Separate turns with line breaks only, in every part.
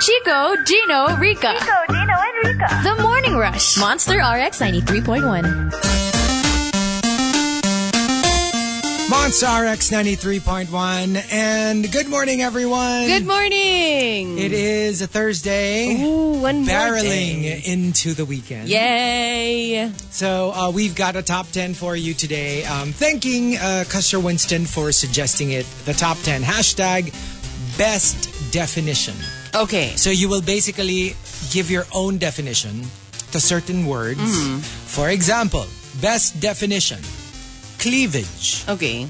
Chico, Gino, Rika.
Nico, Gino, and Rika.
The Morning Rush.
Monster RX 93.1.
Monts RX 93.1. And good morning, everyone.
Good morning.
It is a Thursday.
Ooh, one more
Barreling
day.
into the weekend.
Yay!
So uh, we've got a top 10 for you today. Um, thanking uh, Custer Winston for suggesting it. The top 10 hashtag best definition.
Okay.
So you will basically give your own definition to certain words.
Mm-hmm.
For example, best definition cleavage.
Okay.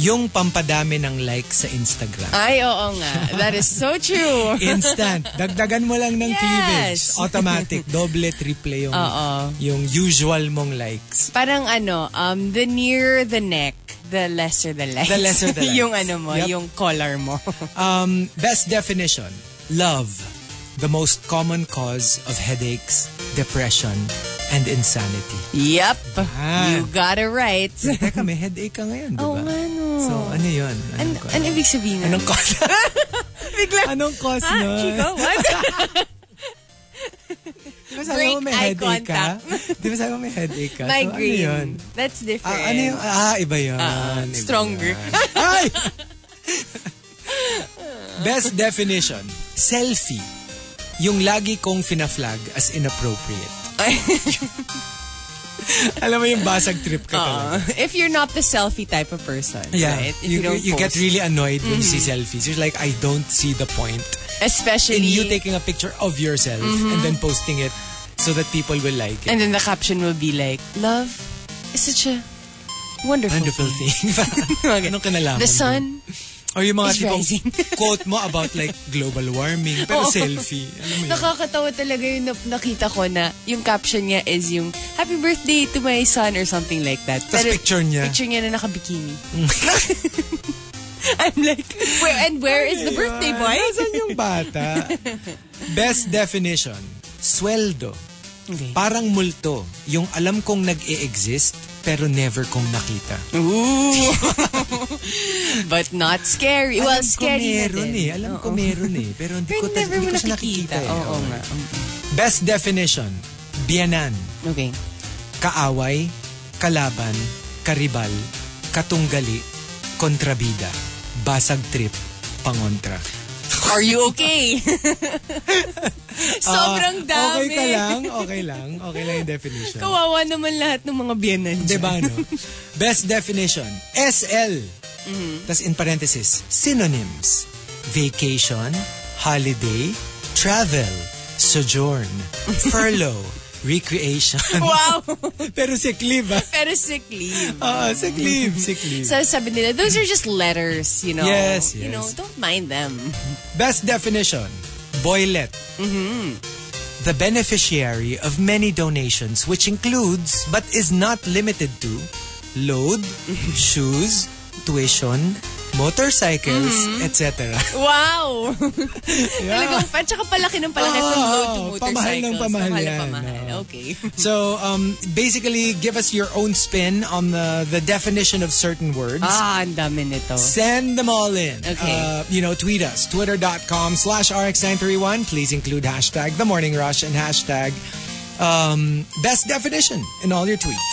Yung pampadami ng like sa Instagram.
Ay, oo nga. That is so true.
Instant. Dagdagan mo lang ng
Yes.
cleavage. Automatic. Doble, triple yung, yung usual mong likes.
Parang ano, um, the nearer the neck, the lesser the legs.
The lesser the legs.
yung ano mo,
Yep.
yung collar mo.
Um, best definition. Love. The most common cause of headaches, depression, and insanity.
yep.
Ah.
Oh, You got it right.
Teka, may headache ka ngayon, di ba?
Oo nga, no.
So, ano yun?
An-
Anong cause?
ano ibig sabihin?
Anong cause?
Bigla.
Anong cause
Ah,
nun?
Chico, what?
Di ba sabi mo
Break
may
eye
headache ka? Di ba sabi mo may headache ka? So, ano yun?
Migraine. That's different.
Ah, ano yung, ah, iba yun. Iba
stronger.
yun. Ay! Best definition, selfie. Yung lagi kong fina-flag as inappropriate.
Ay.
Alam mo yung basag trip ka talaga.
Uh, if you're not the selfie type of person,
Yeah,
right? If
you, you,
don't
get
post. Mm.
really annoyed when you see selfies. You're like, I don't see the point
especially
in you taking a picture of yourself and then posting it so that people will like it.
Mm-hmm. and then the caption will be like, "Love is such a wonderful,
Wonderful thing.
Okay.
Anong kinalaman?
The sun,
Or yung mga
It's
tipong
rising.
quote mo about like global warming, pero
Oo.
selfie. Alam mo yun?
nakakatawa talaga yung nap- nakita ko na yung caption niya is yung happy birthday to my son or something like that.
Tapos picture niya. Mm.
Picture niya na nakabikini. I'm like, where and where is the birthday boy?
Nasaan yung bata? Best definition, sweldo.
Okay.
Parang multo. Yung alam kong nag-e-exist, pero never kong nakita.
Ooh. But not scary. well,
alam ko
scary na
meron
din.
eh. Alam ko meron eh. Pero hindi ko,
Pero
ta-
never
hindi
mo
ko siya
nakikita.
nakikita. eh.
Oo nga.
Best definition, biyanan.
Okay.
Kaaway, kalaban, karibal, katunggali, kontrabida, basag trip, pangontra.
Are you okay? Sobrang dami.
Ah, Okay ka lang, okay lang. Okay lang yung definition.
Kawawa naman lahat ng mga biyanan dyan.
Diba, no? Best definition, SL.
Mm-hmm.
Tapos in parenthesis, synonyms. Vacation, holiday, travel, sojourn, furlough, recreation.
Wow!
Pero ah, sick leave, ah.
Pero sick leave.
Oo, sick leave, sick leave.
So sabi nila, those are just letters, you know.
Yes, yes.
You know, don't mind them.
Best definition, boylet. The beneficiary of many donations, which includes but is not limited to load, shoes, tuition, motorcycles, etc.
Wow!
Yeah.
Talagang, at saka palaki ng palaki from load to
Oo,
motorcycles.
pamahal ng pamahal
Pamahal ng
yan,
pamahal.
oo.
Okay.
so, um, basically, give us your own spin on the, the definition of certain words.
Ah, ang dami nito.
Send them all in.
Okay.
Uh, you know, tweet us. Twitter.com slash RX931. Please include hashtag The Morning Rush and hashtag um, Best Definition in all your tweets.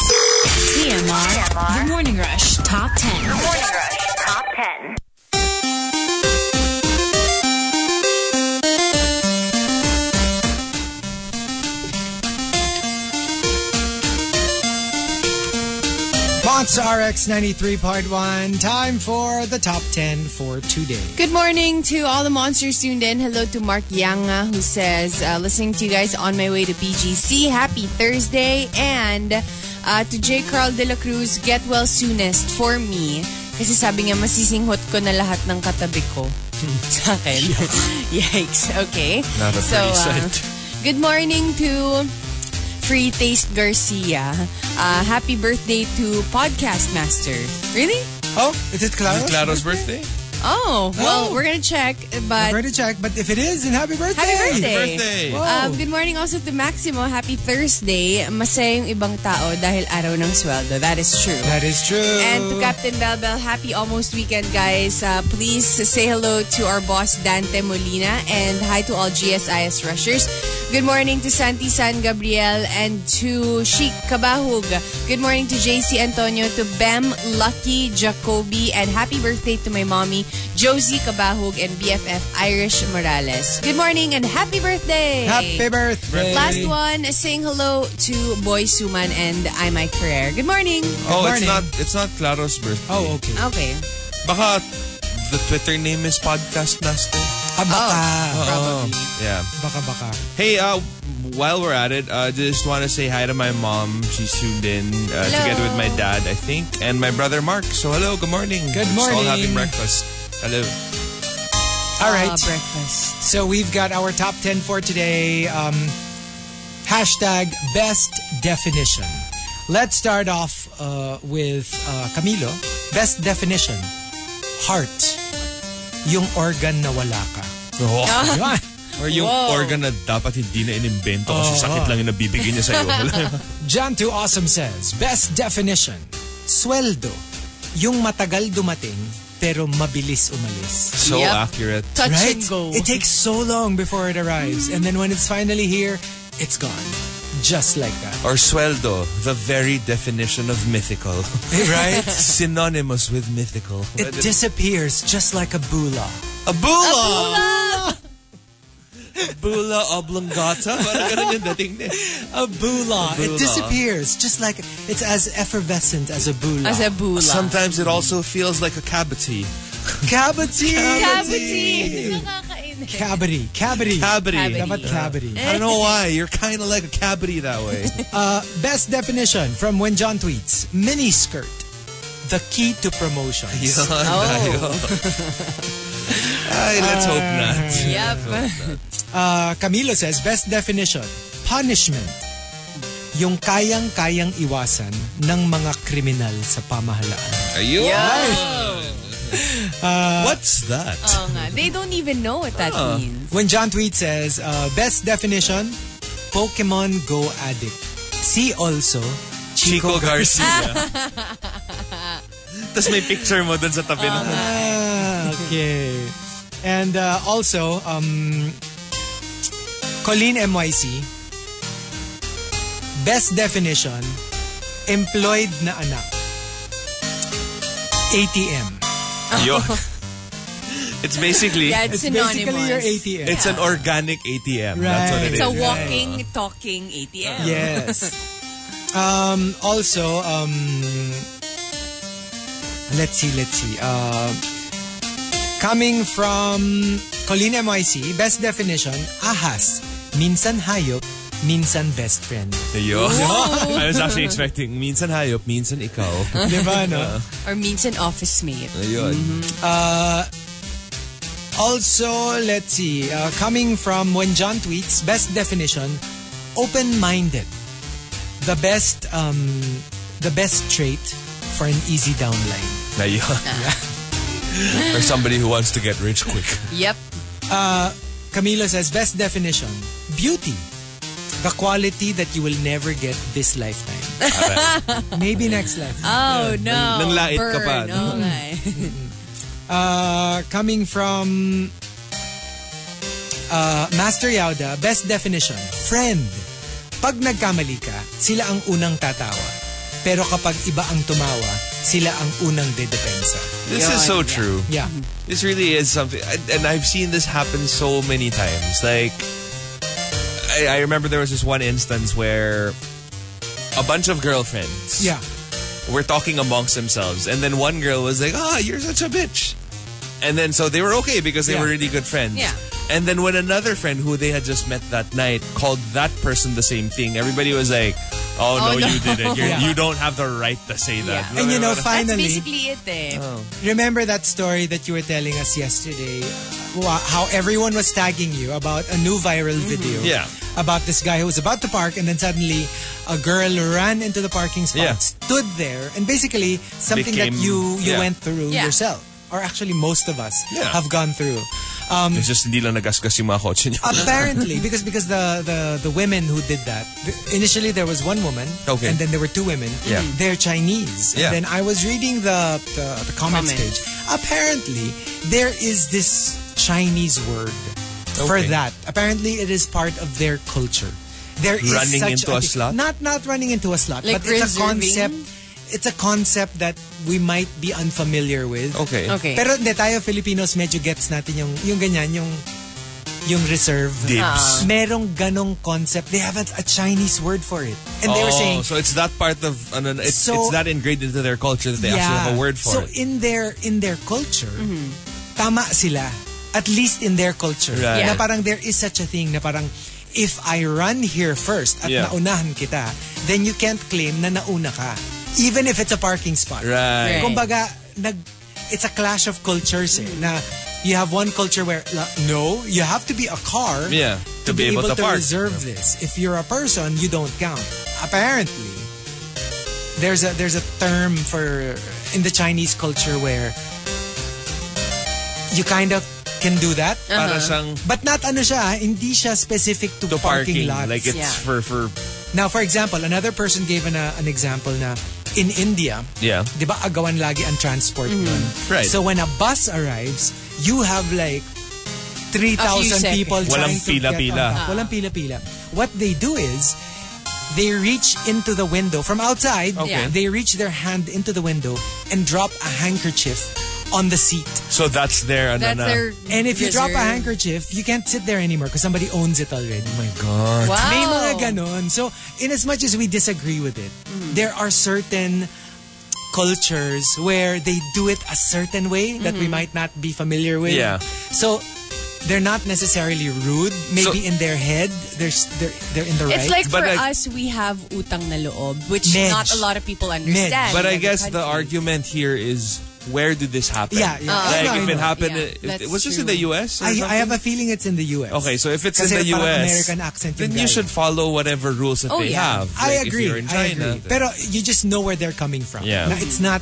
TMR. The Morning Rush Top 10.
Morning Rush. Top 10.
Bots RX 93.1. Time for the top 10 for today.
Good morning to all the monsters tuned in. Hello to Mark Yanga, who says, uh, listening to you guys on my way to BGC. Happy Thursday. And uh, to J. Carl De La Cruz, get well soonest for me. Kasi sabi niya, masisinghot ko na lahat ng katabi ko. Sa akin. Yikes. Okay.
Hmm. Not a
so,
pretty
uh,
sight.
good morning to Free Taste Garcia. Uh, happy birthday to Podcast Master. Really?
Oh, is it Claro?
Claro's birthday?
Oh, well,
Oh.
we're going to check. But
Ready to check, but if it is, then happy birthday!
Happy birthday!
Birthday.
Whoa.
Um, good morning also to Maximo. Happy Thursday. Masaya yung ibang tao dahil araw ng sweldo. That is true.
That is true.
And to Captain Belbel, happy almost weekend, guys. Uh, please say hello to our boss, Dante Molina, and hi to all GSIS rushers. Good morning to Santi San Gabriel and to Sheik Kabahug. Good morning to JC Antonio, to Bem Lucky Jacoby, and happy birthday to my mommy, Josie Kabahug, and BFF Irish Morales. Good morning and happy birthday!
Happy birthday!
Last one, saying hello to Boy Suman and I Mike Ferrer. Good morning!
Oh,
Good
it's
morning.
not it's not Claro's birthday.
Oh, okay.
Okay.
Baka the Twitter name is Podcast Master.
Ah, baka.
Probably.
Yeah.
Baka, baka.
Hey, uh, while we're at it, I uh, just want to say hi to my mom. She's tuned in uh,
Hello.
together with my dad, I think, and my brother Mark. So hello, good morning.
Good
We're Just all
morning.
having breakfast. Hello.
All right.
Ah, breakfast.
So we've got our top 10 for today. Um, hashtag best definition. Let's start off uh, with uh, Camilo. Best definition. Heart. Yung organ na wala ka.
Ah.
Oh.
Yun.
Or yung
Whoa.
organ na dapat hindi na inimbento kasi
Oo.
sakit lang yung nabibigay niya sa'yo.
John Too Awesome says, Best definition. Sweldo. Yung matagal dumating pero mabilis umalis.
so
Yep.
accurate.
Touch
Right?
and go.
It takes so long before it arrives. And then when it's finally here, it's gone. Just like that.
Or sweldo, the very definition of mythical.
Right?
Synonymous with mythical.
It disappears just like a bula.
A bula! Bula oblongata? Parang ganun yung dating niya.
A bula. It
Bula.
disappears just like it's as effervescent as a bula.
As a bula.
Sometimes it also feels like a cavity.
cavity.
Cavity.
Cavity. Cavity.
Cavity.
Cavity.
Dapat cavity.
I don't know why. You're kind of like a cavity that way.
Uh, best definition from when John tweets: mini skirt, the key to promotion.
Yun, tayo. Oh. Ay, let's hope not.
Yep.
Uh, Camilo says, best definition, punishment. Yung kayang-kayang iwasan ng mga kriminal sa pamahalaan.
Ayun.
Uh,
What's that?
Oo Oh, nga. They don't even know what that
Ah.
means.
when John Tweet says, uh, best definition, Pokemon Go addict. See also, Chico,
Chico Garcia. Tapos may picture mo dun sa tabi na.
Ah, okay. And uh, also, um, Colleen MYC, best definition, employed na anak. ATM.
Yun. It's basically,
Yeah, it's,
It's
synonymous.
basically your ATM.
it's an organic ATM. That's what
Right.
it is.
It's a walking, talking ATM.
Yes. um, also, um, let's see, let's see. Uh, coming from Colleen MYC, best definition, ahas. Minsan hayop, minsan best friend.
Ayun. I was actually expecting, minsan hayop, minsan ikaw.
Diba, no?
Or means an office mate.
Ayun.
Also, let's see. Uh, coming from when John tweets, best definition, open-minded. The best, um, the best trait for an easy downline.
Ayun. Or somebody who wants to get rich quick.
Yep.
Camilo says, best definition, beauty. The quality that you will never get this lifetime. Maybe next lifetime.
Oh, no.
nang lait ka pa,
Burn.
no?
Oo nga eh.
Uh, coming from uh, Master Yauda, best definition, friend. Pag nagkamali ka, sila ang unang tatawa. Pero kapag iba ang tumawa, sila ang unang dedepensa.
This is so true.
Yeah.
This really is something, and- and I've seen this happen so many times. Like, I, I remember there was this one instance where a bunch of girlfriends
Yeah.
were talking amongst themselves, and then one girl was like, "Ah, you're such a bitch," and then so they were okay because they
Yeah.
were really good friends.
Yeah.
And then when another friend who they had just met that night called that person the same thing, everybody was like, "Oh,
Oh,
no,
no.
you didn't. You're,
Yeah.
You don't have the right to say that."
Yeah.
And you know,
That's
finally,
basically it eh.
Remember that story that you were telling us yesterday? uh, How everyone was tagging you about a new viral video.
Mm-hmm. Yeah.
About this guy who was about to park and then suddenly a girl ran into the parking spot,
Yeah.
stood there, and basically something that
Became-
you you
yeah.
went through
Yeah.
yourself. or actually most of us,
Yeah.
have gone through.
It's just hindi lang nagasgas yung mga kotse niyo.
Apparently, because because the, the the women who did that th- initially there was one woman,
Okay.
and then there were two women.
Yeah.
they're Chinese. And
Yeah.
then I was reading the the, the comments
Comments.
page. Apparently, there is this Chinese word for
Okay.
that. Apparently, it is part of their culture. There is
Running
such
into a
thi-
slot?
Not not running into a slot, but
Like
it's a
reserving?
concept. It's a concept that we might be unfamiliar with.
Okay.
Okay.
Pero hindi tayo Filipinos medyo gets natin yung yung ganyan yung yung reserve.
Dibs.
Merong ganong concept. They have a, a Chinese word for it. And they were
Oh,
saying
so it's that part of ano, it's,
So-
it's that ingrained into their culture that they actually have a word for
so
it.
in their in their culture, tama sila. At least in their culture.
Right.
Na
Yeah.
parang there is such a thing na parang if I run here first at
Yeah.
naunahan kita, then you can't claim na nauna ka. Even if it's a parking spot.
Right.
Right.
Kumbaga, nag, it's a clash of cultures eh, na you have one culture where, la- no, you have to be a car
Yeah, to be able to park.
reserve this. If you're a person, you don't count. Apparently, there's a there's a term for in the Chinese culture where you kind of can do that.
Uh-huh.
Para siyang
But not ano siya, ah, hindi siya specific to,
to
parking,
parking,
lots.
like it's
Yeah.
for for
Now, for example, another person gave an, uh, an example na in India,
Yeah.
di ba agawan lagi ang transport dun?
Right.
So when a bus arrives, you have like 3,000
seconds.
people
Walang
trying to get on
pila-pila.
back. Walang pila-pila. What they do is, they reach into the window from outside.
Okay.
They reach their hand into the window and drop a handkerchief on the seat.
so that's their ano
That's
na.
their
And if you drop a
reserve.
handkerchief, you can't sit there anymore because somebody owns it already. Oh my God.
Wow.
May mga ganon. So, in as much as we disagree with it,
Mm.
there are certain cultures where they do it a certain way that
Mm-hmm.
we might not be familiar with.
Yeah.
So, they're not necessarily rude. Maybe in their head, they're, s- they're, they're in the
It's
right.
like
But
for
I-
us, we have utang na loob, which
Medj.
not a lot of people understand.
But
in
I
other
guess the
countries.
argument here is where did this happen?
Yeah, yeah. Ah.
Like
I know,
if
I
it
know.
happened,
Yeah,
it- it,
that's
was this in
true.
the U.S. Or
I, I
something?
have a feeling it's in the U.S.
okay, so if it's
Kasi
in the
parang
U.S.,
American accent yung
then you
guy.
should follow whatever rules that
Oh,
they
yeah.
have.
I
Like,
agree.
If you're in China,
I agree.
then-
Pero you just know where they're coming from.
Yeah.
Na it's not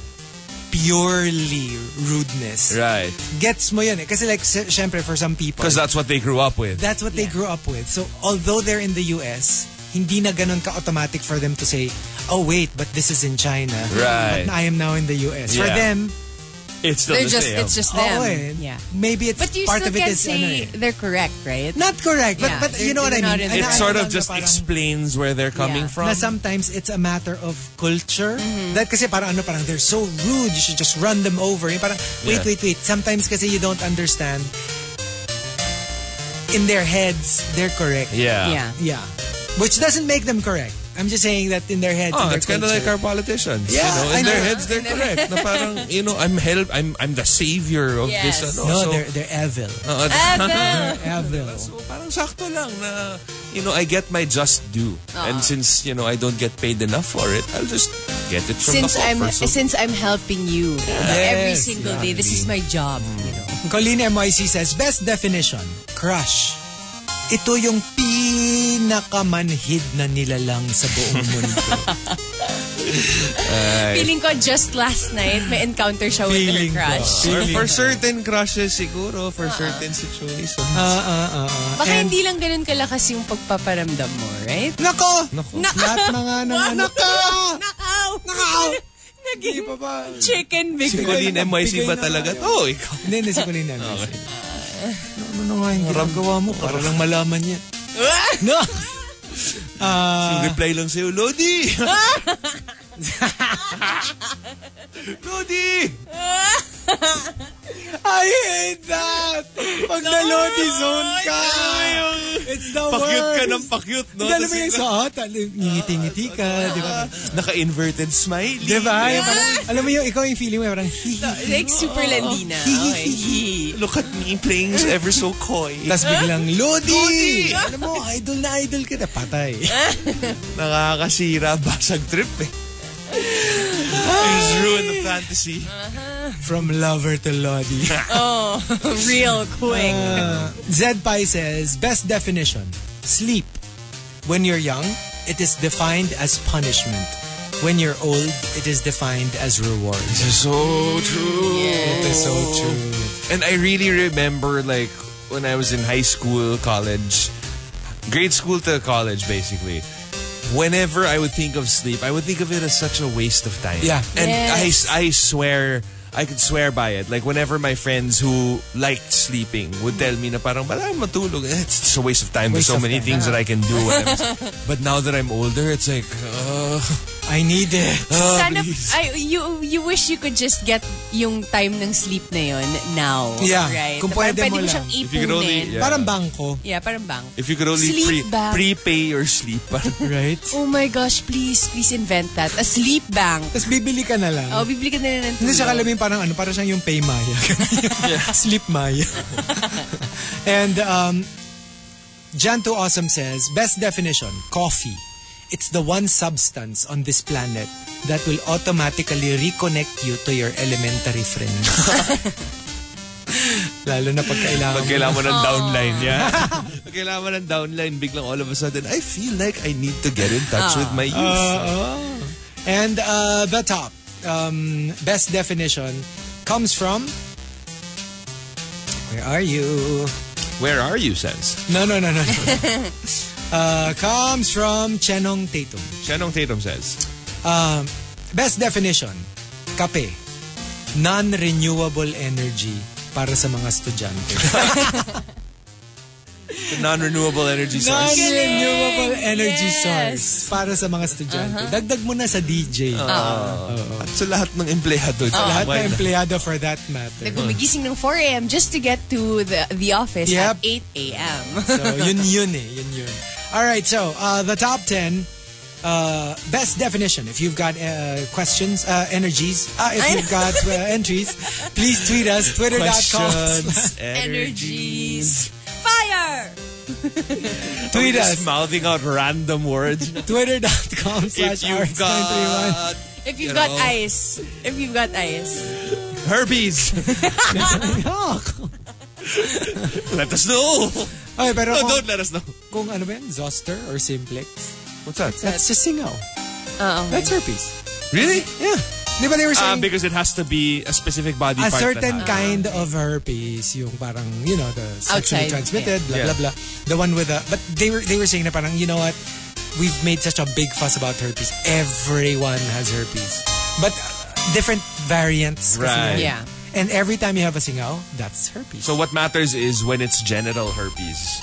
purely rudeness.
right?
Gets mo yun eh. Kasi like, sy- syempre, for some people,
Because that's what they grew up with.
that's what they grew up with. So although they're in the US, hindi na ganun ka-automatic for them to say, oh wait, but this is in China.
Right.
But I am now in the US. For
Yeah.
them,
it's still
They're
the
just,
same.
it's just them.
oo eh.
Yeah.
Maybe it's
But you
part
still
of it
can
is ano
say
eh.
they're correct, right?
Not correct, but
Yeah,
but you
they're-
know what I
they're not
mean.
in
And
it
the-
I-
It's
sort
I
of
love na
just
parang-
explains where they're coming
Yeah.
from. Mm-hmm.
na sometimes it's a matter of culture. That kasi parang ano, parang they're so rude, you should just run them over. Yung parang, wait,
Yeah.
wait, wait. Sometimes kasi you don't understand. In their heads, they're correct.
yeah.
Yeah.
Yeah. Which doesn't make them correct. I'm just saying that in their heads, in
Oh,
their
it's kind of like
culture.
our politicians.
Yeah,
you know,
I
in their
know.
heads they're correct. na parang, you know, I'm help. I'm I'm the savior of
Yes.
this. Ano,
No,
so,
they're, they're evil.
uh,
Evel!
They're evil.
so parang sakto lang na, you know, I get my just due, and since you know I don't get paid enough for it, I'll just get it from
Since
the
I'm
coffers. So,
since I'm helping you every
Yes,
single day, this is my job. You know.
Colleen MYC says, best definition, crush. Ito yung pinakamanhid na nilalang sa buong mundo.
Feeling ko just last night, may encounter siya with her
Feeling ko.
crush.
Or for certain crushes, siguro for certain situations.
Ah. Baka
And-
hindi lang ganun kalakas yung pagpaparamdam mo, right?
Nako!
Nako!
Lahat mga nang ano ka!
Nakaw!
Nakaw!
Naging chicken
Si
big.
Colleen MYC
Bigay
ba
na
talaga
tayo.
to? Ikaw.
Hindi, hindi si Colleen namin. Ano na nga yung ginagawa mo? Para lang malaman niya. no!
Yung reply lang sa'yo, Lodi! Lodi!
I hate that! Pag na-lodi zone ka! It's the
Pakyut ka
worst!
ng eh. pakyut, no?
Hindi, alam mo
Tas
yung
bigla-
suot, alam- ngingiti-ngiti ka, di ba?
Naka-inverted smiley.
Ah. Di ba? Yung parang- Alam mo yung, ikaw yung feeling mo, yung parang hihi.
Like super landina. Okay.
Look at me playing ever so coy.
Tapos biglang, Lodi! Alam mo, idol na idol kita. Patay.
Nakakasira, basag trip eh. You just ruined the fantasy.
From lover to Lodi.
Real quick.
Zed Pai says, best definition, sleep. When you're young, it is defined as punishment. when you're old, it is defined as rewards.
It's so true.
It is so true.
And I really remember like when I was in high school, college, grade school to college basically. Whenever I would think of sleep, I would think of it as such a waste of time.
Yeah.
And
Yes.
I, I swear, I could swear by it. Like whenever my friends who liked sleeping would tell me na parang, parang matulog. Eh, It's just a waste of time.
Waste
There's so
of
many
time.
things that I can do. when I'm- but now that I'm older, it's like, uh,
I need it.
uh,
Sana,
please.
ay, you, you wish you could just get yung time ng sleep na yun now.
Yeah.
Right?
Kung
Parang
pwede
pwede
mo
mo
lang.
siyang
If you could only-
ipunin.
yeah.
Parang bangko.
Yeah, parang bang.
if you could only
Sleep
pre-
back.
prepay your sleep.
Right?
Oh my gosh, please, please invent that. A sleep bank.
Tapos bibili ka na lang.
Oh, bibili ka na rin ng
Hindi siya
tulog.
kalamin parang ano, parang siyang yung pay Maya. Sleep Maya. And um, Jan to Awesome says, best definition, coffee. It's the one substance on this planet that will automatically reconnect you to your elementary friends. Lalo na pag kailangan.
Pag
mo-
kailangan mo ng downline, yeah. Pag kailangan mo ng downline, biglang all of a sudden, I feel like I need to get in touch with my youth.
And uh, the top um, best definition comes from. Where are you?
Where are you, says?
No, no, no, no. no. uh, comes from Chenong Tatum.
Shannon Tatum says.
Um, best definition, kape. Non-renewable energy para sa mga estudyante.
The non-renewable energy source.
Non-renewable energy
Yes.
source para sa mga estudyante. Dagdag mo na sa DJ.
At sa Ah, lahat ng empleyado. Sa
Lahat
why
na
not?
empleyado for that matter.
Na gumigising ng 4 a.m. just to get to the, the office
Yep.
at 8 a.m.
So, yun yun eh. Yun yun. Alright, so, uh, the top 10 uh, best definition. If you've got uh, questions, uh, energies, uh, if you've got uh, entries, please tweet us, twitter.com.
Questions,
Energies. Fire!
Tweet
Just
us,
mouthing out random words.
twitter.com slash
if you've
rx931.
got
If you've
You
got
know.
ice. If you've got ice.
herpes, let us know.
Okay, pero
No,
kung,
don't let us know.
kung ano ba yun, zoster or simplex,
What's that?
that's just singaw.
Oo.
That's herpes.
Really?
Yeah. Di ba they were
Uh,
saying,
because it has to be a specific body
a
part. that
certain
has-
kind of herpes, yung parang, you know, the sexually
Outside,
transmitted, blah,
yeah.
blah, blah. The one with the, but they were, they were saying na parang, you know what, we've made such a big fuss about herpes. Everyone has herpes. But uh, different variants. kasi
Right.
yun.
Yeah.
And every time you have a singaw, that's herpes.
So what matters is when it's genital herpes.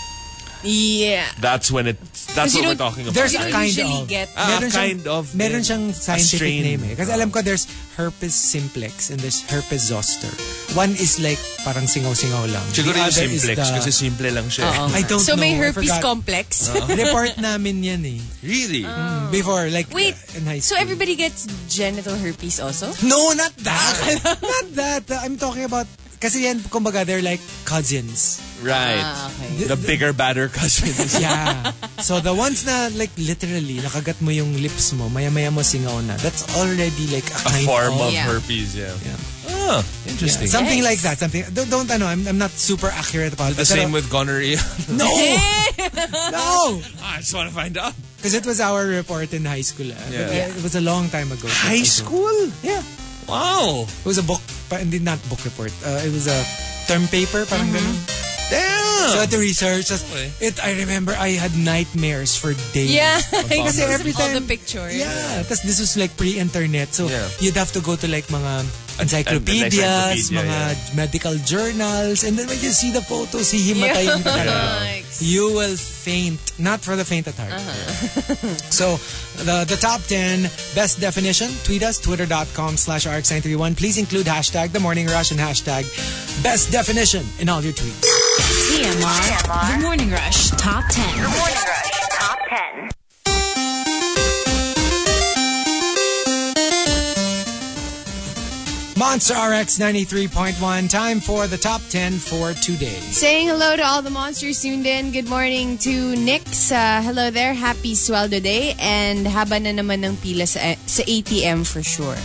Yeah.
That's when it. That's
you
what we're
don't-
talking about.
There's
You
a
don't
kind
usually
of.
get-
Ah, kind
siyang,
of,
Meron
eh,
siyang
a
scientific
strain.
name eh. Kasi alam ko there's herpes simplex and there's herpes zoster. One is like parang singaw-singaw lang. The
Siguro yung
other is
simplex
the-
kasi simple lang siya. eh.
Oo.
I don't
so
know.
may
I
herpes
forgot.
complex.
Report namin yan eh.
Really?
Before, like
Oh.
uh,
Wait,
in high
so
school.
everybody gets genital herpes also?
No, not that.
Ah.
not that. Uh, I'm talking about... Kasi yan, kumbaga, they're like cousins.
Right.
Ah, okay.
The bigger, badder cousins.
Yeah. so the ones na like literally, nakagat mo yung lips mo, maya-maya mo singaw na. That's already like a,
A
kind
form of
Yeah.
herpes, yeah.
Yeah.
Ah, interesting.
Something
Yes.
like that. Something. Don't, don't ano, I'm, I'm not super accurate about it.
The same
pero-
with gonorrhea. Ah,
No! no!
I just want to find out.
Because it was our report in high school. ah.
Yeah.
But, uh, It was a long time ago.
High school?
Yeah.
Wow.
It was a book, pa- hindi not book report. Uh, it was a term paper, parang ganun.
Damn.
So I had to research. tas-
Okay.
It, I remember I had nightmares for days.
Yeah.
Kasi every
all
time...
the pictures.
Yeah. Tapos this was like pre-internet. So
Yeah.
you'd have to go to like mga encyclopedias,
encyclopedia,
mga medical journals. And then when you see the photos, hihimatay ka talaga.
Yikes.
You will faint. Not for the faint at heart. so the, the top 10 best definition, tweet us, twitter.com slash rx931. Please include hashtag the morning rush and hashtag best definition in all your tweets.
TMR. The Morning Rush Top 10.
Morning Rush Top 10.
Monster RX 93.1, time for the top 10 for today.
Saying hello to all the monsters tuned in. Good morning to Nix. Uh, hello there. Happy Sweldo Day. And haba na naman ng pila sa, sa ATM for sure.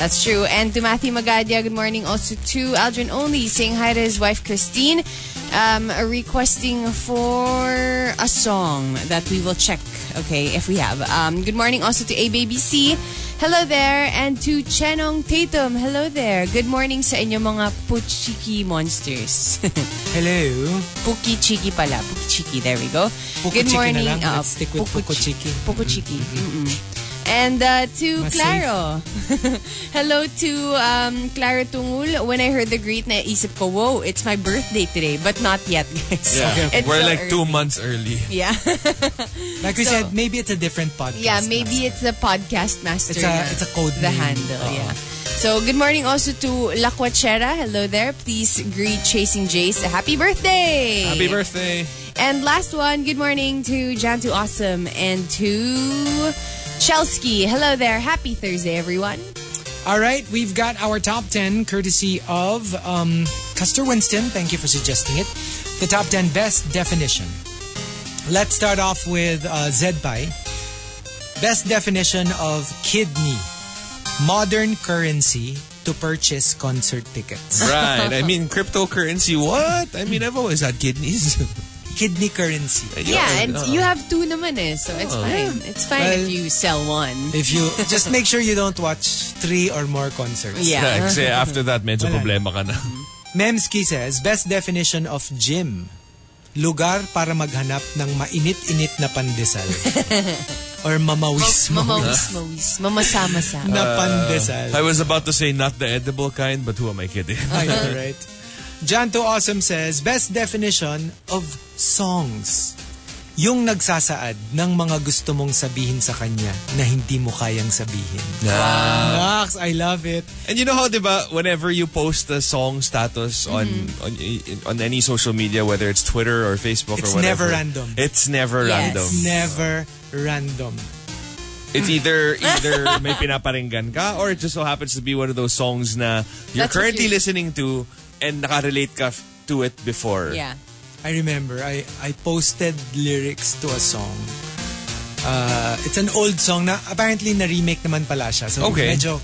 That's true. And to Matthew Magadia, good morning. Also to Aldrin Only, saying hi to his wife Christine, um, requesting for a song that we will check, okay, if we have. Um, good morning also to ABBC. Hello there. And to Chenong Tatum, hello there. Good morning sa inyo mga Puchiki monsters.
Hello.
Puki Chiki pala. Puki Chiki, there we go.
Puki
Good
Chiki na
morning.
lang.
Ah,
Let's stick with Puko Chiki. Mm-hmm.
Puko Chiki. Mm-mm. And uh, to
Mas
Claro. Hello to um, Claro Tungul. When I heard the greet, naisip ko, whoa, it's my birthday today. But not yet, guys.
Yeah.
It's
We're
so
like two
early.
months early.
Yeah.
Like we
So-
said, maybe it's a different podcast.
yeah, maybe it's the podcast master.
It's a-
na
it's a code
The
name.
handle,
Oo.
yeah. So, good morning also to La Quachera. Hello there. Please greet Chasing Jace. a Happy birthday!
Happy birthday.
And last one, good morning to Jantu Awesome and to Chelsky. Hello there. Happy Thursday, everyone.
All right, we've got our top 10 courtesy of um, Custer Winston. Thank you for suggesting it. The top 10 best definition. Let's start off with uh, Zedpai. Best definition of kidney modern currency to purchase concert tickets.
Right. I mean, cryptocurrency, what? I mean, I've always had kidneys.
kidney currency.
yeah, and you have two naman eh, so
Oh,
it's fine. It's fine if
Well-
you sell one.
If you just make sure you don't watch three or more concerts.
Yeah.
Yeah, kasi after that, medyo
Wala.
problema ka na.
Memski says, best definition of gym. Lugar para maghanap ng mainit-init na pandesal. Or mamawis mo
Mamawis, mawis. Mamasama sa.
na pandesal.
I was about to say not the edible kind, but who am I kidding?
I know, right? Janto Awesome says, best definition of songs. Yung nagsasaad ng mga gusto mong sabihin sa kanya na hindi mo kayang sabihin. Nax, I love it.
And you know how, diba, whenever you post a song status on
Mm-hmm.
on in- on any social media, whether it's Twitter or Facebook
It's
or whatever,
never random.
It's never
Yes.
random.
Never random.
It's either either may pinaparinggan ka or it just so happens to be one of those songs na you're
That's what
currently
you-
listening to and nakarelate ka f- to it before.
Yeah.
I remember I I posted lyrics to a song. Uh, it's an old song na apparently na remake naman pala siya. So
Okay.
medyo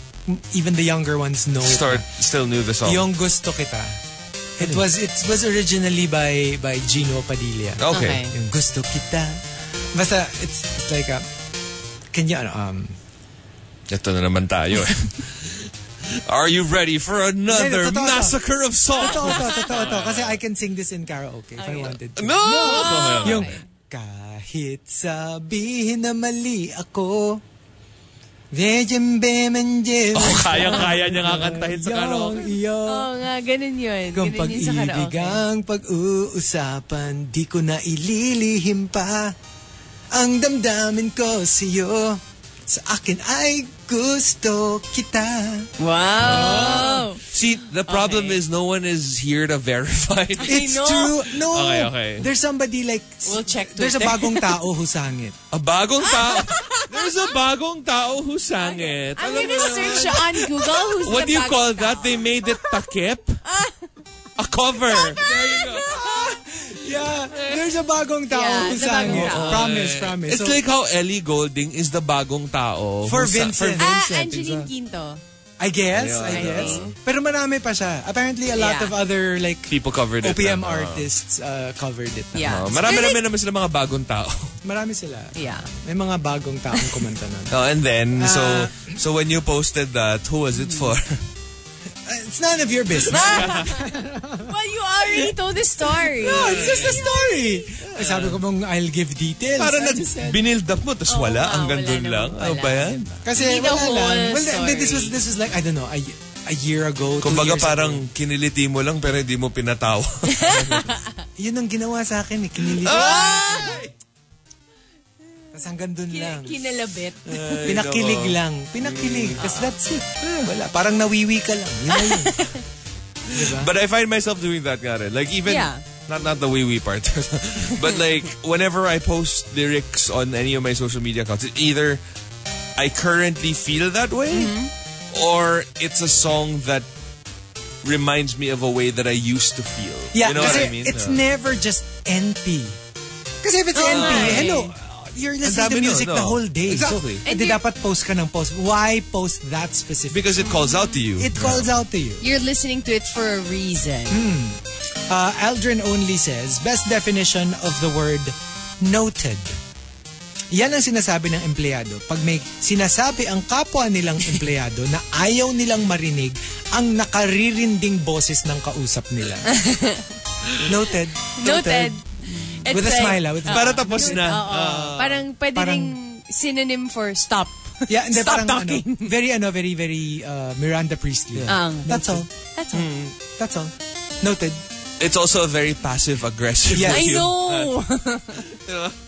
even the younger ones know. it.
Start still knew the song. Hmm.
Yung gusto kita. It was it was originally by by Gino Padilla.
okay.
Yung gusto kita. Basta it's, it's like a can you ano, um
Ito na naman tayo. eh. Are you ready for another
Totoo to.
massacre of
totoo
song?
to, totoo to. Kasi I can sing this in karaoke if I wanted to.
No!
Yung kahit sabihin na mali ako, Vejem bemen jem.
Oh, kaya-kaya niya kakantahin sa karaoke.
Iyong
Oo nga, ganun Oh, yun.
kung
Ganun yun sa
pag-ibig
karaoke.
ang pag-uusapan, di ko na ililihim pa. Ang damdamin ko sa'yo, sa akin ay gusto kita.
Wow!
See, the problem
Okay.
is no one is here to verify.
It's
know.
true. No.
Okay, okay.
There's somebody like,
We'll check
there's a
Twitter.
bagong tao who sang it.
a bagong tao. There's a bagong tao who sang it.
I'm
Alam
gonna
mo
search
yun?
on Google who's
What
the
do you
bagong
call
tao.
that? They made it takip? A cover. There you go.
Yeah, there's a bagong tao who
Yeah, the
sang
bagong
it.
tao.
Promise, promise.
It's
So,
like how Ellie Golding is the bagong tao.
For
who sa-
Vincent.
Ah,
For Vincent.
Angeline Quinto.
I guess, I
Ayun. I
guess.
think.
Pero marami pa siya. Apparently, a lot
Yeah.
of other like
People covered it.
OPM
na.
artists uh, covered it. na.
Yeah.
Oh, marami
They're like-
naman naman sila mga bagong tao.
Marami sila.
Yeah.
May mga bagong taong kumanta nun.
Oh, and then, so
Ah.
so when you posted that, who was it for?
Uh, it's none of your business.
Ah! Well, you already told the story.
No, it's just a story. Ay, sabi ko mong I'll give details.
Para
I
nag
just said-
binild up mo, tapos
Oo
wala.
nga,
Hanggang
wala
doon lang.
naman
Ano
pala.
ba yan?
Kasi
Hindi the
wala lang.
whole
Well, th- this was
story.
this was like I don't know a, y- a year ago. two
Kumbaga
years
parang
ago.
kiniliti mo lang pero hindi mo pinatawa.
yun ang ginawa sa akin eh. Kinilito.
Ah!
Tapos hanggang dun lang.
Kin- Kinalabit.
Pinakilig lang. Pinakilig. Tapos
Mm.
that's it. Ah, Wala. Parang nawiwi ka lang. Yun na yun.
But I find myself doing that, nga rin. Like even,
Yeah.
not not the wee wee part, but like whenever I post lyrics on any of my social media accounts, it either I currently feel that way or it's a song that reminds me of a way that I used to feel.
Yeah,
you know
kasi
what I mean?
it's
Yeah.
never just NP. Kasi if it's
Oh,
NP,
okay.
hello, uh, you're listening
dami
to music
nun, no?
the whole day.
Exactly.
So,
And
hindi
you're-
dapat post ka ng post. Why post that specific?
because it calls out to you.
it calls out to you.
You're listening to it for a reason.
Hmm, Uh, Aldrin only says, best definition of the word noted. Yan ang sinasabi ng empleyado. Pag may sinasabi ang kapwa nilang empleyado na ayaw nilang marinig ang nakaririnding boses ng kausap nila. Noted.
Noted. It's
With a
like- oh.
smile, ah, with-
Oo.
Para tapos na.
Oo. parang pwede
Parang-
ring synonym for stop.
Yeah, hindi,
Stop
parang,
talking.
Ano, very, ano, very, very uh, Miranda Priestley.
Ang-
That's all. Mm-hmm.
That's
That's
all.
all. Noted.
It's also very passive aggressive.
Yes.
I
with you.
Ah,
know.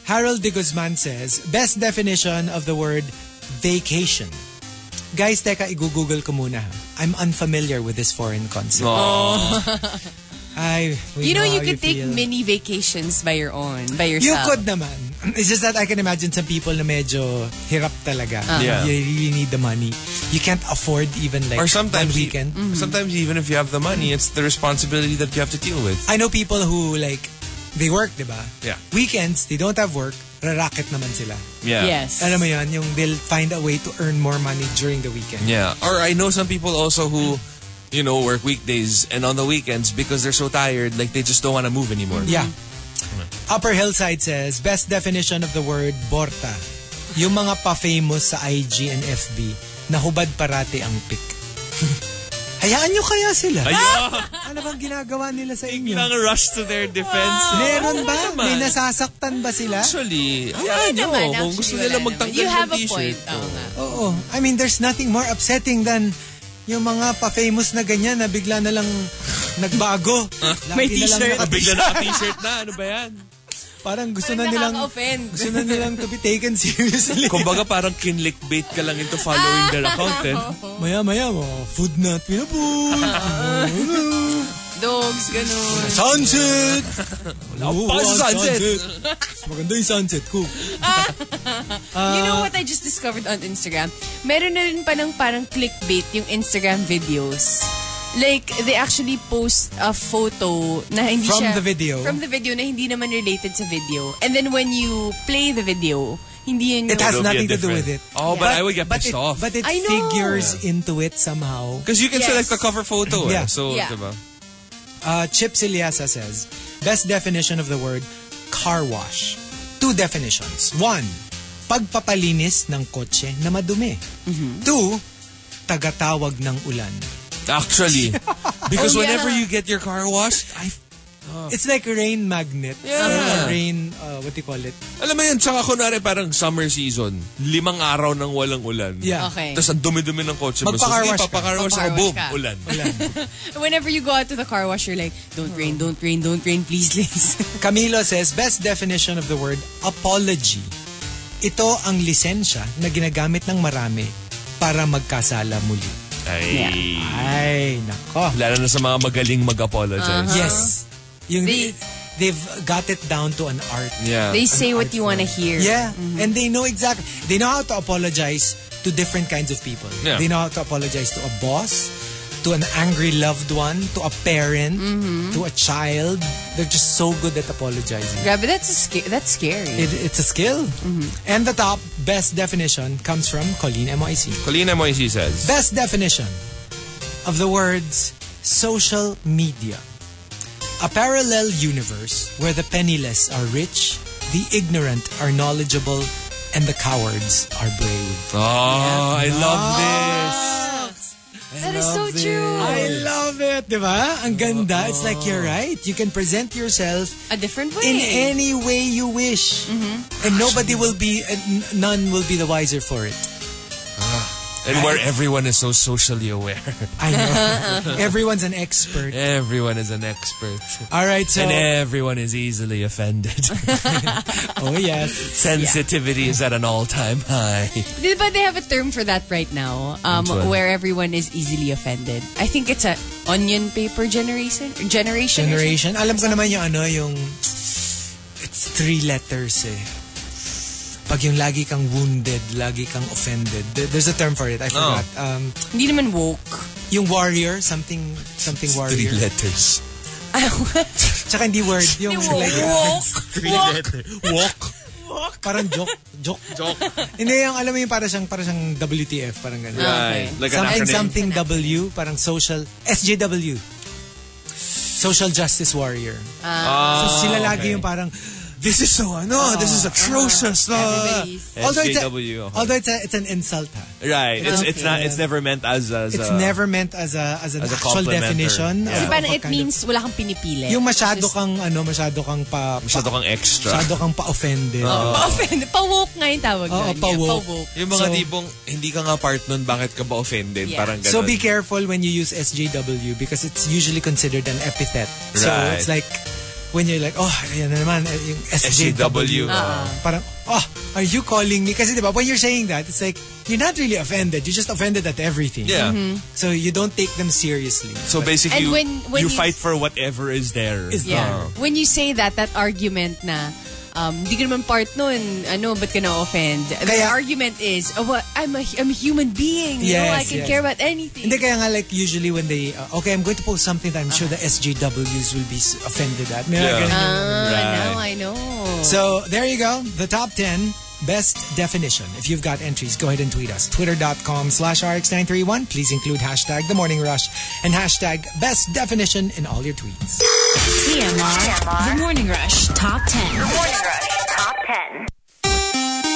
Harold de Guzman says, best definition of the word vacation. Guys, teka, i-google ko muna. ha. I'm unfamiliar with this foreign concept.
Aw.
I, we
you know,
how
you could take
feel.
mini vacations by your own, by
You
yourself.
could naman. It's just that I can imagine some people na medyo hirap talaga.
Uh-huh.
Yeah.
You really need the money. You can't afford even like
Or
one
sometimes
e-
you-
weekend.
Mm-hmm.
Sometimes even if you have the money, it's the responsibility that you have to deal with.
I know people who like, they work, di ba?
Yeah.
Weekends, they don't have work, raracket naman sila.
Yeah.
Yes.
Alam mo yun, yung they'll find a way to earn more money during the weekend.
Yeah. Or I know some people also who, you know, work weekdays and on the weekends because they're so tired, like they just don't want to move anymore.
Yeah.
Mm-hmm.
Upper Hillside says, best definition of the word, borta. Yung mga pa-famous sa IG and FB, nahubad parati ang pic. Hayaan nyo kaya sila?
Ah!
Ayun!
Ano bang ginagawa nila sa inyo?
Biglang rush to their defense.
Meron ba?
Ano naman.
May nasasaktan ba sila?
Actually,
Ah,
Wala
hayaan nyo.
Ah, naman,
Kung gusto
actually,
nila
wala
magtanggal
naman. You have
ng
a
t-shirt. oh.
point. oh. Oo nga.
Oo. I mean, there's nothing more upsetting than yung mga pa-famous na ganyan na bigla na lang nagbago.
May
Lagi na lang
t-shirt.
Ah,
naka-
Bigla na t-shirt na. Ano ba yan?
Parang gusto na
Parang
nilang
nakaka-offend.
gusto na nilang to be taken seriously.
Kumbaga parang kinlickbait ka lang into following their
Ah,
account eh.
Maya maya mo, food na at pinapun.
Dogs, ganun.
sunset!
Oo, pa sa sunset.
Mas maganda yung sunset ko.
you
Uh,
know what I just discovered on Instagram? Meron na rin pa ng parang clickbait yung Instagram videos. Like, they actually post a photo na hindi
From
siya...
the video?
From the video na hindi naman related sa video. And then when you play the video, hindi yun
It
yung-
has
It'll be a
nothing to do with
different-
it.
Oh, but I would get
but it,
pissed off.
But it
I know.
figures into it somehow.
Because you can
Yes.
select the cover photo eh.
Yeah.
So,
Yeah.
diba?
Uh, Chip Siliasa says, best definition of the word, car wash. Two definitions. One, pagpapalinis ng kotse na madumi. Two, tagatawag ng ulan.
Actually. Because
Oh, yeah.
whenever you get your car washed, I
It's like a rain magnet.
Yeah.
Or a rain, uh, what do you call it?
Alam mo yun, tsaka kunwari parang summer season, limang araw nang walang ulan.
Yeah.
Okay.
Tapos ang dumi-dumi ng kotse mo. So,
Magpa-car
sige,
wash ka.
papacar wash ako.
Magpa-car
Boom,
wash ka.
ulan.
Whenever you go out to the car wash, you're like, don't rain, don't rain, don't rain, please, please.
Camilo says, best definition of the word, apology. Ito ang lisensya na ginagamit ng marami para magkasala muli.
Ay.
Ay, nako.
Lalo na sa mga magaling mag-apologize.
Yes. Yung,
They-
they've got it down to an art.
Yeah.
Uh-huh. They say what you want to hear.
Yeah, Mm-hmm. and they know exactly. They know how to apologize to different kinds of people.
Yeah.
They know how to apologize to a boss, to an angry loved one, to a parent, to a child. They're just so good at apologizing.
Grabe, that's, a sca- that's scary.
It, it's a skill. And the top best definition comes from Colleen MIC.
Colina Moisi says,
Best definition of the words social media. A parallel universe where the penniless are rich, the ignorant are knowledgeable, and the cowards are brave.
Oh, I love this.
Ah.
That is so
love
true.
I love it, di ba? Ang ganda. It's like you're right. You can present yourself
A different
in
way.
any way you wish. And nobody will be, and n- none will be the wiser for it.
And where everyone is so socially aware.
I know. Everyone's an expert.
everyone is an expert.
All right, so.
and everyone is easily offended.
Oh, yes.
Sensitivity is at an all-time high.
Di ba they have a term for that right now? Um,
Which one?
where everyone is easily offended. I think it's a onion paper generation. Generation. or something.
Generation. Alam ko naman yung ano, yung. It's three letters eh. Pag yung lagi kang wounded, lagi kang offended. There- There's a term for it. I forgot. Um,
Hindi naman woke.
yung warrior, something something
Three
warrior.
letters.
Tsaka hindi word. Yung like,
Three letters. Walk.
parang joke. Joke.
Joke.
Hindi, yung alam mo yung para siyang, para siyang WTF, parang ganun.
Right. Like
something,
an acronym.
something W, parang social, SJW. Social Justice Warrior. so sila lagi
Ah, okay.
yung parang,
this is so ano, this is atrocious. uh
Ah, Everybody's-
Although, it's, a,
SJW, okay.
although it's, a, it's an insult, ha?
Right. It's it's
Okay.
not it's never meant as as uh,
It's
a-
never meant as a as an
As a
actual
compliment or-
definition.
Yeah.
Kasi
of
parang
a
it
kind of-
means wala kang pinipili.
yung masyado
Just-
kang ano, masyado kang pa
masyado kang extra.
masyado kang pa-offended.
Ah.
Pa-offend. Pa-woke nga yung tawag
Oo,
doon.
pa-woke.
Yeah, pa-woke.
Yung mga
So-
tipong hindi ka nga part nun, bakit ka ba offended?
Yeah.
Parang ganun.
So be careful when you use SJW because it's usually considered an epithet. So
Right.
it's like when you're like, oh, ayan na naman, eh, yung SJW.
SJW. Ah.
Parang, oh, are you calling me? Kasi diba, when you're saying that, it's like, you're not really offended. You're just offended at everything.
Yeah.
So you don't take them seriously.
So basically,
And when- when
you
you-
fight for whatever is there.
Is
Yeah.
Oh.
Ah.
When you say that, that argument na, um, hindi ka naman part nun, ano, ba't ka na-offend? The
Kaya-
argument is, oh, well, I'm, a, I'm a human being. you know,
Yes,
I can
yes.
care about anything.
Hindi kaya nga like usually when they, uh, okay, I'm going to post something that I'm sure the SJWs will be s- offended at. May mga
Yeah.
ganun.
Ah,
Right.
now I know.
So there you go. The top 10 best definition. If you've got entries, go ahead and tweet us. Twitter.com slash RX931. Please include hashtag The Morning Rush and hashtag best definition in all your tweets.
TMR. The Morning Rush Top 10.
Morning Rush Top 10.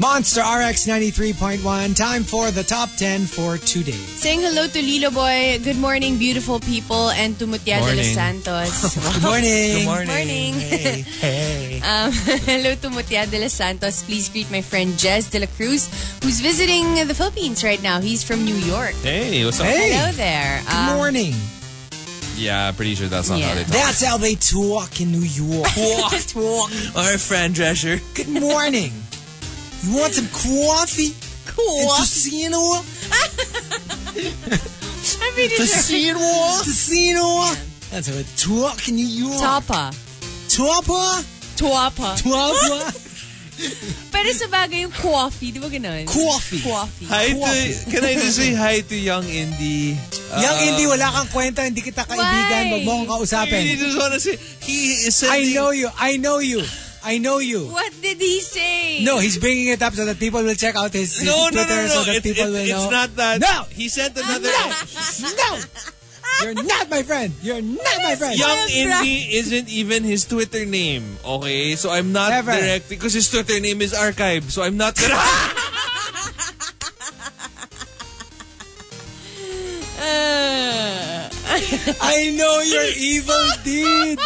Monster RX 93.1. Time for the top 10 for today.
Saying hello to Lilo Boy. Good morning, beautiful people. And to Mutia de los
Morning.
Santos.
Good morning.
Good morning.
Hey.
Morning.
hey.
Um, hello to Mutia de los Santos. Please greet my friend Jez de la Cruz, who's visiting the Philippines right now. He's from New York.
Hey, what's up?
Hey.
Hello there.
Good
Um,
morning.
Yeah, pretty sure that's not
Yeah.
how they talk.
That's how they talk in New York.
What? Our friend Drescher.
Good morning. You want some coffee? Tosino?
I'm pretty sure.
Casino? Casino? That's how it's talk in New York.
Tapa.
Tuapa?
Tuapa.
Tuapa?
Pero sa bagay yung coffee, di ba ganun?
Coffee.
Coffee.
Hi to, can I just say hi to young Indy? Uh,
Yang hindi wala kang kwenta, hindi kita kaibigan, wag
Why?
mo akong
I really
kausapin.
just want to say, he is sending...
I know you, I know you, I know you.
What did he say?
No, he's bringing it up so that people will check out his, his
No, no, no,
Twitter
no.
so that
It-
people
it-
will know.
it's not that.
No!
He sent another...
No! You're not my friend! You're not my friend!
Young
Sobra.
Indy isn't even his Twitter name, okay? So I'm not
Never.
directly... Because his Twitter name is Archive, so I'm not... gonna-
Uh,
I know your evil deed.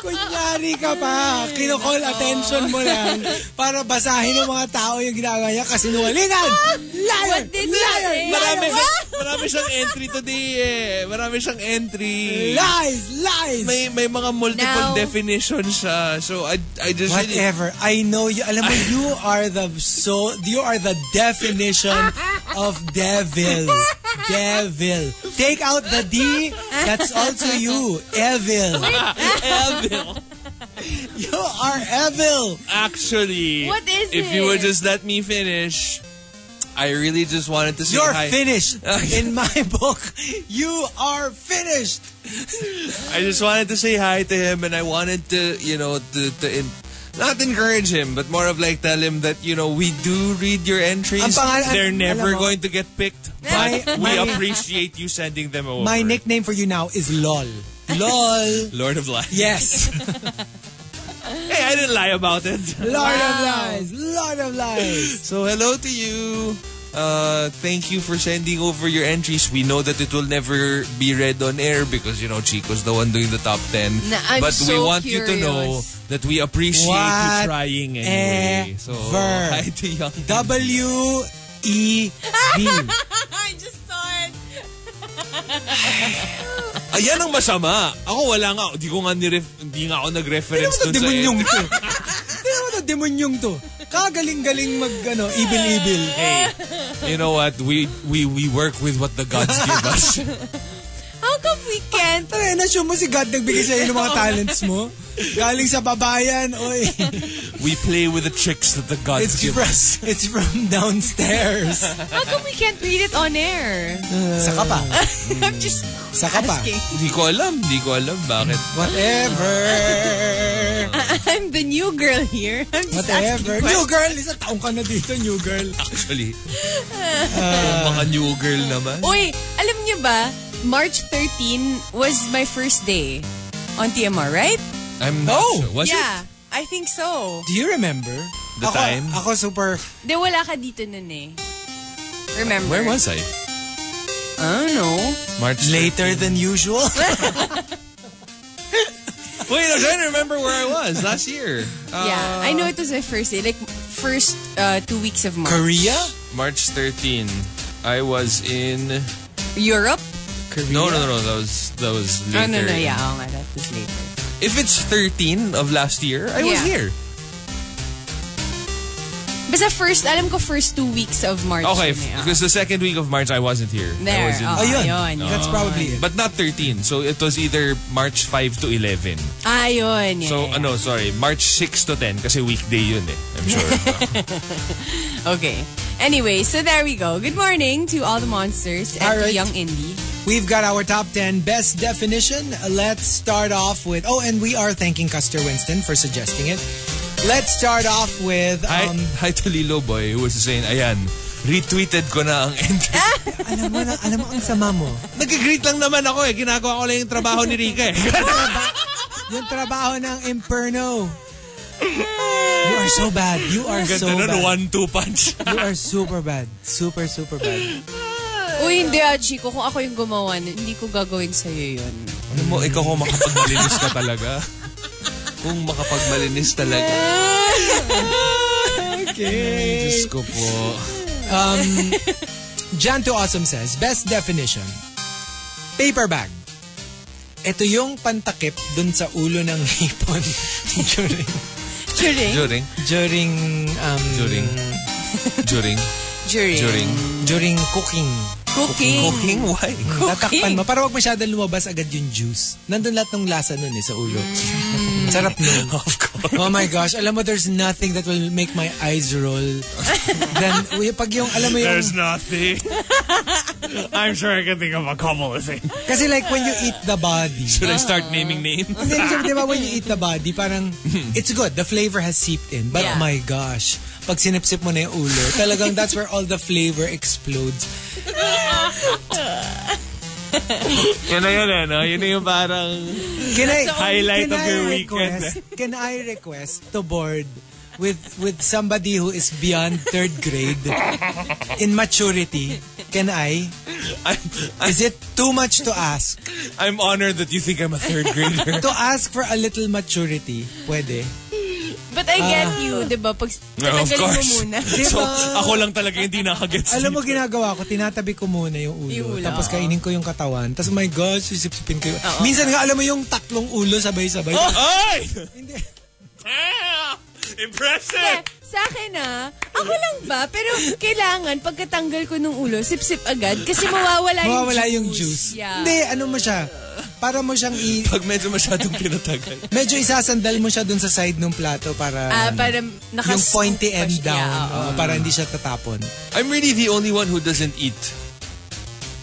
Kunyari ka pa. Kinocall attention mo lang para basahin ng mga tao yung ginagawa niya kasi nuwalingan. Liar!
What did you
Liar!
say?
Marami,
Liar!
marami siyang entry today eh. Marami siyang entry.
Lies! Lies!
May may mga multiple
Now-
definitions siya. So I I just really-
Whatever. I know you. Alam mo, you are the so you are the definition of devil. Devil. Take out the D. That's also you. Evil.
Evil.
You are evil.
Actually,
What is
if you would
it?
just let me finish, I really just wanted to say
You're
hi.
finished. In my book, you are finished.
I just wanted to say hi to him, and I wanted to, you know, to, to in, not encourage him, but more of like tell him that you know we do read your entries.
Ang pangalan-
They're
alam
never
mo-
going to get picked,
My-
but we
my-
appreciate you sending them over.
My nickname for you now is LOL. LOL.
Lord of Lies.
Yes.
Hey, I didn't lie about it.
Lord of Lies. Lord of Lies.
So hello to you. Uh, thank you for sending over your entries. We know that it will never be read on air because you know Chico's the one doing the top ten.
Na- I'm
but we
so
want you to know
curious.
that we appreciate
What
you trying anyway. So
ever.
hi to young.
W E B.
I just saw it.
Ayan ang masama. Ako wala nga. Di ko nga niref- di nga ako
Ano
nag-reference
ba to
dun sa
demonyong to? Ano ba to demonyong to? Kagaling-galing mag ano, evil-evil.
Hey, you know what? We we we work with what the gods give us.
How come we can't?
Tara, na-assume mo si God nagbigay sa'yo ng mga talents mo. Galing sa babayan, oy.
we play with the tricks that the gods
It's
give
from,
us.
it's from downstairs.
How come we can't read it on air?
Saka pa.
I'm just
Saka pa.
asking.
Di ko alam. Di ko alam bakit.
Whatever.
I'm the new girl here. I'm just
Whatever.
asking.
New girl. Isang taong ka na dito, new girl.
Actually. mga new girl naman.
Uy, alam niyo ba, March 13 was my first day on TMR, right?
I'm not
Oh!
sure. Was
yeah, I
it?
think so.
Do you remember?
The
ako,
time?
Ako super...
De wala ka dito nun eh. Remember?
Where was I?
I don't know.
March
Later
13.
than usual.
Wait, I'm trying to remember where I was last year. Uh,
yeah, I know it was my first day. Like, first uh, two weeks of March.
Korea?
March 13. I was in.
Europe?
Korea?
No, no, no, no. That was that was
Oh,
later.
no, no, yeah. Oo nga, that was later.
If it's 13 of last year, I was
Yeah.
here.
Basta first, alam ko first two weeks of March.
Okay,
yun eh, ah.
because the second week of March I wasn't here. I
There,
was in,
oh.
Ayun.
Ayun, yun.
That's probably it.
But not 13. So it was either March 5 to 11.
Ah, yun. Yeah,
So
yeah,
ano, sorry, March 6 to 10 kasi weekday yun eh. I'm sure.
yeah. Okay. Anyway, so there we go. Good morning to all the monsters and
All
to
right.
Young Indie.
We've got our top 10 best definition. Let's start off with. Oh, and we are thanking Custer Winston for suggesting it. Let's start off with.
hi,
Um,
hi to Lilo Boy who was saying, ayan, retweeted ko na ang entry.
alam mo na, alam mo ang sama mo.
Nag-greet lang naman ako eh. Ginagawa ko lang yung trabaho ni Rika eh.
Yung trabaho ng Imperno. You are so bad. You are so
Ganda nun,
bad.
one-two punch.
You are super bad. Super, super bad.
Uy, hindi ah, Chico. Kung ako yung gumawa, nun, hindi ko gagawin sa'yo yun.
Ano mo, ikaw kung makapagmalinis ka talaga. Kung makapagmalinis talaga.
Ah! Okay.
Diyos ko po.
Jan to Awesome says, best definition, paper bag. Ito yung pantakip dun sa ulo ng hipon during
During?
During?
during um,
During. During?
During.
During?
during cooking. Hmm,
Cooking.
Cooking? Why?
Tatakpan mo para wag masyadong lumabas agad yung juice. Nandun lahat ng lasa nun eh sa ulo. Sarap nun.
Hmm. Of course.
Oh my gosh, alam mo there's nothing that will make my eyes roll. Then uy, pag yung alam mo yung
nothing. I'm sure I can think of a couple of things.
kasi like when you eat the body.
Should I start naming names?
Kasi syempre, di ba, when you eat the body, parang,
Hmm.
it's good. The flavor has seeped in. But oh
Yeah.
my gosh, pag sinipsip mo na yung ulo, talagang that's where all the flavor explodes.
Yan na yun, ano? Yun na yung parang...
Can I,
Highlight
can
of
I
your
request, Can I request to board with with somebody who is beyond third grade in maturity? Can I?
I'm,
Is it too much to ask?
I'm honored that you think I'm a third grader.
To ask for a little maturity, pwede.
But I get
Ah.
you, di ba? Pag
of
tanggalin mo
course.
muna.
So,
Diba?
ako lang talaga hindi nakagets.
Alam mo, ginagawa ko, tinatabi ko muna yung ulo.
Yung ulo,
Tapos
oo.
kainin ko yung katawan. Tapos, my gosh, sisipsipin ko yung... Minsan nga, alam mo yung tatlong ulo sabay-sabay.
Oh, Ay!
Hindi.
Ah!
Eh,
Impressive!
sa akin ah, ako lang ba? Pero kailangan, pagkatanggal ko ng ulo, sip-sip agad kasi mawawala,
Mawawala yung
yung juice.
juice.
Yeah.
Hindi, ano mo siya? Para mo siyang i...
Pag medyo masyadong pinatagal.
Medyo isasandal mo siya dun sa side ng plato para...
Ah, para naka-
yung pointy end
Yeah, oh.
down.
oo.
oo, para hindi siya tatapon.
I'm really the only one who doesn't eat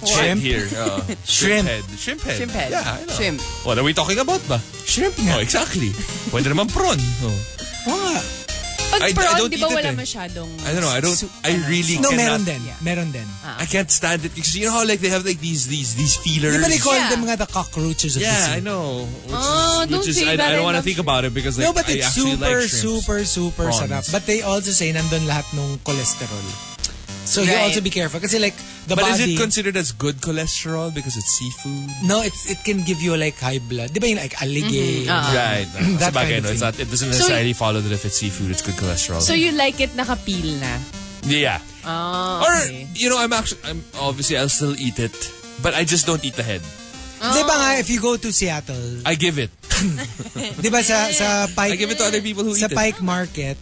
Shrimp?
Shrimp here. Uh, shrimp.
Shrimp.
head. Shrimp head.
Shrimp head.
Yeah, I know.
Shrimp.
What are we talking about ba?
Shrimp
Oh,
nga.
exactly. Pwede naman prawn. Oh.
Wow.
Pag
I- I
prawn,
don't
di ba
eat it,
wala
eh.
masyadong...
I don't know. I don't. I really
No, meron
cannot.
din. Meron din.
I can't stand it because you know how like they have like these these these feelers.
Di ba they call
Yeah.
them nga the cockroaches of the sea?
yeah, I know. Which
Oh,
is,
don't
which is,
say
I,
that.
I
I
don't want to
love
think about it because like
No, but
I
it's super,
actually like shrimps.
super, super
Prawns.
sarap. But they also say nandun lahat nung cholesterol. So you
Right.
also be careful. Kasi like, the
But is
body...
it considered as good cholesterol because it's seafood?
no, it's, it can give you like high blood. Di ba yung like
Mm-hmm.
alligate?
Uh-huh.
right. Uh,
That
sabagay,
kind of
no,
thing.
it's not, it doesn't necessarily follow that if it's seafood, it's good cholesterol.
So you like it nakapil na?
yeah.
Oh,
Or
okay.
you know, I'm actually, I'm obviously, I'll still eat it, but I just don't eat the head.
Di ba nga,
Oh.
if you go to Seattle,
I give it.
di ba sa, sa Pike...
I give it to other people who
Sa
eat it.
Pike Market,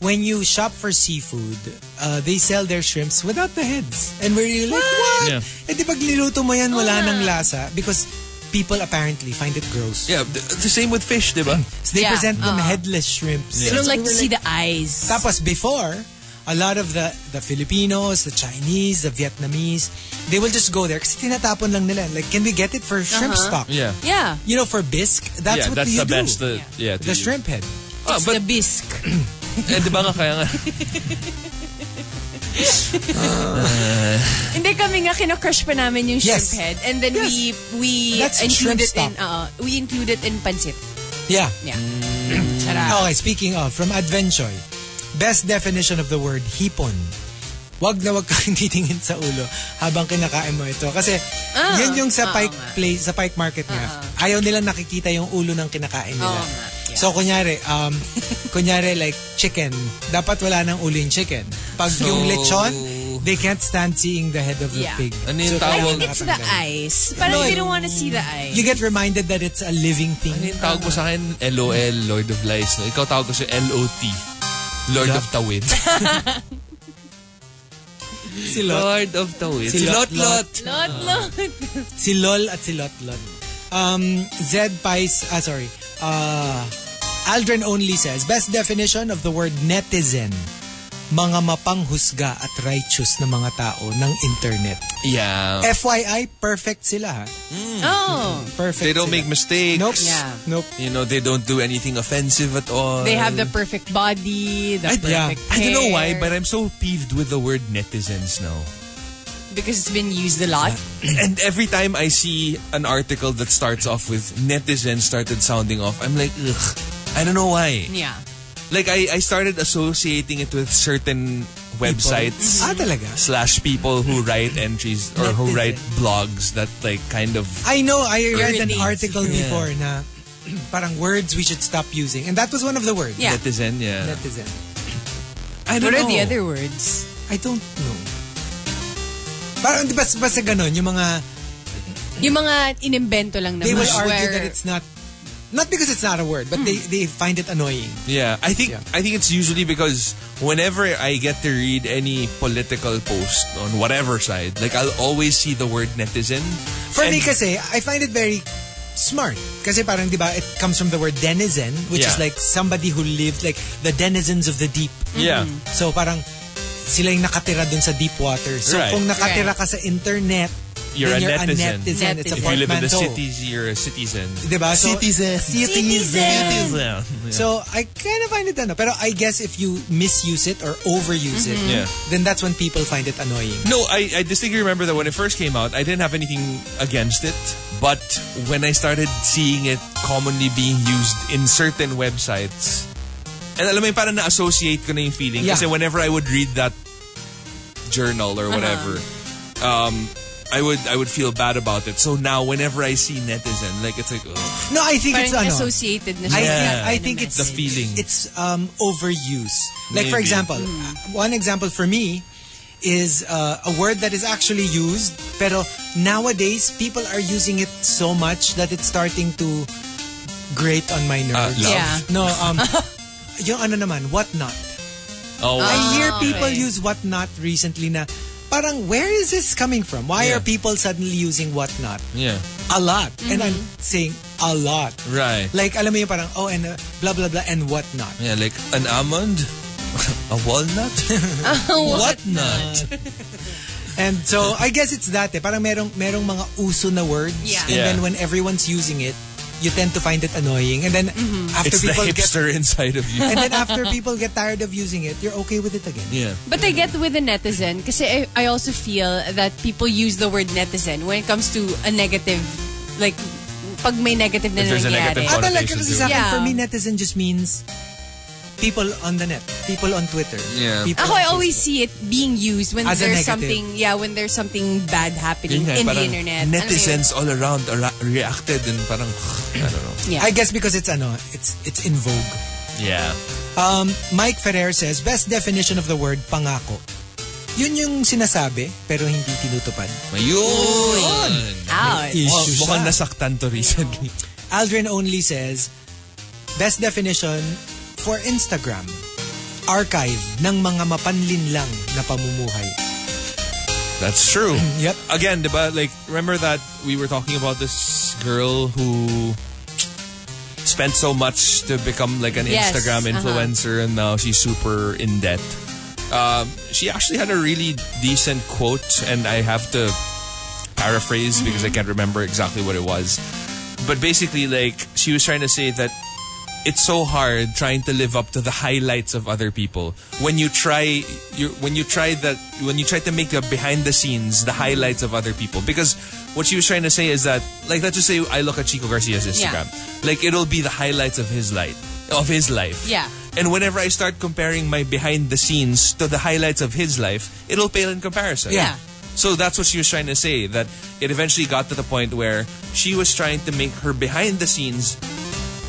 when you shop for seafood, uh, they sell their shrimps without the heads. And we're really like, what?
Yeah.
Eh di pag niluto mo yan, wala nang lasa. Because people apparently find it gross.
Yeah, the, the same with fish, diba?
So they
Yeah,
present them
uh-huh.
headless shrimps.
You don't like to see the eyes.
Tapos before, a lot of the the Filipinos, the Chinese, the Vietnamese, they will just go there kasi tinatapon lang nila. Like, can we get it for shrimp
Uh-huh.
stock?
Yeah.
Yeah.
You know, for bisque, that's
yeah,
what
that's
you
the
do.
best. The, yeah, to
the
eat.
shrimp head.
Ah,
It's
but
the bisque.
Eh, di ba nga kaya nga?
Hindi kami nga kinakrush pa namin yung
Yes.
shrimp head. And then
Yes.
we we
That's shrimp
include it
stock. Mm.
in uh, we include it in pancit.
Yeah.
Yeah. Sarap.
Okay, speaking of, from Advenchoy, best definition of the word hipon. Wag na wag kang titingin sa ulo habang kinakain mo ito. Kasi yun yung sa
Ah. oo
Pike
nga.
place, sa Pike Market nga. Ayaw nilang nakikita yung ulo ng kinakain nila.
Oo nga, yeah.
So kunyari, um, kunyari like chicken, dapat wala nang ulo yung chicken. Pag yung lechon, they can't stand seeing the head of the
Yeah.
pig.
Ano
kailangan
yung
I
tawag?
think it's the
nakatanggal.
eyes. Parang
No,
they don't want to see the eyes.
You get reminded that it's a living thing.
Ano yung tawag mo sa akin? LOL, Lord of Lies. No? Ikaw tawag ko sa LOT. Lord
Yeah.
of Tawid.
Si Lot.
Lord of Tawid.
Si
Si
Lot
Lot
Lot.
Lot.
Lot,
Hmm.
lot.
Si Lol at si Lot Lot. Um, Zed Pies, ah sorry, uh, Aldrin only says, best definition of the word netizen, mga mapanghusga at righteous na mga tao ng internet.
Yeah.
FYI, perfect sila ha.
Oh.
Perfect
They don't
sila.
make mistakes.
Nope.
Yeah.
Nope.
You know, they don't do anything offensive at all.
They have the perfect body, the
I,
perfect
yeah.
I don't know why,
hair.
but I'm so peeved with the word netizens now.
because it's been used a lot.
And every time I see an article that starts off with netizens started sounding off, I'm like, ugh. I don't know why.
Yeah.
Like, I, I started associating it with certain websites
Mm-hmm.
Ah, talaga?
slash people who write entries or who
Netizen.
write blogs that, like, kind of.
I know, I read an
Irritating.
article
Yeah.
before na parang words we should stop using. And that was one of the words.
Yeah.
Netizen, yeah.
Netizen.
I don't
What
know.
are the other words?
I don't know. Parang di ba basta ganun, yung mga
Yung mga inimbento lang naman.
they will argue
where-
that it's not not because it's not a word, but they, they find it annoying.
Yeah, I think
Yeah.
I think it's usually because whenever I get to read any political post on whatever side, like I'll always see the word netizen.
For me
And-
kasi, I find it very smart. Kasi parang, di ba, it comes from the word denizen, which is
Yeah.
like somebody who lived, like the denizens of the deep.
yeah,
So parang, sila yung nakatira dun sa deep water. So
Right.
kung nakatira ka sa internet,
You're
then
a
you're
netizen.
a netizen. It's a
if you live in the
portmanteau.
cities, you're a citizen.
Diba? So,
Citizen.
Citizen.
Yeah.
So, I kind of find it ano. Pero I guess if you misuse it or overuse it,
Mm-hmm. Yeah.
then that's when people find it annoying.
No, I, I distinctly remember that when it first came out, I didn't have anything against it. But when I started seeing it commonly being used in certain websites, and alam mo yung parang na-associate ko na yung feeling.
Yeah. Uh-huh.
Kasi whenever I would read that journal or whatever, um, I would I would feel bad about it. So now whenever I see netizen, like it's like, ugh,
No, I think
Parang
it's ano.
associated na
I
siya.
Yeah.
think, I
Ano
think
na.
it's
The feeling.
It's um, overuse. Like for
Maybe.
example,
Hmm.
uh, one example for me is uh, a word that is actually used, pero nowadays people are using it so much that it's starting to grate on my nerves.
Ah, love?
Yeah.
No, um, yung ano naman, what not?
oh,
I hear
okay.
people use what not recently na parang where is this coming from? Why
Yeah.
are people suddenly using what not?
yeah,
A lot. And I'm saying a lot.
right,
Like, alam mo yung parang, oh, and uh, blah, blah, blah, and what not.
yeah, like an almond, a walnut, what nut?
And so, I guess it's that eh. Parang merong, merong mga uso na words.
Yeah.
And then
Yeah.
when everyone's using it, you tend to find it annoying. And then after
It's the
people get...
hipster inside of you.
And then after people get tired of using it, you're okay with it again.
yeah.
But I get with the netizen kasi I, I also feel that people use the word netizen when it comes to a negative, like, pag may negative na
If there's a
nangyayari.
negative
Ah,
connotation
talaga kasi sa
to
akin,
it. Yeah.
for me, netizen just means people on the net, people on Twitter.
Yeah.
people
Ako, I
on
always see it being used when
As a
there's
negative.
something, yeah, when there's something bad happening
Yun nga,
in the
parang
internet. Alam mo yun?
Netizens all around ara- reacted and parang, I don't know.
Facebook.
Yeah.
I guess because it's ano, it's it's in vogue.
Yeah.
Um, Mike Ferrer says, best definition of the word pangako. Yun yung sinasabi, pero hindi tinutupad.
Ayun!
Out.
Oh,
Issue
mukhang
siya.
nasaktan to recently.
Aldrin only says, best definition for Instagram, archive ng mga mapanlinlang na pamumuhay.
That's true.
Yep.
Again, diba, like, remember that we were talking about this girl who spent so much to become like an
Yes,
Instagram
uh-huh.
influencer and now she's super in debt. Um, she actually had a really decent quote and I have to paraphrase because I can't remember exactly what it was. But basically, like, she was trying to say that it's so hard trying to live up to the highlights of other people. When you try, you when you try that, when you try to make the behind the scenes the highlights of other people, because what she was trying to say is that, like, let's just say I look at Chico Garcia's Instagram, like it'll be the highlights of his life, of his life.
Yeah.
And whenever I start comparing my behind the scenes to the highlights of his life, it'll pale in comparison.
Yeah.
So that's what she was trying to say. That it eventually got to the point where she was trying to make her behind the scenes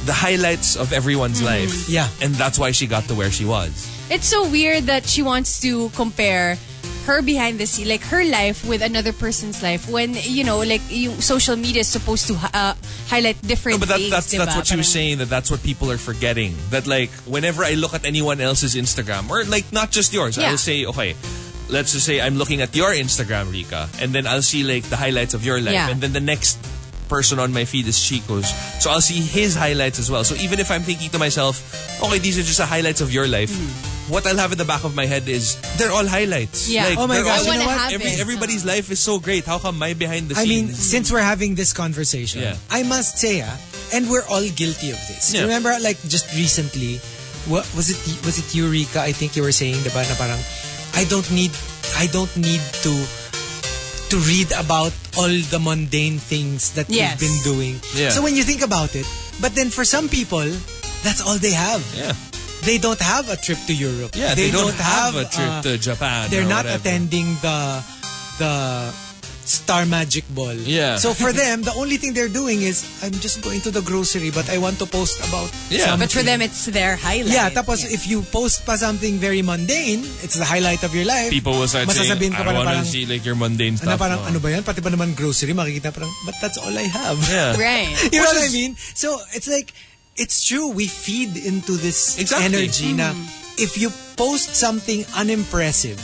the highlights of everyone's life.
Yeah.
And that's why she got to where she was.
It's so weird that she wants to compare her behind the scene, like her life, with another person's life. When you know, like you, social media is supposed to uh, highlight different.
No, but that,
things,
that's
diba?
that's what she was
Parang-
saying. That that's what people are forgetting. That like whenever I look at anyone else's Instagram, or like not just yours,
Yeah.
I'll say okay. Let's just say I'm looking at your Instagram, Rika, and then I'll see like the highlights of your life,
Yeah.
and then the next person on my feed is Chico's. So I'll see his highlights as well. So even if I'm thinking to myself, okay, these are just the highlights of your life. What I'll have in the back of my head is they're all highlights.
Mm-hmm. Yeah.
Like,
Oh
my
they're
gosh,
all-
I wanna
you know
have
what? Every,
it.
everybody's life is so great. How come my behind the
I
scenes?
mean, since we're having this conversation,
Yeah.
I must say, ah, and we're all guilty of this.
Yeah.
Remember, like just recently, what was it? Was it Eureka? I think you were saying, diba, na parang, I don't need, I don't need to, to read about all the mundane things that
Yes.
you've been doing.
Yeah.
So when you think about it, but then for some people, that's all they have.
yeah.
They don't have a trip to Europe.
Yeah, they, don't, have, a trip
uh,
to Japan.
they're
or
not
whatever.
attending the the Star Magic Ball.
Yeah.
So for them, the only thing they're doing is I'm just going to the grocery, but I want to post about.
Yeah.
something.
But for them, it's their highlight.
Yeah, tapos if you post pa something very mundane, it's the highlight of your life.
People will start saying,
masasabihin
I
ka pala
want to
parang,
see like your mundane
na
stuff.
parang ano
no?
ba yan? Pati ba naman grocery, makikita parang, but that's all I have.
Yeah.
right.
you know
Which
what I
is-
mean? So it's like, it's true. We feed into this
Exactly.
energy. Na
Mm-hmm.
if you post something unimpressive,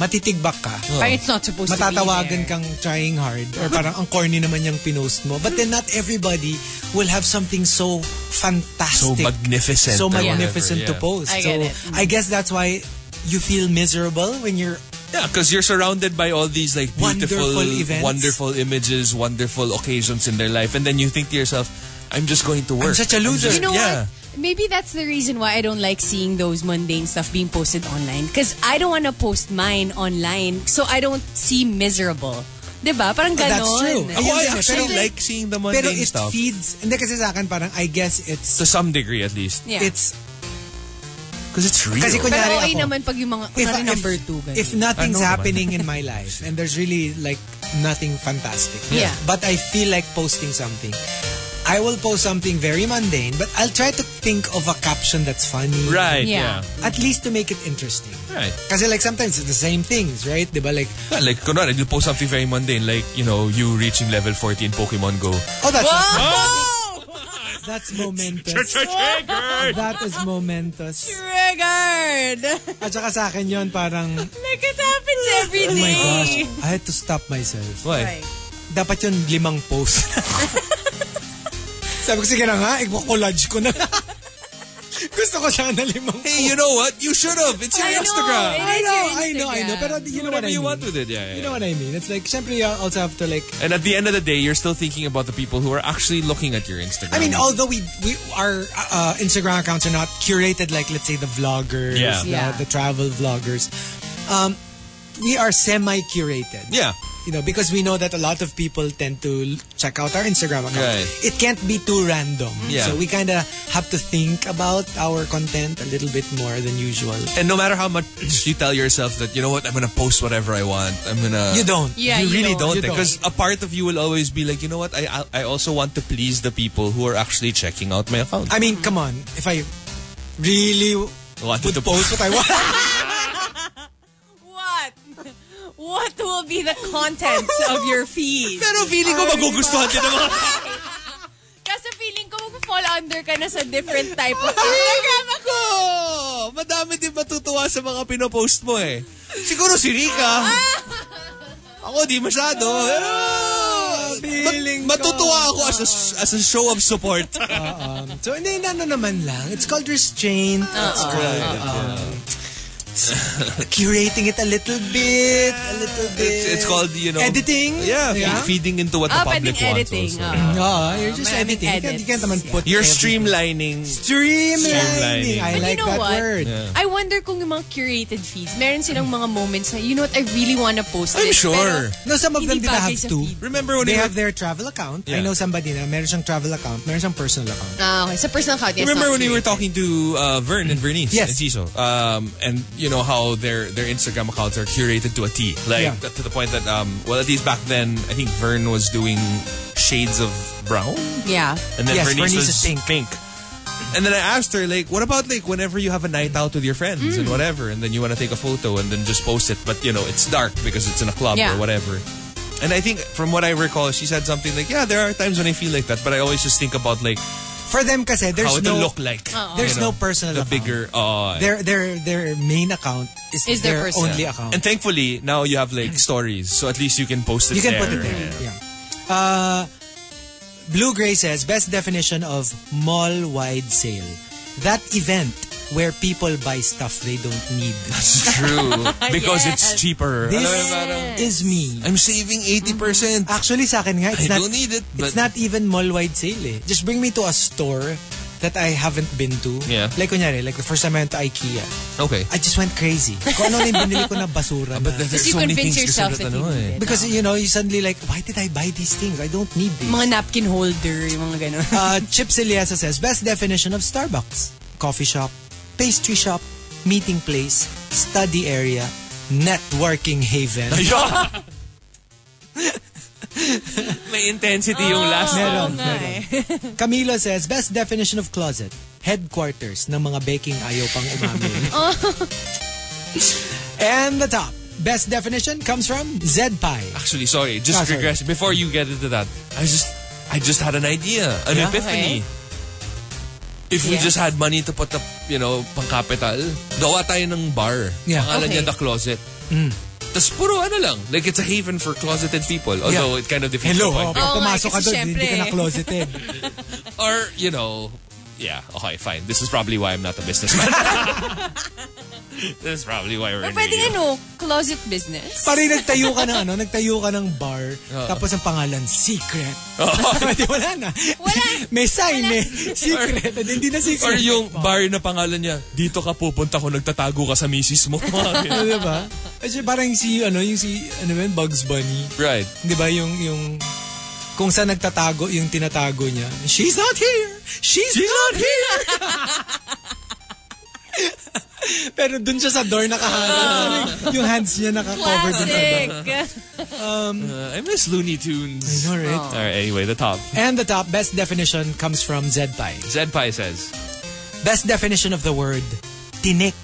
matitigbak ka.
Parang it's not supposed
Matatawagan
to be there.
kang trying hard or parang ang corny naman yung pinost mo. But then not everybody will have something so
So
fantastic,
magnificent.
so
or whatever,
magnificent
yeah.
to post.
I
so
get it.
I guess that's why you feel miserable when you're
Yeah, because you're surrounded by all these like beautiful,
Wonderful events.
wonderful images, wonderful occasions in their life. And then you think to yourself, I'm just going to work.
such a loser."
just-
You know
yeah.
what? Maybe that's the reason why I don't like seeing those mundane stuff being posted online. Because I don't want to post mine online, so I don't seem miserable. Diba? Parang
But
ganon.
that's true.
Ako, Oh,
Ayun
I
din eh,
actually
pero-
like seeing the
pero
mundane
it
stuff.
feeds hindi kasi sa akin parang I guess it's
to some degree at least.
Yeah.
it's
Because it's real.
Kasi
Pero
kunyari
okay
ako,
naman pag yung mga kunwari number two. ganun.
if nothing's
Ano ba?
happening in my life and there's really like nothing fantastic
Yeah.
but I feel like posting something I will post something very mundane but I'll try to think of a caption that's funny
right,
Yeah.
yeah.
at least to make it interesting
Right.
kasi like sometimes it's the same things right diba like
Yeah, like, kunwari, you post something very mundane, like, you know, you reaching level 40 in Pokemon Go.
oh that's
Oh!
that's momentous that is momentous
Triggered!
at saka sa akin yun parang
Like it happens every
oh my
day.
gosh I had to stop myself
Why?
dapat yun limang post. Sabi ko, sige na nga, i-collage ko na. Gusto ko sana limang post.
Hey, you know what? You should have. It's your
I know,
I
it
Instagram.
is
know,
your
I know, I know.
Instagram.
Pero you know what
Whatever
I
you
mean.
want with it, yeah. yeah,
You know
yeah.
what I mean? It's like, syempre, you also have to like,
And at the end of the day, you're still thinking about the people who are actually looking at your Instagram.
I mean, although we, we our uh, Instagram accounts are not curated like, let's say, the vloggers,
Yeah.
the,
Yeah.
the travel vloggers, um, we are semi-curated.
yeah,
You know, because we know that a lot of people tend to l- check out our Instagram account.
Right.
It can't be too random.
Yeah.
So we kind of have to think about our content a little bit more than usual.
and no matter how much you tell yourself that you know what, I'm gonna post whatever I want. I'm gonna.
You don't.
Yeah,
You
you
really
don't.
don't,
You don't.
because a part of you will always be like, you know what? I I I also want to please the people who are actually checking out my account.
I mean, come on. If I really w- would
Wanted to
post what I want,
What? What will be the contents of your feed?
Pero feeling ko magugustuhan din ng mga
Kasi feeling ko mag-fall under ka na sa different type of Instagram account.
ko. Madami din matutuwa sa mga pinopost mo eh. Siguro si Rika. Ako di masyado. Pero,
Ah, feeling Ah, ko.
mat- matutuwa ako as a, as a show of support.
Oh.
ah, so hindi, ano naman lang. It's called restraint. It's called, um, curating it a little bit, a little bit.
It's, it's called, you know...
Editing?
Yeah, fe-
Yeah.
feeding into what
Ah,
the public
pwedeng
wants
editing. ah.
also.
oo.
No, you're just editing.
Maraming
You can't, you can't
edits.
naman put
You're
everything.
streamlining.
Streamlining.
Streamlining.
I
But
like
you know
that
what?
word.
I wonder kung yung mga curated feeds, meron silang mga moments na, you know what, I really wanna post
I'm
this.
sure.
Pero,
No, some of them
Hindi
did not
bagay
have
sa
to.
feed.
Remember when
They
we
have their
were,
travel account. I
Yeah.
know somebody na meron siyang travel account, meron siyang personal account.
ah, okay. Sa personal account, yes.
remember
not
when we were
curated.
talking to uh, Vern and Vernice
Yes.
and Tiso, um, and you know how their their Instagram accounts are curated to a T, like
Yeah.
to the point that um, well, at least back then, I think Vern was doing shades of brown.
Yeah.
And then
Yes,
Bernice,
Bernice
was
is pink.
And then I asked her, like, what about like whenever you have a night out with your friends
Mm.
and whatever, and then you want to take a photo and then just post it, but you know it's dark because it's in a club
Yeah.
or whatever. And I think from what I recall, she said something like, "Yeah, there are times when I feel like that, but I always just think about like
For them kasi, there's
how it
no
will look like."
there's
You know,
no personal
The
account.
bigger, uh,
Their their their main account is,
Is their
their,
personal.
only account.
and thankfully now you have like stories, so at least you can post
you
it.
can
there.
put it there. Yeah. Uh, Blue Gray says best definition of mall wide sale. That event where people buy stuff they don't need.
It's true because it's cheaper.
This Ah,
Alam mo, parang,
is me.
I'm saving eighty percent.
Actually, sa akin nga, it's
I
not,
don't need it,
it's
but-
not even mall-wide sale eh. Just bring me to a store that I haven't been to.
Yeah.
Like, kunyari, like the first time I went to IKEA,
Okay.
I just went crazy. Kung ano na yung binili ko na basura
But
na.
there's
you
so many
convince
things
yourself
kasi
that you
ano
need
eh.
it.
Because, you know, you suddenly like, why did I buy these things? I don't need these.
Mga napkin holder, yung mga ganun.
Ah.
Uh, Chip Siliesa says, best definition of Starbucks. Coffee shop, pastry shop, meeting place, study area, networking haven.
Yeah. May intensity
Ah.
yung last
Meron,
nga eh.
meron. Camilo says, best definition of closet, headquarters ng mga baking ayaw pang umamin.
Oh.
And the top, best definition comes from Zed Pie.
Actually, sorry, just
Ah, sorry.
regress before you get into that. I just I just had an idea, an
Yeah?
epiphany. If
Yeah.
we just had money to put up, you know, pang capital, gawa tayo ng bar.
Yeah. Mm.
Pangalan
Okay.
niya The Closet. Tapos puro ano lang. Like, it's a haven for closeted people. Although, it kind of defeats
Hello,
the
oh,
point.
pag
Oo nga,
pumasok ka
kasi
doon,
syempre
hindi ka na
eh.
closeted.
Or, you know, yeah, okay, fine. This is probably why I'm not a businessman. this is probably why we're
Pero
in
pwede
radio.
ano, closet business.
Parang nagtayo ka ng ano, nagtayo ka ng bar, tapos ang pangalan, secret.
Oh.
Pwede, wala na.
Wala.
may sign, eh. Secret. And hindi na secret.
Or yung bar na pangalan niya, dito ka pupunta kung nagtatago ka sa misis mo.
Ano, diba? Kasi parang si, ano, yung si, ano ba yun, Bugs Bunny.
right.
Di ba yung, yung, kung saan nagtatago, yung tinatago niya. She's not here! She's, not, here! Pero dun siya sa door nakaharap. yung hands niya nakacover dun sa door.
Classic.
Uh, I miss Looney Tunes.
Alright.
Alright, anyway, the top.
And the top best definition comes from Zedpai.
Zed Pai says,
Best definition of the word, tinik.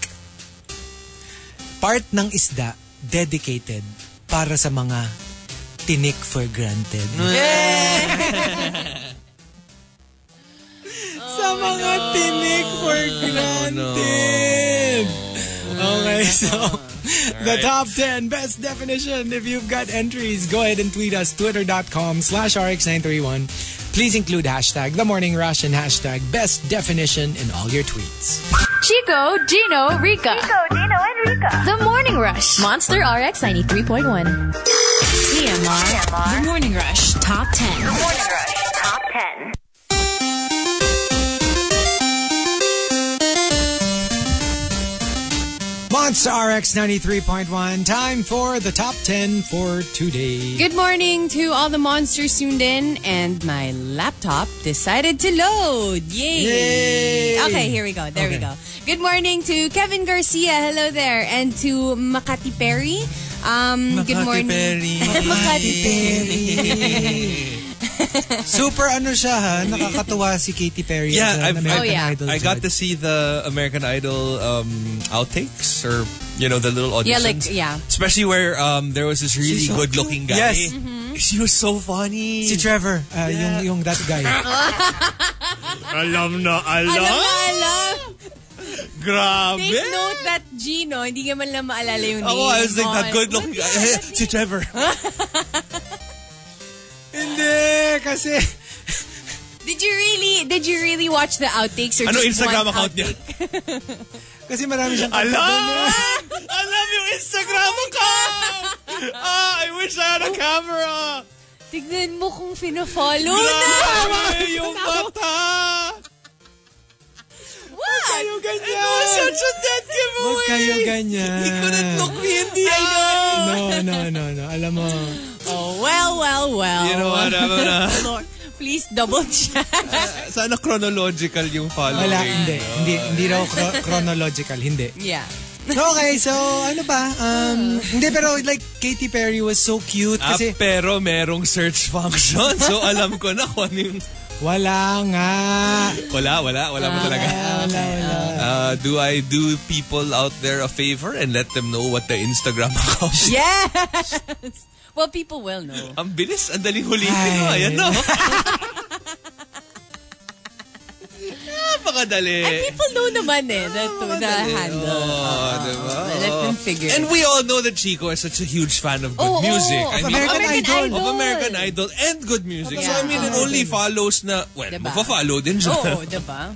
Part ng isda dedicated para sa mga tinik for granted. sa mga tinik for granted. Okay, so the top 10 best definition. If you've got entries, go ahead and tweet us twitter.com slash rx931. Please include hashtag the morning rush and hashtag best definition in all your tweets.
Chico, Gino, Rica.
Go, Dino and Rika.
The Morning Rush. Monster RX 93.1.
TMR.
TMR.
The Morning Rush Top 10.
Morning Rush Top 10.
Monster RX 93.1, time for the top 10 for today.
Good morning to all the monsters tuned in, and my laptop decided to load. Yay!
Yay!
Okay, here we go. There we
Okay.
go. Good morning to Kevin Garcia. Hello there, and to Makati Perry. Um, good morning. Makati Perry.
Super ano siya ha, nakakatuwa si Katy Perry.
Yeah,
as an
I've-
American
Oh, yeah.
Idol
I got to
judge.
see the American Idol um, outtakes or, you know, the little auditions.
Yeah, like yeah.
Especially where um, there was this really
She's so
good looking
cute.
guy.
Yes.
Mm-hmm.
She was so funny.
Si Trevor, uh, yung, yung that guy.
Alam na, alam.
Alam mo, alam.
Grabe.
Take note that Gino, hindi ka man lang maalala yung name.
Ako, Oh, I was like,
mo.
that good looking guy. Eh, Si Trevor.
Hindi, kasi...
Did you really, did you really watch the outtakes or
Ano
just
Instagram
one
account niya?
outtake?
Kasi marami siyang kanta doon. eh.
Alam! Alam yung Instagram account! Ah, I wish I had a camera!
Tignan mo kung fino-follow
Grabe yung mata!
What?
Kayo ganyan!
That was such a dead giveaway!
Huwag kayo ganyan.
He couldn't look me in the eye!
No, no, no, no. Alam mo,
Oh, well, well, well.
You know what, I'm gonna...
Lord, please double check.
Sana chronological yung following.
wala, hindi. Hindi, hindi raw chro- chronological, hindi.
yeah.
Okay, so ano ba? Um, hindi, pero like Katy Perry was so cute
Ah,
kasi
pero merong search function. So alam ko na kung ano yung...
wala nga.
Wala, wala, wala mo talaga.
Wala, wala.
Uh, do I do people out there a favor and let them know what the Instagram account is?
Yes! well, people will know.
Ang bilis, ang daling hulihin mo.
Ay.
Ayan no. Napakadali.
People know naman eh, the, the handle.
Ah, Oh, diba?
Let them figure.
And we all know that Chico is such a huge fan of good
Oh, oh,
music.
of
I mean,
American Idol.
of American Idol and good music. So, I
Yeah.
mean, it only follows na, well,
Diba?
magpa-follow din siya.
Oo, diba?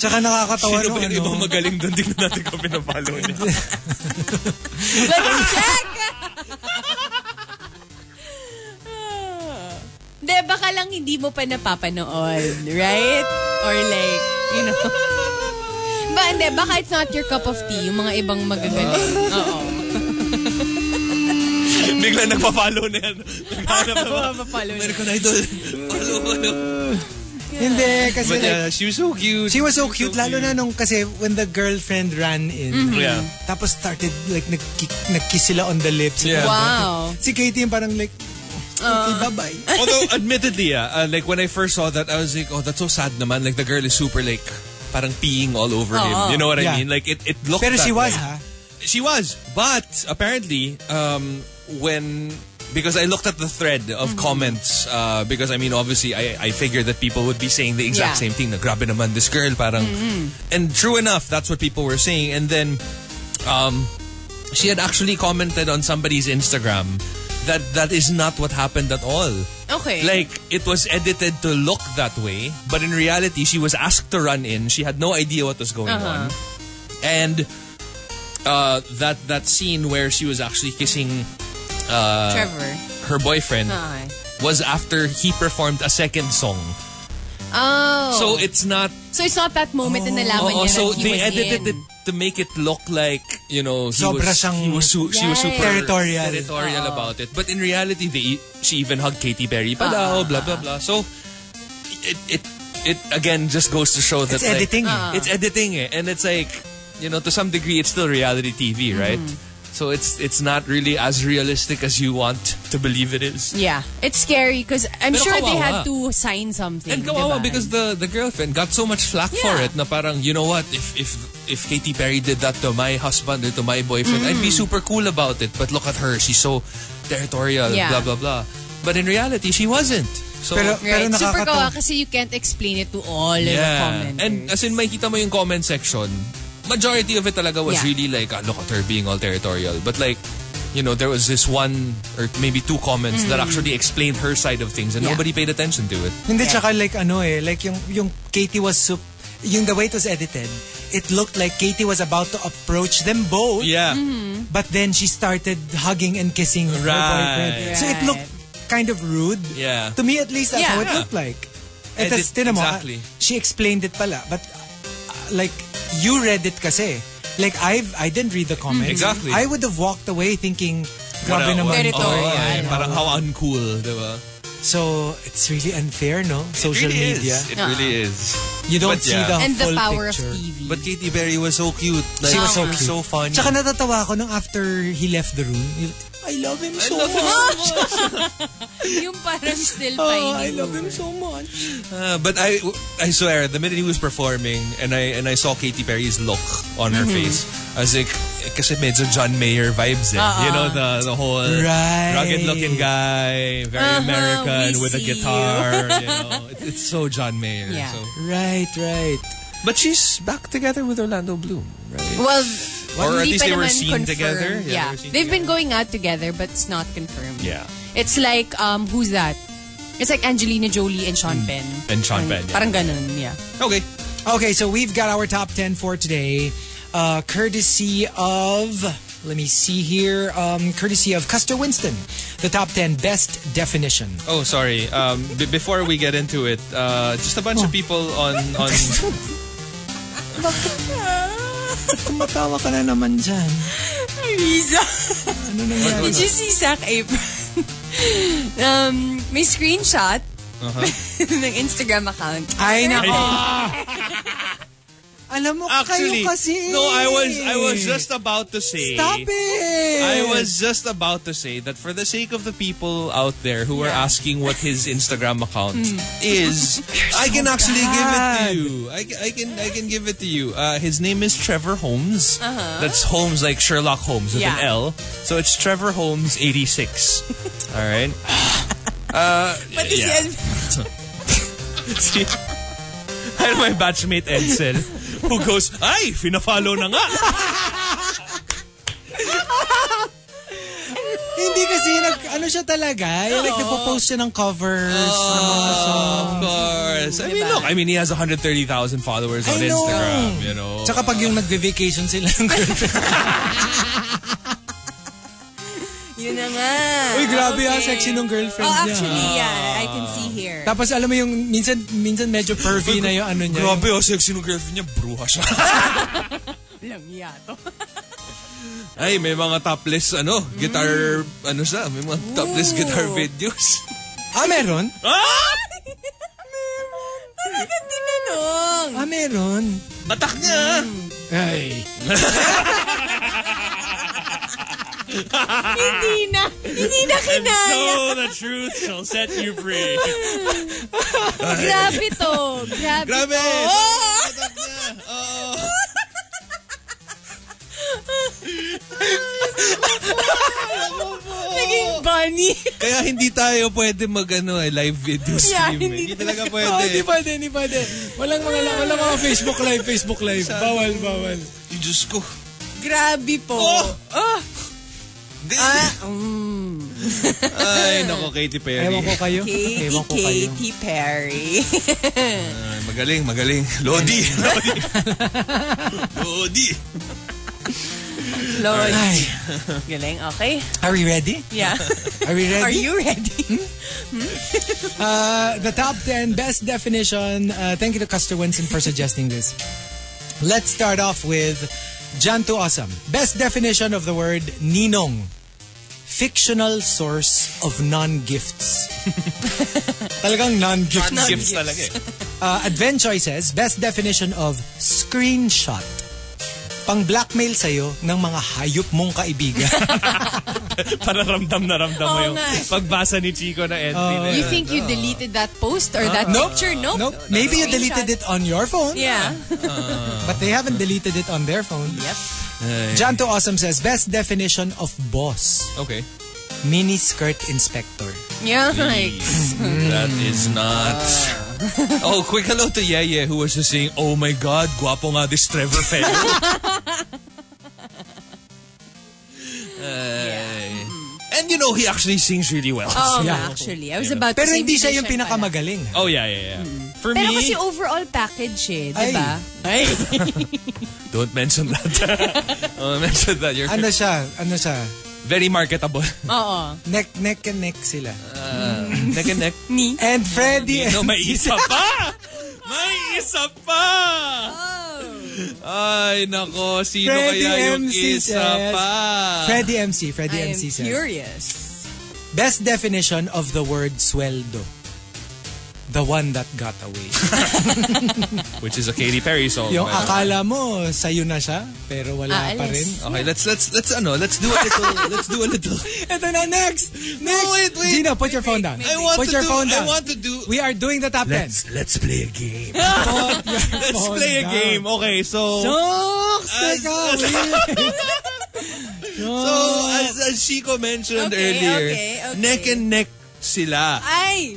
Tsaka nakakatawa
Sino
nung
ba yung
ano.
ibang magaling doon? Tingnan natin kung pinapalo niya.
Double check! Hindi, baka lang hindi mo pa napapanood, right? Or like, you know. Ba, hindi, baka it's not your cup of tea, yung mga ibang magagaling. Oo.
Bigla nagpa-follow na yan. Naghanap na ba?
Mapapalo na.
American Idol. Follow, follow.
Hindi, kasi
But
like,
yeah, she was so cute.
she was so cute. Lalo na nung kasi when the girlfriend ran in.
Yeah.
Tapos started like nagki- nagkiss sila on the lips. Diba?
Yeah.
Wow.
Si Katy yung parang like, okay, bye-bye.
Although, admittedly, ah, uh, like when I first saw that, I was like, oh, that's so sad naman. Like, the girl is super like, parang peeing all over him. You know what
Yeah.
I mean? Like, it, it looked
Pero
that
she was
way.
ha.
She was. But apparently, um, when because I looked at the thread of comments, uh, because I mean, obviously, I, I figured that people would be saying the exact
Yeah.
same thing. Na grabe naman this girl, parang. And true enough, that's what people were saying. And then, um, she had actually commented on somebody's Instagram that that is not what happened at all.
Okay.
Like, it was edited to look that way, but in reality, she was asked to run in. She had no idea what was going on. And uh, that that scene where she was actually kissing
Trevor.
her boyfriend
Okay.
was after he performed a second song.
Oh.
So it's not.
So it's not that moment na nalaman
Oh,
niya
so
that he
they
was
edited
in.
it to make it look like you know he
Sobra
was,
siyang-
he was su- she was
Yes.
super
Territorial.
territorial about it. But in reality, they she even hugged Katy Perry. Pa daw, blah blah blah. So it it it again just goes to show that
It's
like,
editing. eh.
It's editing, eh. and it's like you know, to some degree, it's still reality TV, right?
Mm-hmm.
So it's it's not really as realistic as you want to believe it is.
Yeah. It's scary because I'm
Pero
sure they
kawawa.
had to sign something.
And kawawa
diba?
because the the girlfriend got so much flack for
Yeah.
it. Na parang you know what? If if if Katy Perry did that to my husband or to my boyfriend, I'd be
Mm.
super cool about it. But look at her; she's so territorial.
Yeah.
Blah blah blah. But in reality, she wasn't. So
Pero, pero
Right. Super
nakakatawa.
kawa kasi you can't explain it to all of the
yeah.
commenters.
And as in, makita mo yung comment section. Majority of it talaga was
Yeah.
really like, ah, look at her being all territorial. But like. You know, there was this one or maybe two comments that actually explained her side of things, and
Mm. Yeah.
nobody paid attention to it.
Hindi, tsaka like ano eh, like yung, yung Katie was, sup- yung the way it was edited, it looked like Katie was about to approach them both,
Yeah,
Mm-hmm.
but then she started hugging and kissing her
Right.
boyfriend. So it looked kind of rude.
Yeah.
To me at least, that's
Yeah.
how it
Yeah.
looked like. At
Edit-
tas, tinan mo, ah,
exactly.
she explained it pala. But uh, like, you read it kasi. Like, I've, I didn't read the comments.
Exactly.
I would have walked away thinking, grabe
Parang-
naman.
Territorial.
Oo, eh, parang how uncool, di ba?
So, it's really unfair, no? Social media.
It really is.
You don't
But
see
yeah.
the
And the
full
power
picture.
of TV.
But Katy Perry was so cute.
She
Like,
was so cute.
So funny.
Tsaka natatawa ako nung after he left the room. he- I love him so
love him
much.
yung parang still
Oh,
finding
I love him so much.
Uh, but I, I swear, the minute he was performing and I and I saw Katy Perry's look on her face, I was like, eh, kasi medyo John Mayer vibes eh. You know, the, the whole
Right.
rugged looking guy, very
Uh-huh,
American
we
with a
see you.
guitar. You. know, It- it's so John Mayer.
Yeah.
so.
Right, right.
But she's back together with Orlando Bloom, right?
Well,
Or at
hindi
least
pa
they were
naman
seen
confirmed.
together. Yeah, they
Yeah.
were seen
They've been going out together but it's not confirmed.
Yeah.
It's like, um, who's that? It's like Angelina Jolie and Sean Penn.
Hmm. And Sean Penn, yeah.
Parang ganun, yeah.
Okay.
Okay, so we've got our top 10 for today. uh, courtesy of, let me see here, um, courtesy of Custer Winston, the top 10 best definition.
Oh, sorry. Um, b- before we get into it, uh, just a bunch
Oh.
of people on on
Tumatawa ka na naman dyan.
Riza. Did you see Zach April? um, may screenshot
Uh-huh.
ng Instagram account.
Ay, nako. Alam mo,
actually.
kayo kasi.
No, I was I was just about to say.
Stop it!
I was just about to say that for the sake of the people out there who are asking what his Instagram account
Hmm.
is, I can actually give it to you. I, ca- I can I can give it to you. Uh, his name is Trevor Holmes.
Uh-huh.
That's Holmes like Sherlock Holmes with an L.
Yeah.
So it's Trevor Holmes eighty six. All right.
But this
yeah.
is-
See,
Ano
I had my batchmate Edsel who goes, ay, fina-follow na nga.
Hindi kasi, nag, ano siya talaga? Yung like, nagpo-post siya ng covers. ng mga songs.
Of course. I mean,
Diba?
look, I mean, he has 130,000 followers on
I know.
Instagram, you know.
Tsaka pag yung nagve-vacation sila ng girlfriend.
Yun na nga.
Uy, grabe ah,
Okay.
sexy nung girlfriend
Oh,
niya.
actually, yeah. I can see here.
Ah.
Tapos alam mo yung, minsan, minsan medyo pervy na yung ano niya.
Grabe, oh, sexy nung girlfriend niya. Bruha siya.
Walang iya to.
Ay, may mga topless, ano, guitar, ano siya, may mga topless guitar videos.
Ah, meron?
Talagang tinanong.
Ah, meron.
Batak niya.
Ay.
Hindi na. Hindi na kinaya.
the truth shall set you free.
Grabe to. Grabe.
Grabe!
Oh! Naging bunny.
Kaya hindi tayo pwede mag, ano, eh, live video
Yeah,
stream. eh.
hindi
hindi, talaga
Oh,
pwede.
hindi pwede, hindi pwede. Walang mga, walang mga Facebook live, Facebook live. Bawal, bawal.
Ay, Diyos ko.
Grabe po.
Oh!
Ah!
Hindi.
Mm.
Ay, nako, Katy Perry.
Ewan ko kayo.
Katy,
Ewan ko kayo.
Katy Perry.
Ay, magaling, magaling. Lodi. Lodi. Lodi.
Lord.
Ay,
Galing, okay?
are we ready?
Yeah.
Are we ready?
Are you ready?
Uh, the top 10 best definition. Uh, thank you to Custer Winston for suggesting this. Let's start off with Jan to Awesome. Best definition of the word ninong. Fictional source of non-gifts. Talagang non-gifts.
Gifts talaga eh.
Uh, Advent Choices, best definition of screenshot. Pang blackmail sa'yo ng mga hayop mong kaibigan.
Para ramdam na ramdam mo
Oo
yung
nga.
pagbasa ni Chico na entry na
You
yun.
think
Uh,
you deleted that post or that picture? Nope.
nope. Maybe you deleted it on your phone,
Yeah.
but they haven't deleted it on their phone.
Yep.
Jan to Awesome says, best definition of boss,
Okay.
mini skirt inspector.
Yikes.
That is not...
Ah.
Oh, quick hello to Yeye who was just saying, Oh my God, guwapo nga this Trevor Fellow. Ay. And you know, he actually sings really well.
Oh,
Yeah.
actually. I was about to
Pero
say
hindi siya
musician
yung
pala.
pinakamagaling.
Oh, yeah, yeah, yeah. For
Pero
me,
kasi overall package eh, di
Ay.
ba?
Ay.
Don't mention that. Don't mention that. You're
Ano siya? Ano siya?
very marketable.
Oo.
Neck, neck and neck sila.
neck and neck.
Ni.
And Freddy.
No, may isa pa! May isa pa!
Oh.
Ay, nako. Sino
Freddy
kaya yung
MC
isa
says-
pa?
Freddy MC. Freddy
I am
MC says,
curious.
best definition of the word sweldo. The one that got away.
which is a Katy Perry song.
yung
by the way.
akala mo, sa'yo na siya, pero wala
Ah,
Aalis.
pa rin.
Okay, let's let's let's ano, let's do a little let's do a little.
Ito na, next! Next!
wait, wait.
Gina, put your phone down.
I want
put
to
your
do
phone down.
I want to do
We are doing the top 10.
let's play a game.
Put your
Let's
phone
play a
down.
game. Okay, so...
Oh, Jokes! Teka, wait.
So, Oh, as, as Chico mentioned
Okay,
earlier,
okay, okay.
neck and neck sila.
Ay!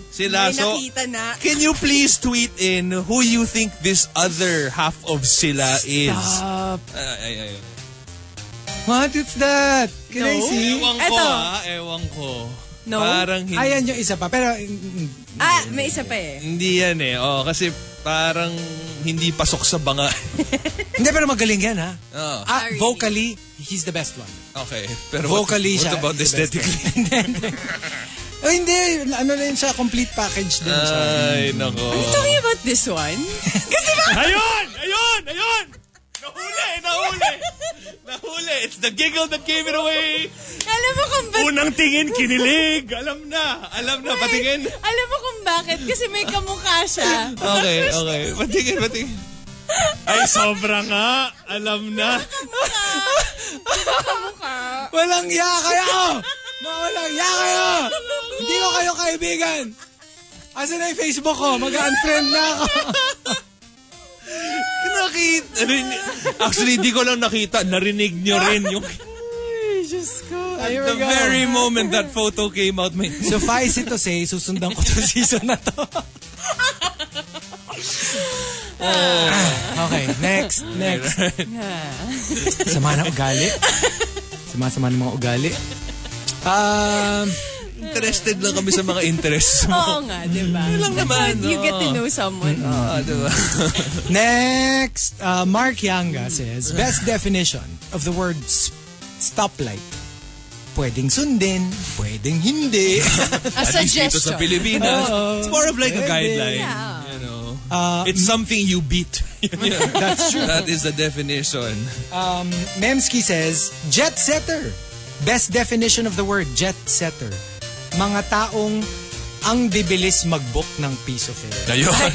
May
Sila, so-
nakita na.
Can you please tweet in who you think this other half of sila is?
Stop.
Ay, ay, ay.
What is that? Can I see?
Ewan ko,
Eto.
ah. Ewan ko.
No?
Parang hindi.
Ayan yung isa pa. Pero, mm, mm,
ah, may isa pa eh.
Hindi yan eh. Oh, kasi parang hindi pasok sa banga.
hindi pero magaling yan ha.
Oh,
Ah,
really?
vocally, he's the best one.
okay. Pero
Vocally
what,
siya.
what about
He's the best
aesthetically?
Oh, hindi. Ano na yun siya, complete package din siya.
Ay, nako.
Talking about this one,
ayun! Ayun! Ayun! Nahuli! Nahuli! Nahuli! It's the giggle that gave it away!
alam mo kung ba't
Unang tingin, kinilig! Alam na! Alam na, patingin!
Alam mo kung bakit? Kasi may kamukha siya.
Okay, okay. Patingin, patingin. Ay, sobra nga. Alam na.
Walang ya kayo! Mawalang ya kayo! Hindi ko kayo kaibigan! Asan na yung Facebook ko? Mag-unfriend na ako.
Nakita. Ano Actually, di ko lang nakita. Narinig nyo rin yung...
Uh,
Here
The very moment that photo came out, may...
Suffice it to say, susundan ko tong season na to.
Oh.
Ah, okay, next, next. Sama na ugali. Sama-sama ng mga ugali. Um,
Interested lang kami sa mga interests mo.
Oo nga, di ba? That's
naman,
how you get to
oo.
know someone.
Ah, diba?
Next, uh, Mark Yanga says, best definition of the word s- stoplight. Pwedeng sundin, pwedeng hindi.
A
Dito sa
suggestion.
Pilipinas. It's more of like a
Pwede.
guideline.
Yeah.
You know.
Uh,
It's something you beat.
That's true.
That is the definition.
Um, Memski says, jet setter. Best definition of the word jet setter. Mga taong ang dibilis mag-book ng piece of air.
Ayun.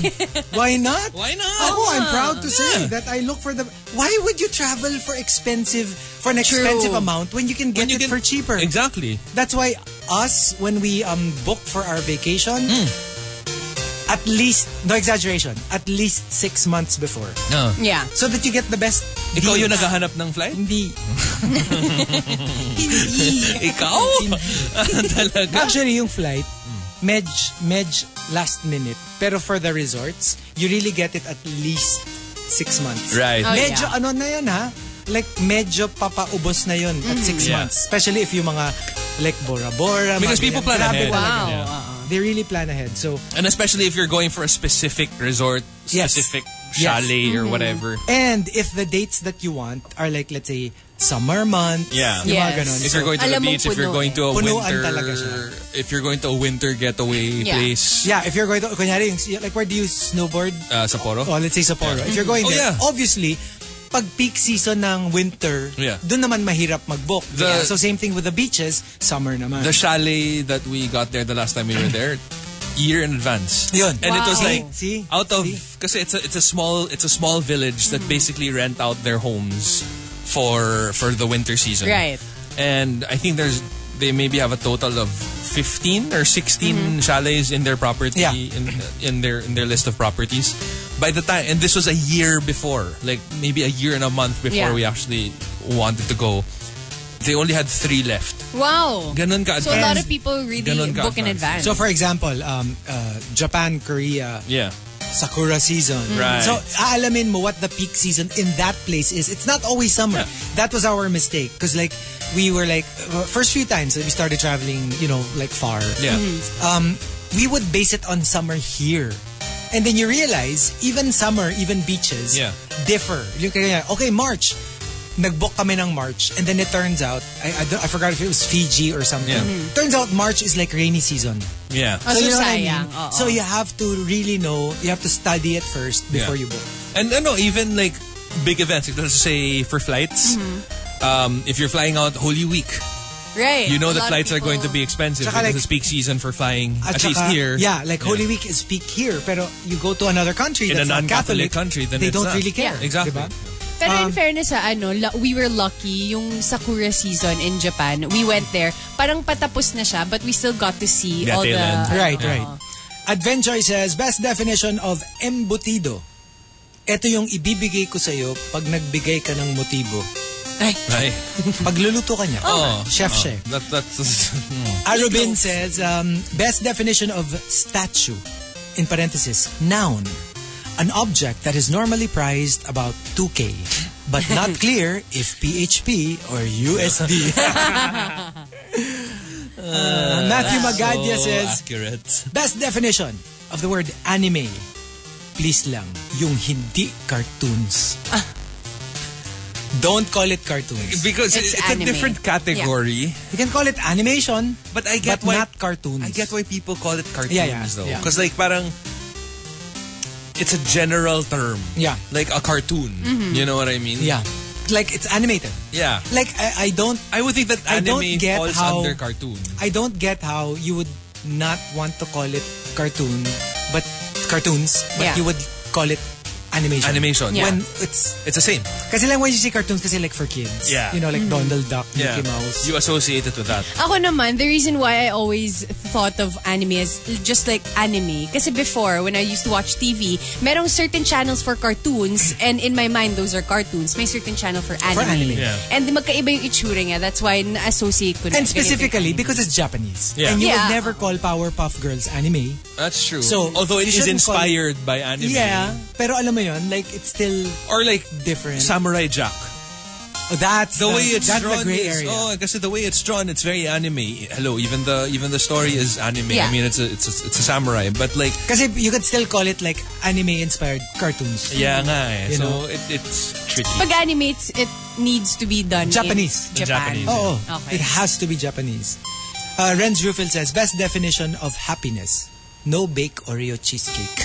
Why not?
Why not?
Ako, I'm proud to say that I look for the... Why would you travel for expensive for an expensive amount when you can get
When you
it
can-
for cheaper?
Exactly.
That's why us, when we um, book for our vacation,
Hmm.
at least, no exaggeration, at least six months before.
No.
Yeah.
So that you get the best
Ikaw
deal.
yung naghahanap ng flight?
Hindi. Hindi.
Ikaw? Talaga?
Actually, yung flight, med medj last minute. Pero for the resorts, you really get it at least six months.
Right.
Oh,
medyo
yeah.
ano na yan ha? Like, medyo papaubos na yun
Mm-hmm.
at six
Yeah.
months. Especially if yung mga like Bora Bora.
Because
mga
people
ganyan.
plan
Grabe
ahead.
talaga.
Wow. uh-uh.
Yeah.
They really plan ahead. So,
And especially if you're going for a specific resort,
Yes.
specific
Yes. Mm-hmm.
chalet or whatever.
and if the dates that you want are like, let's say, summer months.
Yeah.
Yung mga
Yes.
ganun.
If
So,
you're going to
Alam
the
mong
beach, if you're
puno
going to a
Punuan
winter,
talaga siya.
if you're going to a winter getaway
Yeah.
place,
Yeah, if you're going to, kunyari, yung- like where do you snowboard?
uh, Sapporo.
Oh, let's say Sapporo. If you're going
Oh,
there,
yeah.
obviously, pag peak season ng winter,
Yeah.
doon naman mahirap mag-book. Yeah,
The-
So same thing with the beaches, summer naman.
the chalet that we got there the last time we were there, year in advance.
Yun.
And it was
Wow.
like
See?
out of
See?
because it's a it's a small it's a small village that basically rent out their homes for for the winter season.
Right.
And I think there's they maybe have a total of 15 or 16
Mm-hmm.
chalets in their property
Yeah.
in in their in their list of properties. By the time and this was a year before, like maybe a year and a month before
Yeah.
we actually wanted to go. They only had 3 left.
Wow.
Ganun ka
So a lot of
advanced.
people really
Ganun ka
book in
advanced.
so
advance.
for example, um, uh, Japan, Korea,
Yeah.
Sakura season.
Mm. Right.
So aalamin mo what the peak season in that place is. It's not always summer. That was our mistake because like we were like uh, first few times that we started traveling, you know, like far.
Yeah.
um, we would base it on summer here. And then you realize, even summer, even beaches,
Yeah.
differ. Yung kaya, okay, March. Nag-book kami ng March. And then it turns out, I, I, don't- I forgot if it was Fiji or something.
Yeah. Mhm.
Turns out March is like rainy season.
Yeah.
Oh, Mm-hmm. so
you know what I
sayang.
mean?
Oo.
So you have to really know, you have to study it first before
Yeah.
you book.
And ano, even like big events, like, let's say for flights,
Mm-hmm.
um, if you're flying out Holy Week,
right.
you know
A
the
lot of
flights are going to
people-
be expensive
Tsaka,
because
like-
it's peak season for flying, at,
saka,
least here.
Yeah, like Holy Week is peak here. Pero you go to another country
In a
that's not
non-Catholic
Catholic,
country, then
they
it's
don't
not.
really care.
Yeah.
Exactly.
Diba?
Pero
Ah.
in fairness sa ano, la- we were lucky yung Sakura season in Japan. We went there. Parang patapos na siya but we still got to see
Yeah,
all the
tail end.
ano,
Right, right. Adventure says, best definition of embutido. Ito yung ibibigay ko sa'yo pag nagbigay ka ng motibo.
Right.
Pagluluto ka niya.
Oh,
Chef
oh,
siya. eh.
That, that's
Arubin says, um, best definition of statue, in parenthesis, noun, an object that is normally priced about 2K, but not clear if PHP or USD. Uh, ang Matthew Magadia
so
says,
accurate.
Best definition of the word anime. Please lang, yung hindi cartoons.
Ah.
Don't call it cartoons.
Because
It's
it's,
anime.
a different category.
You can call it animation,
But I get
but
why
not cartoons.
I get why people call it cartoons
Yeah, yeah,
though.
yeah.
Because like parang it's a general term.
Yeah. Mm-hmm.
Like a cartoon. You know what I mean?
Yeah. Like, it's animated.
Yeah.
Like, I, I don't...
I would think that
I
anime
don't get
falls
how-
under cartoon.
I don't get how you would not want to call it cartoon, but cartoons, but
Yeah.
you would call it animation.
Animation.
When
Yeah.
it's
It's the same.
kasi lang when you see cartoons kasi like for kids.
Yeah.
You know like
Mm-hmm.
Donald Duck,
Yeah.
Mickey Mouse.
You associate it with that.
Ako naman, the reason why I always thought of anime is just like anime. Kasi before, when I used to watch TV, merong certain channels for cartoons and in my mind, those are cartoons. May certain channel for anime.
anime.
Yeah.
And magkaiba yung itsura niya. That's why na-associate ko
and
na. ganito yung
specifically
anime.
because it's Japanese.
Yeah.
And you
Yeah.
would never call Powerpuff Girls anime.
That's true.
So,
although it
you
is
shouldn't call it-
inspired by anime.
Yeah. Pero alam mo yun, like it's still
Or like
different.
Samurai Jack.
Oh, that's
The way it's
that's
drawn
the gray
is,
area.
oh, kasi the way it's drawn, it's very anime. Hello, even the even the story is anime.
Yeah.
I mean, it's a, it's a, it's a samurai, but like
Kasi you could still call it like anime inspired cartoons.
yeah, nga, eh.
You
so
know?
it, it's tricky.
Pag animates, it needs to be done in
Japanese.
In
Japan.
Japanese.
Oh,
Okay.
it has to be Japanese. Uh, Renz Rufil says, best definition of happiness. No bake Oreo cheesecake.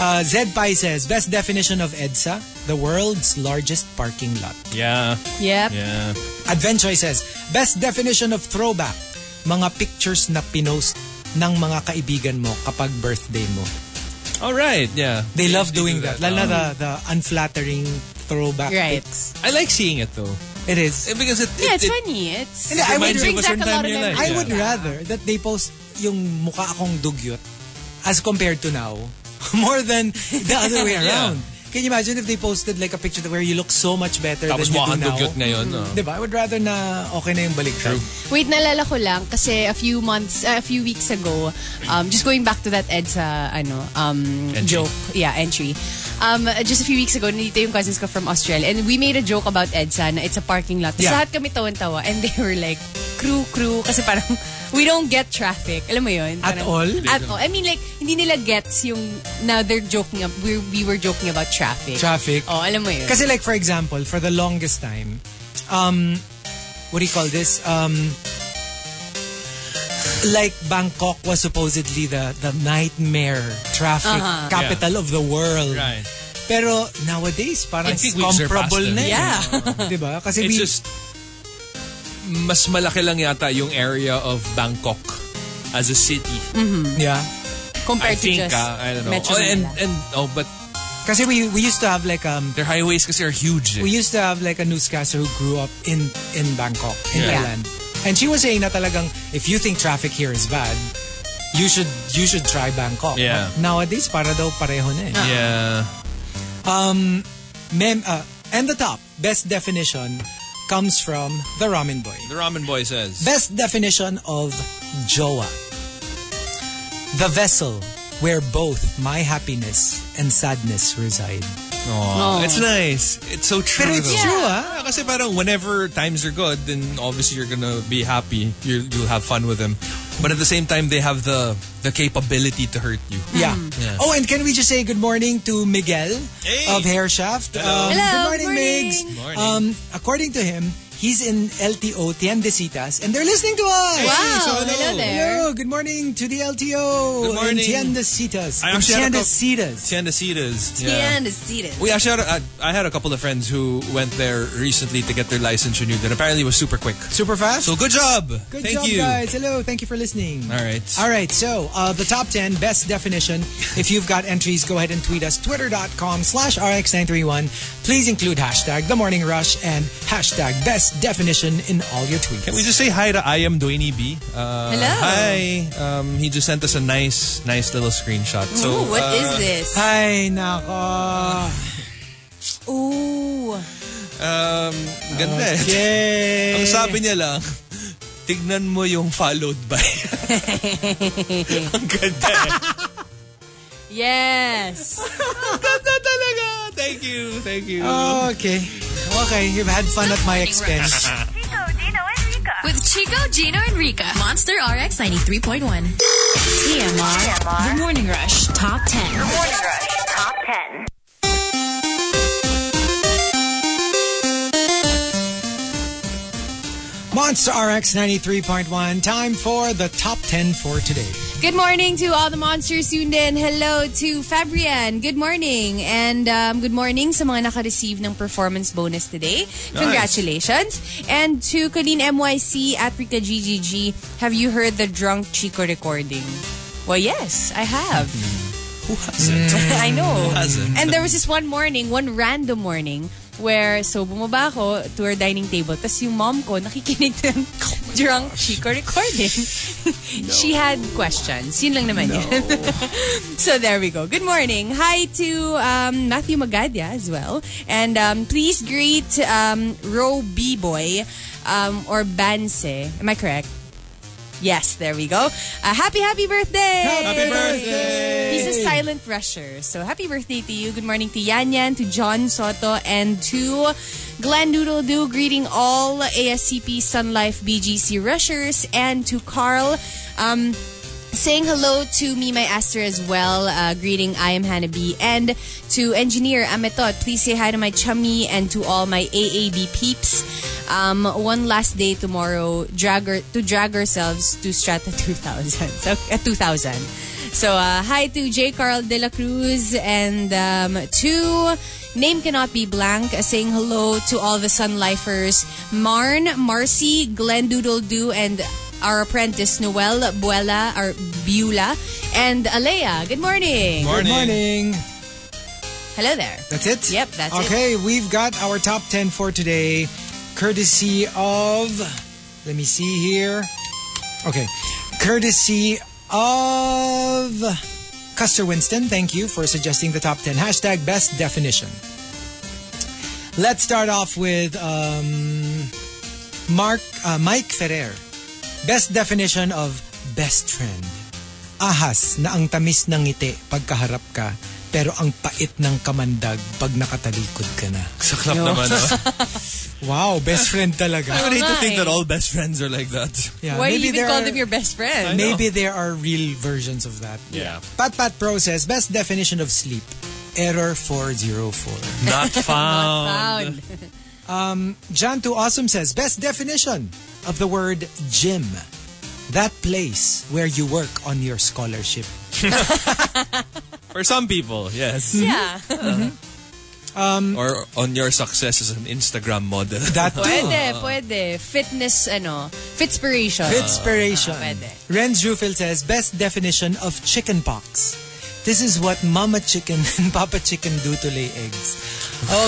uh, Zed Pai says, best definition of EDSA, the world's largest parking lot.
Yeah,
Yep.
yeah.
Adventure says, best definition of throwback, mga pictures na pinost ng mga kaibigan mo kapag birthday mo.
All right, yeah.
They love
do
doing that.
that. Um,
Lalo na the, the unflattering throwback
Right.
pics.
I like seeing it though
It is.
Eh, because it,
Yeah,
it,
it's
it-
funny. It's
Hindi, I would
reminds you of
brings
a
back
certain
a lot
time
of
in your life.
memories.
I would
Yeah.
rather that they post yung mukha akong dugyot as compared to now more than the other way around. Can you imagine if they posted like a picture where you look so much better than you
Tapos
do
mukhang
now?
dugyot ngayon. oh.
Diba? I would rather na okay na yung baliktad.
True.
Wait, nalala ko lang kasi a few months, uh, a few weeks ago, um, just going back to that EDSA ano, um,
Entry.
joke, yeah, entry. Um, just a few weeks ago, nandito yung cousins ko from Australia and we made a joke about EDSA na it's a parking lot. Tapos
Yeah.
lahat kami tawan-tawa and they were like, crew, crew, kasi parang we don't get traffic. Alam mo yun?
At
Parang-
all?
At all. I mean like, hindi nila gets yung, now they're joking, ab- we we were joking about traffic.
Traffic.
Oh, alam mo yun?
Kasi like for example, for the longest time, um, what do you call this? Um, like Bangkok was supposedly the the nightmare traffic capital of the world.
Right.
Pero nowadays, parang
I think we've
comparable
surpassed
na
them.
eh. Diba? Kasi
It's
we,
just mas malaki lang yata yung area of Bangkok as a city.
Mm. yeah.
I
Compared to
think,
just
ah, I don't know.
Metro
oh, and,
Manila.
and, oh, but
Kasi we, we used to have like, um,
their highways kasi are huge. eh.
we used to have like a newscaster who grew up in, in Bangkok, in
Yeah.
Thailand. And she was saying na talagang, if you think traffic here is bad, you should you should try Bangkok.
Yeah. Ah.
But nowadays, para daw pareho na eh.
yeah.
Mem, uh, and the top, best definition comes from the Ramen Boy.
The ramen boy says.
Best definition of jowa. The vessel where both my happiness and sadness reside.
Aw, It's nice. It's so true.
Pero it's
though.
true,
Ah, kasi parang whenever times are good, then obviously you're gonna be happy. You're, you'll have fun with them. But at the same time, they have the the capability to hurt you.
Yeah.
Mm.
Yeah.
Oh, and can we just say good morning to Miguel
Hey.
of Hairshaft? Um,
Hello,
Good morning,
morning.
Migs.
Morning.
Um, according to him, he's in LTO Tiendecitas, and they're listening to us.
Wow, Hey, so hello.
hello there.
Hello, good morning to the LTO.
Good morning.
in Tiendecitas.
I actually had a couple-
Tiendecitas.
Tiendecitas.
Yan, seated.
We actually had, a- I I had a couple of friends who went there recently to get their license renewed, and apparently it was super quick.
Super fast.
So good job.
Good
Thank
job,
you.
guys. Hello. Thank you for listening.
All right.
All right. So, uh, the top 10 best definition. If you've got entries, go ahead and tweet us. Twitter.com slash RX931. Please include hashtag The Morning Rush and hashtag best definition in all your tweets.
Can we just say hi to I am Doini B? Uh,
Hello.
Hi. Um, he just sent us a nice, nice little screenshot. So
Ooh, what
uh,
is this?
Ay, nako.
Ooh.
Um, ganda eh.
Yay.
Ang sabi niya lang, tignan mo yung followed by. Ang ganda eh.
Yes.
ganda talaga. Thank you. Thank you.
Okay. Okay, you've had fun at my expense.
Chico, Dino, and Rika.
With Chico, Gino, and Rika. Monster RX 93.1. TMR.
TMR.
The Morning Rush Top 10.
Morning Rush Top 10.
Monster RX 93.1. Time for the top 10 for today.
Good morning to all the monsters tuned in. Hello to Fabrian. Good morning. And um, good morning sa mga naka-receive ng performance bonus today. Congratulations. And to Colleen MYC at Rika GGG, have you heard the Drunk Chico recording? Well, yes, I have.
Who hasn't?
I know.
Who hasn't?
And there was this one morning, one random morning, where so bumaba ako to our dining table. Tapos yung mom ko nakikinig ng drunk chico recording. She had questions. Yun lang naman yun. so there we go. Good morning. Hi to um, Matthew Magadia as well. And um, please greet um, Ro B-Boy um, or Banse. Am I correct? Yes, there we go. Uh, happy, happy birthday!
Happy birthday!
He's a silent rusher. So happy birthday to you. Good morning to Yan Yan, to John Soto, and to Glenn Doodle Doo. Greeting all ASCP Sun Life BGC rushers and to Carl. Um, saying hello to me, my Aster as well. Uh, greeting, I am Hannah B. And to engineer Ametot, please say hi to my chummy and to all my AAB peeps. Um, one last day tomorrow drag her, to drag ourselves to Strata 2000. So, at 2000. So, uh, hi to J. Carl De La Cruz and um, to Name Cannot Be Blank, uh, saying hello to all the Sun Lifers Marn, Marcy, Glenn Doodle Doo, and our apprentice Noel Buela or Beulah and Alea. Good morning.
Good morning.
Hello there.
That's it?
Yep, that's it.
okay, we've got our top 10 for today, courtesy of. Let me see here. Okay. Courtesy of. Custer Winston, thank you for suggesting the top 10. Hashtag best definition. Let's start off with um, Mark uh, Mike Ferrer. Best definition of best friend. Ahas na ang tamis ng ngiti pagkaharap ka, pero ang pait ng kamandag pag nakatalikod ka na.
Saklap naman. ah.
Wow, best friend
I
talaga.
would hate Ah. to
nga
think
eh.
that all best friends are like that.
Yeah,
Why do you
maybe
even
there
call
are-
them your best friend?
Maybe there are real versions of that.
Yeah.
Pat Pat Process, best definition of sleep. Error 404.
Not found.
Found.
John to Awesome says, best definition of the word gym. That place where you work on your scholarship.
For some people, yes. Uh-huh.
Yeah.
Mm-hmm.
Or on your success as an Instagram model.
Um, That
Oh,
too.
Pwede, pwede. Fitness, ano, fitspiration.
Fitspiration.
Ah, pwede.
Renz Rufil says, best definition of chicken pox. This is what mama chicken and papa chicken do to lay eggs.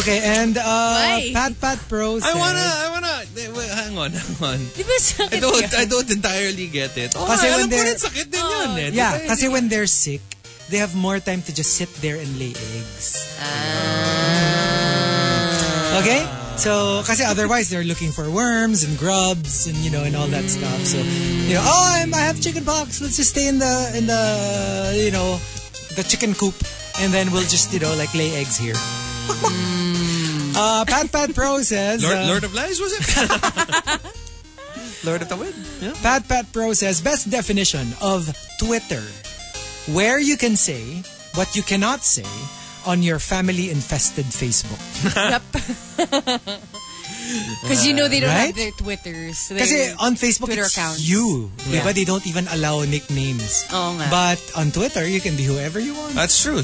Okay, and uh,
Why?
Pat Pat Pro says,
I wanna, I wanna, wait, hang on, hang on.
Di ba sakit
I don't,
yun?
I don't entirely get it. Oh,
Kasi
Kasi alam
when
ko
they're-
rin sakit din yun eh.
Yeah, kasi when they're sick, they have more time to just sit there and lay eggs. Okay? So, kasi otherwise they're looking for worms and grubs and you know and all that stuff. So, you know, oh, I'm, I have chicken pox. Let's just stay in the in the you know the chicken coop and then we'll just you know like lay eggs here. Uh, Pat Pat Pro says.
Lord,
uh,
Lord of Lies, was it? Lord of the Wind. Yeah.
Pat Pat Pro says best definition of Twitter, where you can say what you cannot say on your family infested Facebook.
Because you know they don't
Right?
have their Twitters. Their,
Kasi on Facebook
Twitter
it's
accounts.
you,
Yeah.
diba? They don't even allow nicknames.
Oo nga.
But on Twitter you can be whoever you want.
That's true.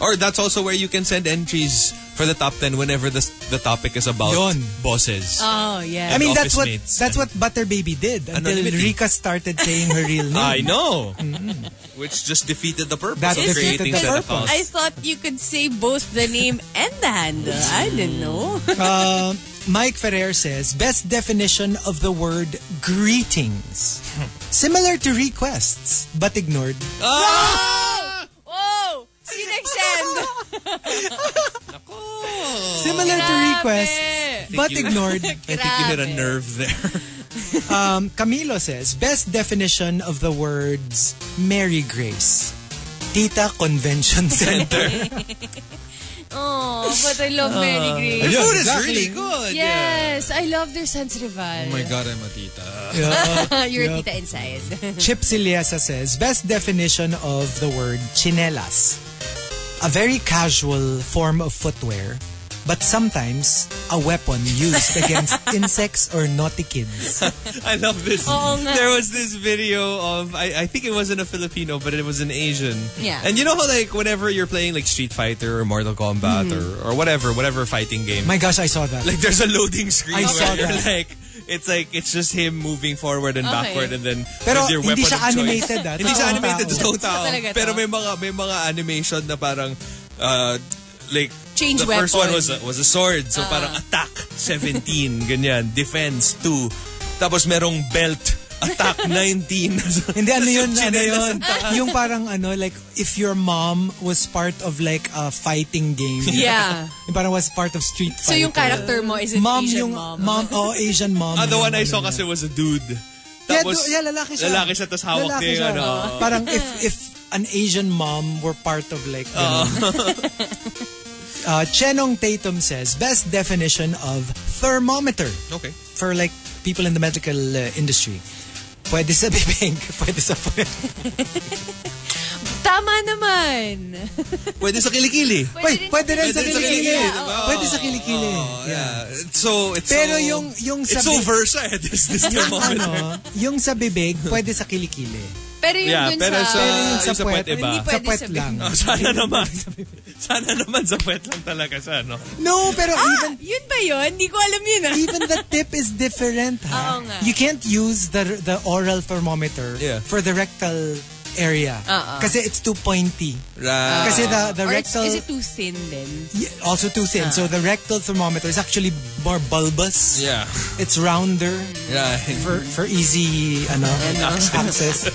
Or that's also where you can send entries for the top 10 whenever the, the topic is about
Yun.
bosses.
Oh, yeah.
I mean that's
office
what
mates.
that's what Butter Baby did until
Anonymity.
Rika started saying her real name.
I know. Which just defeated the purpose
That
of
defeated
creating
the
said
purpose.
account.
I thought you could say both the name and the handle. I didn't know.
Um, Mike Ferrer says, best definition of the word greetings. Similar to requests, but ignored.
Ah!
Whoa! See you Oh, next end!
Similar to
Grabe.
requests, but
you-
ignored.
I think you hit a nerve there.
Um, Camilo says, best definition of the words Mary Grace. Tita Convention Center.
Oh, but I love Mary
Ah,
Grace.
The food is
exactly.
really good.
Yes, I love their sensitivity.
Oh my God, I'm a tita.
You're a tita inside.
Chip Siliesa says, best definition of the word chinelas. A very casual form of footwear, but sometimes a weapon used against insects or naughty kids.
I love this.
Oo nga.
There was this video of I, I think it wasn't a Filipino, but it was an Asian.
Yeah.
And you know how like whenever you're playing like Street Fighter or Mortal Kombat
Mm-hmm.
or, or whatever, whatever fighting game.
My gosh, I saw that.
like there's a loading screen
I
where
saw
you're
that.
like it's like it's just him moving forward and
Okay.
backward and then
Pero
with your
hindi
weapon
siya
of choice.
animated, ah.
Hindi siya
Totoong
animated,
tao.
totoong tao.
Talaga to.
Pero may mga may mga animation na parang uh, like
Change
the first
weapon.
one was a, was a sword.
Ah.
So parang attack 17, ganyan. Defense 2. Tapos merong belt. Attack 19.
Hindi, ano
Tapos
yun,
yung
ano
chinelas
yun. Yung parang ano, like, if your mom was part of like a fighting game.
Yeah.
Yung parang was part of street fighter.
So yung character mo is an
mom
Asian
yung,
mom.
oh, Asian mom.
Ah, the
Yung
one I
ano
saw
na.
kasi was a dude.
Yeah,
Tapos,
do- yeah, lalaki siya.
Lalaki siya, tapos hawak
Lalaki
niya yung
siya.
ano.
Parang if if an Asian mom were part of like
Ah.
ganun. uh, Chenong Tatum says best definition of thermometer
Okay.
for like people in the medical uh, industry. Pwede sa bibig, pwede sa puwet.
Tama naman.
Pwede sa kilikili.
Wait, pwede rin sa
Pwede sa
kilikili.
kilikili,
diba?
diba?
Pwede sa kilikili. Yeah.
Yeah. It's so, it's
Pero
so,
yung yung sa
It's so
bi-
versatile, this, this
yung
thermometer.
ano, yung sa bibig, pwede sa kilikili.
Pero yung
Yeah,
dun
pero
sa...
sa-
Pero yung sa,
Ah, yung sa
puwet,
puwet
sa
iba.
Hindi pwede
puwet
sa
lang.
Oh, sana naman. sana naman sa puwet lang talaga siya, no?
No, pero even
Yun ba yun? Hindi ko alam yun ah.
even the tip is different, ha?
Oo nga.
You can't use the the oral thermometer
Yeah.
for the rectal area. Kasi it's too pointy.
Right.
Kasi the, the
Or it's-
rectal...
is it too thin then?
Yeah, also too thin. So the rectal thermometer is actually more bulbous.
Yeah.
It's rounder
Right.
for, for easy ano, access.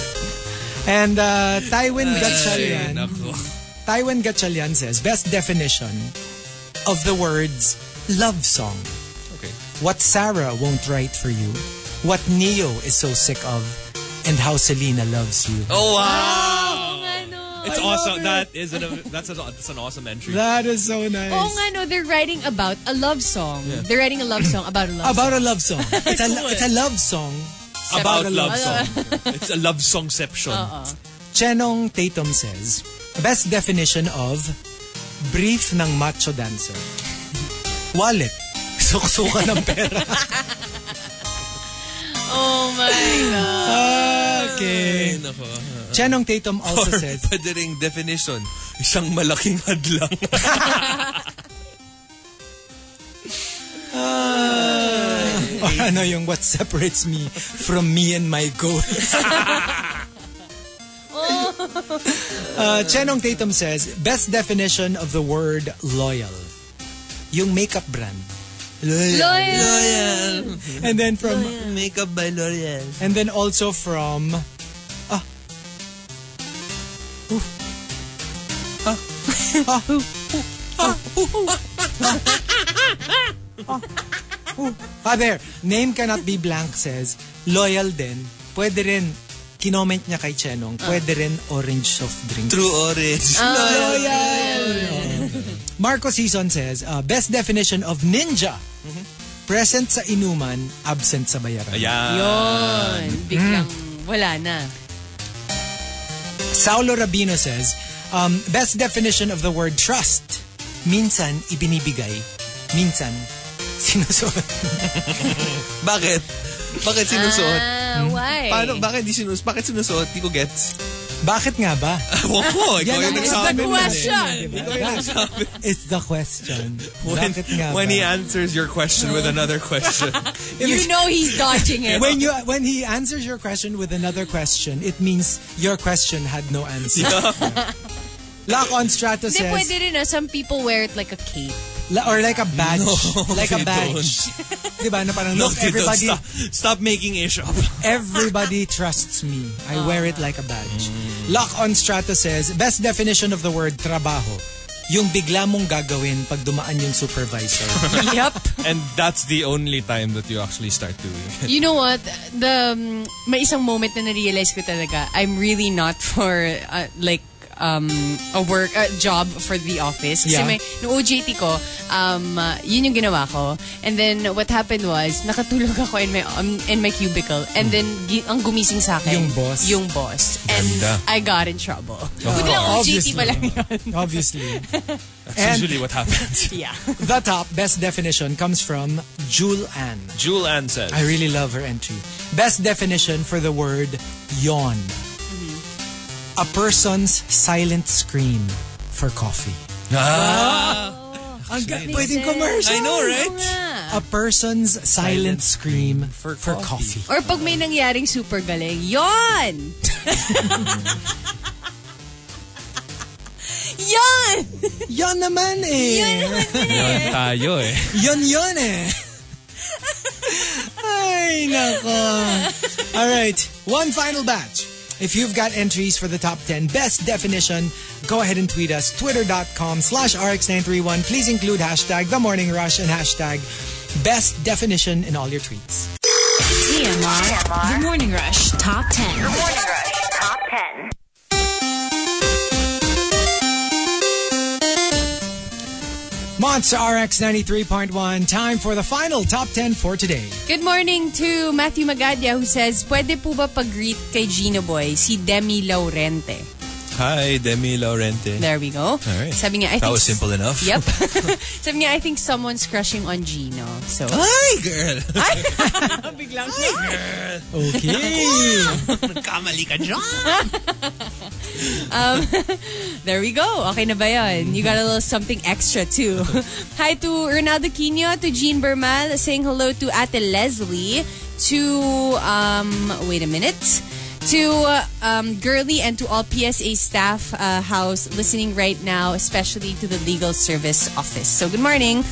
And uh, Tywin Gatchalian...
Nako.
Taiwan Gatchalian says, best definition of the words love song.
Okay.
What Sarah won't write for you, what Neo is so sick of, and how Selena loves you.
Oh, wow.
Ano?
Oh, It's
I love
awesome.
it.
That is an, that's, an, that's an awesome entry.
That is so nice.
Oo Oh, nga no, they're writing about a love song. They're writing a love song about a love song.
About a love song. It's a, it's a love song.
About
About a
love
love
song. it's a love songception.
Chenong Tatum says, best definition of brief ng macho dancer. Wallet. Suksukan ng pera.
Oh my God.
Okay.
Ay, nako.
Chenong Tatum Eh, also says,
Pwede ring definition. Isang malaking hadlang.
Or ano yung what separates me from me and my goals. uh, Chenong Tatum says, best definition of the word loyal. Yung makeup brand. Loyal. And then from,
Makeup by L'Oreal.
and then also from, ah, Ooh. Ah. Ah. Ooh. Ah. Ooh. Ah. Ah. Ooh. Ah, there. Name cannot be blank says, loyal din. Pwede rin, kinoment niya kay Chenong, pwede rin orange soft drink.
True orange.
Ah. Marco Season says, uh, best definition of ninja. Present sa inuman, absent sa bayaran.
Ayan.
Yun. Biglang wala na.
Saulo Rabino says, um, best definition of the word trust, minsan ibinibigay, minsan sinusunod.
Bakit? Bakit sinusuot?
Ah, why?
Eh.
Paano? Bakit di sinusuot? Bakit sinusuot? Di ko gets.
Bakit nga ba?
Ewan ko. Ikaw
Yan ang
yung nagsabi.
statement nun
question.
eh. Diba? It's the question.
When,
Bakit nga
when
ba?
he answers your question with another question.
You know he's dodging it.
when you when he answers your question with another question, it means your question had no answer. Lock on Strato
Hindi, pwede
says,
rin ah. Some people wear it like a cape.
la- or like a badge, like a
we
badge. Diba? Na parang,
Look,
look,
Tito,
everybody,
stop, stop making ish up.
Everybody trusts me. I wear it like a badge. Lock on Strato says, best definition of the word trabaho, yung bigla mong gagawin pag dumaan yung supervisor.
yep.
And that's the only time that you actually start doing it.
You know what? The um, may isang moment na na-realize ko talaga, I'm really not for uh, like um, a work a job for the office. Kasi
Yeah.
may, no OJT ko, um, uh, yun yung ginawa ko. And then what happened was, nakatulog ako in my, um, in my cubicle. And then gi- ang gumising sa akin,
Hmm. Yung boss.
Yung boss. And
Ganda.
I got in trouble.
Of
Buti lang OJT
obviously.
pa lang yun.
Obviously.
Oh, That's
and
usually what happens.
Yeah.
the top best definition comes from Jule Ann.
Jewel Ann says,
I really love her entry. Best definition for the word yawn. A person's silent scream for coffee. Ang ga- pwedeng commercial.
Ah, I know,
A
right?
person's silent, scream, for,
for
coffee.
coffee.
Or pag may nangyaring super galing, yon! yon!
Yon naman eh.
Yun tayo eh.
Yon yon eh. Ay, nako. All right, one final batch. If you've got entries for the top 10 best definition, go ahead and tweet us, twitter.com slash rx931. Please include hashtag the morning rush and hashtag best definition in all your tweets.
TMR. E The Morning Rush Top 10.
Morning Rush Top 10.
Monster RX 93.1, time for the final top 10 for today.
Good morning to Matthew Magadia who says, Pwede po ba pag-greet kay Gino Boy si Demi Laurente?
Hi, Demi Laurente.
There we go.
Alright.
Sabi niya, I
That
think...
was simple enough.
Yep. Sabi niya, I think someone's crushing on Gino. So,
Hi, girl.
Okay.
Kamali ka dyan.
there we go. Okay na ba yun? You got a little something extra too. Hi to Ronaldo Quino, to Jean Bermal, saying hello to Ate Leslie, to, um, wait a minute, to um, Girly and to all PSA staff uh, house listening right now, especially to the legal service office. So good morning.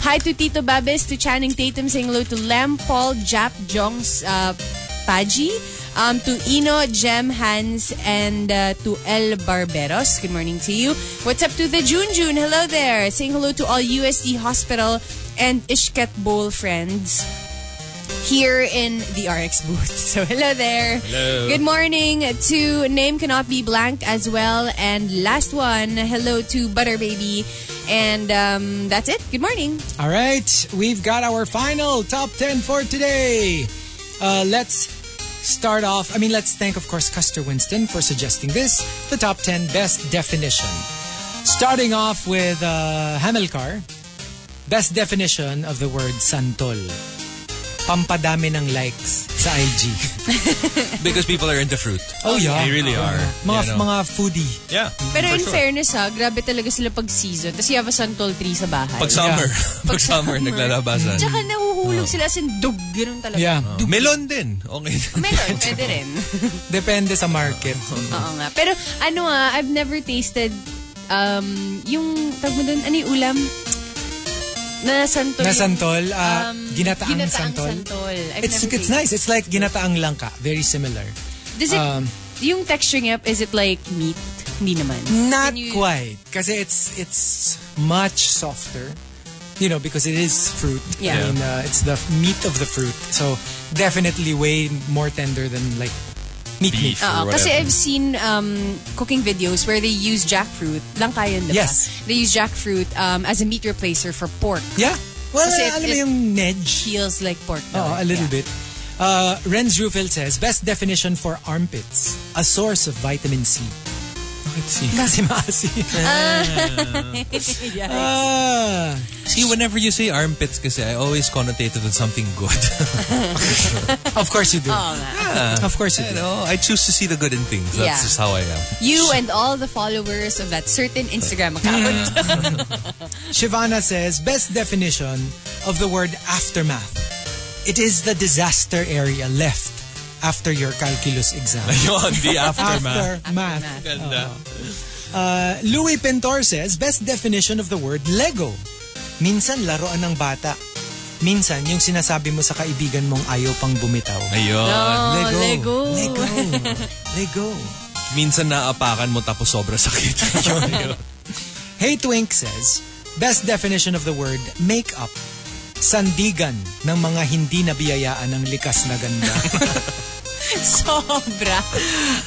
Hi to Tito Babes, to Channing Tatum, saying hello to Lem, Paul, Jap, Jongs, uh, Paji, um, to Ino, Jem, Hans, and uh, to El Barberos. Good morning to you. What's up to the Junjun? Hello there. Saying hello to all USD Hospital and Ishket Bowl friends here in the RX booth. So hello there. Hello. Good morning to Name Cannot Be Blanked as well. And last one, hello to Butter Baby. And um, that's it. Good morning.
All right, we've got our final top 10 for today. Uh, let's start off. I mean, let's thank, of course, Custer Winston for suggesting this the top 10 best definition. Starting off with uh, Hamilcar, best definition of the word santol. Pampadami ng likes sa IG.
Because people are into fruit.
Oh, yeah.
They really are.
Mga,
You know.
mga foodie.
Yeah.
Pero
for
in
sure.
fairness ha, grabe talaga sila pag season. Tapos you have a santol tree sa bahay.
Pag summer. Pag summer, naglalabasan. Oh.
Tsaka nahuhulog sila sin dug. Ganun talaga.
Mm. Yeah.
Melon din. Okay.
Meron, pwede rin.
Depende sa market.
Oh.
Oo nga. Pero ano ah, I've never tasted um, yung, tag mo dun, ano yung ulam? Na santol.
Na santol, ah,
Um,
ginataang,
ginataang
santol.
santol. I've
It's,
never
it's
tasted.
nice. It's like ginataang langka. Very similar.
Does it,
um,
yung texture niya, is it like meat? Hindi naman.
Not
Can you-
quite. Kasi it's it's much softer. You know, because it is fruit. I
Yeah.
mean, uh, it's the meat of the fruit. So definitely way more tender than like meat meat.
Beef.
Oo,
or
kasi
whatever.
I've seen um, cooking videos where they use jackfruit. Lang kayo, di ba?
Yes.
They use jackfruit um, as a meat replacer for pork.
Yeah. Well,
Kasi it-
alam mo
it-
yung nedge.
Feels like pork. daw.
Oo, a little bit. Uh, Renz Rufil says, best definition for armpits, a source of vitamin C. Bakit C? Kasi maasim.
Yeah.
Ah.
See, whenever you say armpits kasi, I always connotate it with something good.
Of course you do.
Oo nga.
Of course you
you
do.
know, I choose to see the good in things. That's
Yeah.
just how I am.
You and all the followers of that certain Instagram account.
Shivana says, best definition of the word aftermath. It is the disaster area left after your calculus exam.
Yun, the aftermath.
Aftermath.
Ganda.
Uh, Louis Pintor says, best definition of the word Lego. Minsan laruan ng bata. Minsan yung sinasabi mo sa kaibigan mong ayaw pang bumitaw.
Ayun.
Lego.
Lego.
Lego. Lego.
Minsan naapakan mo tapos sobra sakit. Yun, yun.
Hey Twink says, best definition of the word makeup. Sandigan ng mga hindi nabiyayaan ng likas na ganda.
Sobra.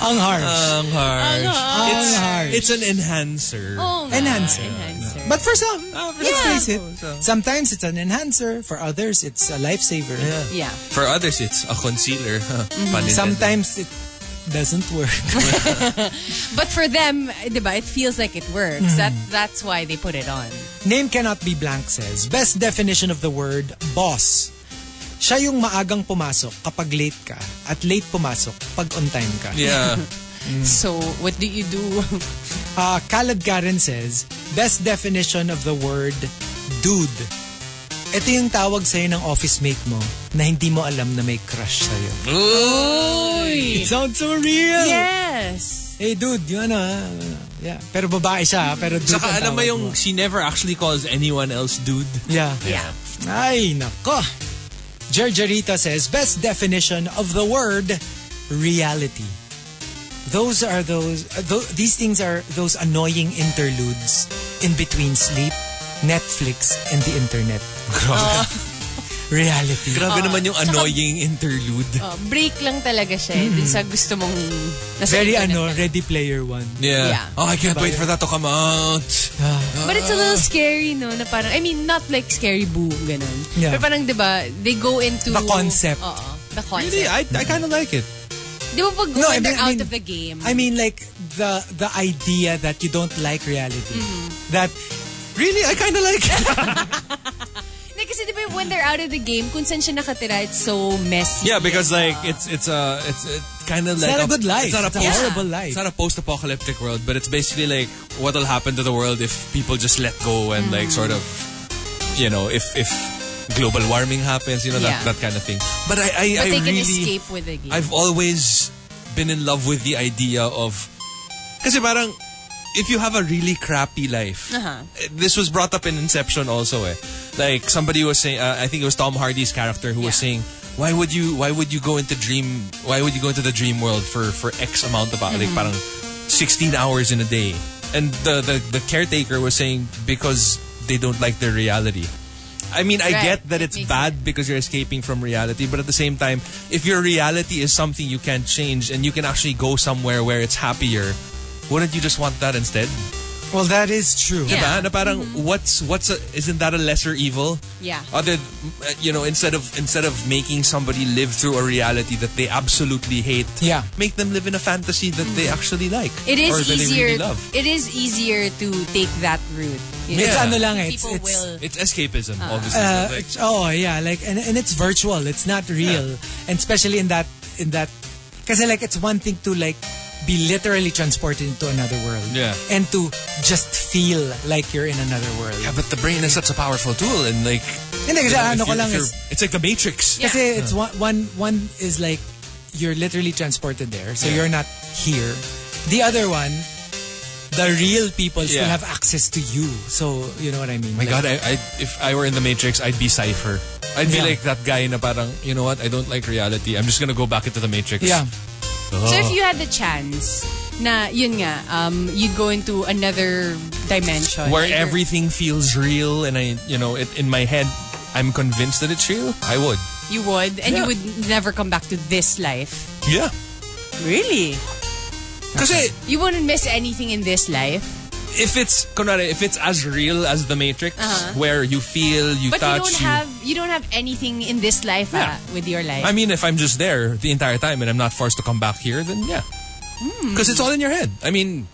Ang harsh.
Ang harsh.
Ang harsh.
It's an enhancer.
Oo nga.
Enhancer.
Enhancer.
But for some,
Oh,
let's
Yeah.
face it, sometimes it's an enhancer. For others, it's a lifesaver.
Yeah.
For others, it's a concealer. huh?
Mm-hmm.
Pun intended.
Sometimes it doesn't work.
But for them, eh, di ba, it feels like it
Mm.
works. That That's why they put it on.
Name cannot be blank says, best definition of the word, boss. Siya yung maagang pumasok kapag late ka at late pumasok pag on time ka.
Yeah.
Mm.
So, what do you do?
Uh, Khaled Karen says, best definition of the word, dude. Ito yung tawag sa'yo ng office mate mo na hindi mo alam na may crush sa'yo. It sounds so real!
yes.
Hey dude, yun ano ah. Yeah. Pero babae siya ah, pero dude ang
Saka alam mo
tawag
yung
mo.
she never actually calls anyone else dude.
Yeah. Yeah. Ay, nako. Gergerita says, best definition of the word, reality. Those are those, uh, tho- these things are those annoying interludes in between sleep, Netflix, and the internet. reality.
Grabe naman yung annoying interlude.
Oh, break lang talaga siya eh, dun sa gusto mong... nasa
Very
internet
ano,
ka.
ready player one.
yeah.
Yeah.
Oh, I can't wait for that to come out.
ano.
But
Ah.
it's a little scary, no? Na parang, I mean, not like scary boo, ganun.
Yeah.
Pero parang, di ba, they go into...
The concept.
Oo, the concept.
Really, I, I kind of like it.
Di ba pag
No, I
when
mean-
they're
I
out
mean-
of the game?
I mean like the the idea that you don't like reality.
Mm-hmm.
That
Really, I kind of like it.
Like, kasi di ba when they're out of the game, kung saan siya nakatira, it's so messy.
Yeah, because like it's it's a it's, it's kind of
It's
like
not a good life.
It's not a,
It's a
post-
horrible life.
It's not a post-apocalyptic world, but it's basically like what'll happen to the world if people just let go and like sort of, you know, if if global warming happens, you know
Yeah.
that that kind of thing. But I I,
But
I
they can
really
escape with the game.
I've always been in love with the idea of kasi parang if you have a really crappy life,
Uh-huh.
this was brought up in Inception also. Eh, like somebody was saying, uh, I think it was Tom Hardy's character who was saying, "Why would you? Why would you go into dream? Why would you go into the dream world for for X amount of hours? like parang sixteen hours in a day?" And the, the the caretaker was saying because they don't like their reality. I mean, I
Right.
get that
It
it's
makes
bad because you're escaping from reality, but at the same time, if your reality is something you can't change and you can actually go somewhere where it's happier, wouldn't you just want that instead?
well that is true.
Yeah. Mm-hmm.
Diba? Na parang what's what's a, isn't that a lesser evil?
Yeah.
Other uh, you know, instead of instead of making somebody live through a reality that they absolutely hate,
Yeah.
make them live in a fantasy that they actually like
Mm-hmm. It is
or that
easier.
they really love.
It is easier to take that route. you
It's
Yeah.
ano lang eh, it's,
People
it's
will.
It's escapism, obviously.
Uh,
Like,
it's- oh yeah, like and, and it's virtual. It's not real, and especially in that in that, because like it's one thing to like be literally transported into another world,
Yeah.
and to just feel like you're in another world.
yeah, but the brain is such a powerful tool and like
Hindi, kasi
you know, if
ano ko
you-
lang
if
is,
you're- it's like the matrix.
kasi it's one, one one is like you're literally transported there, so you're not here. The other one, the real people still
Yeah.
have access to you. So you know what I mean?
Oh My
Like,
God, I, I if I were in the Matrix, I'd be Cipher. I'd be
Yeah.
like that guy na parang, you know what? I don't like reality. I'm just gonna go back into the Matrix.
yeah.
So
Oh.
if you had the chance, na yun nga, um, you'd go into another dimension
Where
Either-
everything feels real, and I, you know, it in my head, I'm convinced that it's real. I would.
you would, and you
Yeah.
would never come back to this life.
Yeah.
Really?
Kasi
You wouldn't miss anything in this life,
if it's kunwari, if it's as real as the Matrix, where you feel, you
Uh-huh. but you
touch,
don't have you don't have anything in this life ah,
Yeah.
with your life.
I mean, if I'm just there the entire time and I'm not forced to come back here, then yeah. Because it's all in your head. I mean,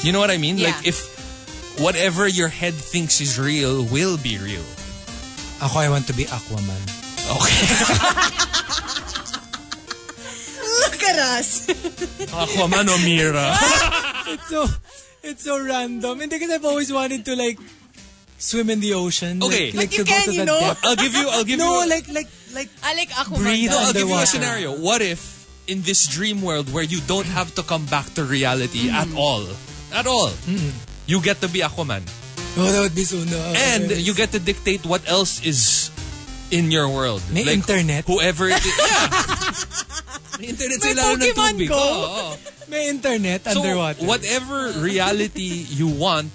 you know what I mean? Like,
Yeah.
if whatever your head thinks is real will be real.
Ako, I want to be Aquaman.
Okay.
Look at us.
Aquaman o Mira.
so it's so random. And because I've always wanted to like swim in the ocean.
Okay.
like, like
But you
to
can,
go to
you
that
know.
depth.
I'll give you, I'll give
No,
you.
like like like
I like Aquaman.
breathe
no, I'll give you a
underwater.
scenario. What if in this dream world where you don't have to come back to reality at all, at all,
Hmm.
you get to be Aquaman
Oh, that would be so nice.
and you get to dictate what else is in your world.
May internet.
Whoever it is. Yeah. May internet sila ng
Pokemon
tubig.
Go.
Oo, oo.
may internet
So,
underwater.
whatever reality you want,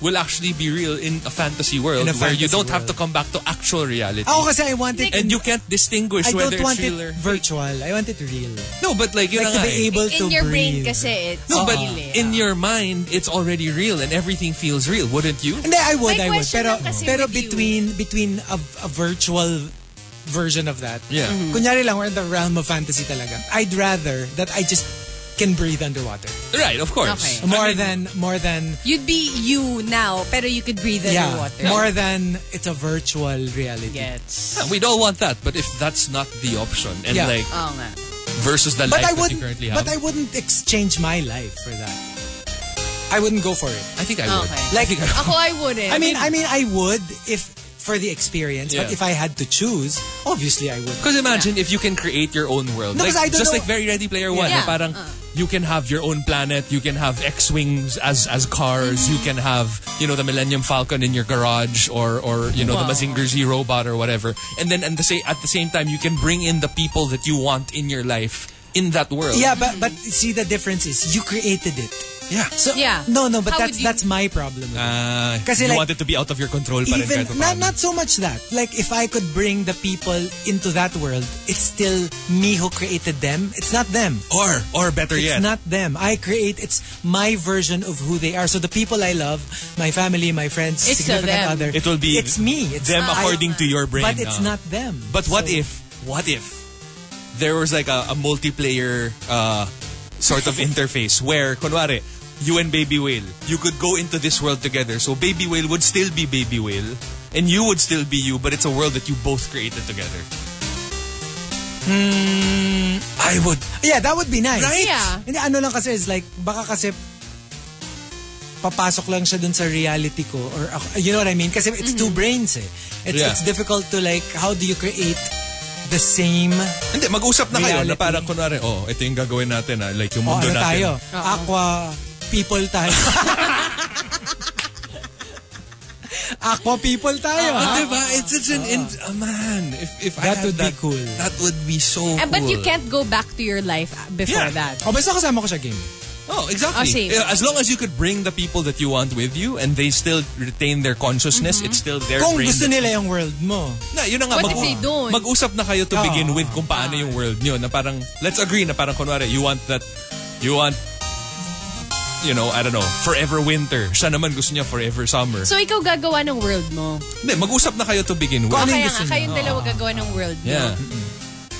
will actually be real in a fantasy world
In a
where you
fantasy
don't have to
world.
come back to actual reality.
Ako kasi I want it...
and you can't distinguish
I
whether
don't want
it's real or
it virtual. I want it real.
no, but like you
Like to be able to
In your brain
breathe.
kasi it's
eh. No, but
real eh.
in your mind, it's already real and everything feels real, wouldn't you?
Hindi, I would, I
My
would.
question
Pero,
lang kasi
pero
with you-
between between a, a virtual version of that.
Yeah. Mhm.
Kunyari lang, we're in the realm of fantasy talaga. I'd rather that I just can breathe underwater.
Right, of course.
Okay.
More
I mean,
than, more than,
You'd be you now, pero you could breathe
yeah.
underwater.
More than it's a virtual reality.
Gets.
we'd all want that, but if that's not the option, and
Yeah.
like
Oo nga.
versus the
But I
life that you
wouldn't,
currently have,
but I wouldn't exchange my life for that. I wouldn't go for it.
I think I would.
Okay.
Like,
Ako, I wouldn't.
I mean, I mean, I would if for the experience, but
Yeah.
if I had to choose, obviously I would.
Because imagine if you can create your own world.
No,
like,
'cause I don't
just
know-
like very Ready Player One.
Yeah. Uh.
na parang you can have your own planet, you can have X-Wings as as cars, you can have, you know, the Millennium Falcon in your garage or or you know, the Mazinger Z robot or whatever. And then and the sa- at the same time you can bring in the people that you want in your life in that world.
Yeah, but but see the difference is you created it.
Yeah.
So
Yeah.
no, no, but
How
that's
would you-
that's my problem.
Uh,
Kasi
you
like-
want it to be out of your control pa rin
Even
kahit
not
paano.
not so much that. Like if I could bring the people into that world, it's still me who created them. It's not them.
or or better
It's
yet.
not them. I create. It's my version of who they are. So the people I love, my family, my friends,
It's still
significant
them.
other.
It will be
It's me. It's
them
I-
according to your brain.
But it's
ah.
not them.
But what
So-
if, what if there was like a, a multiplayer uh, sort of interface where, kunwari, you and Baby Whale, you could go into this world together. So Baby Whale would still be Baby Whale, and you would still be you, but it's a world that you both created together. Hmm, I would.
Yeah, that would be nice.
Right?
Yeah.
Hindi, ano lang kasi is like, baka kasi papasok lang siya dun sa reality ko or ako- you know what I mean? Kasi it's
Mm-hmm.
two brains eh. It's,
Yeah.
it's difficult to like, how do you create the same
Hindi, mag-usap na kayo na
Reality.
parang kunwari, oh, ito yung gagawin natin ah, Like yung
o
mundo
ano
natin.
tayo? Aqua people tayo. Aqua people tayo.
But
ha?
diba, it's such an, in- ah, man, if, if I
That
had
would be
that,
cool.
That would be so
Eh,
cool.
But you can't go back to your life before
Yeah.
that.
O basta kasama ko siya game.
Oh, exactly.
Oh, same.
Yeah, As long as you could bring the people that you want with you and they still retain their consciousness, it's still their
Kung
brain.
gusto
that-
nila yung world mo.
na, yun na nga,
Mm-hmm. What if they don't?
Mag-usap na kayo to
Ah.
begin with kung paano yung world nyo. Na parang, let's agree na parang kunwari, you want that, you want, you know, I don't know, forever winter. Siya naman gusto niya forever summer.
So, ikaw gagawa ng world mo.
Hindi, mag-usap na kayo to begin with.
O kaya nga, kayong dalawa gagawa ng world mo.
Yeah.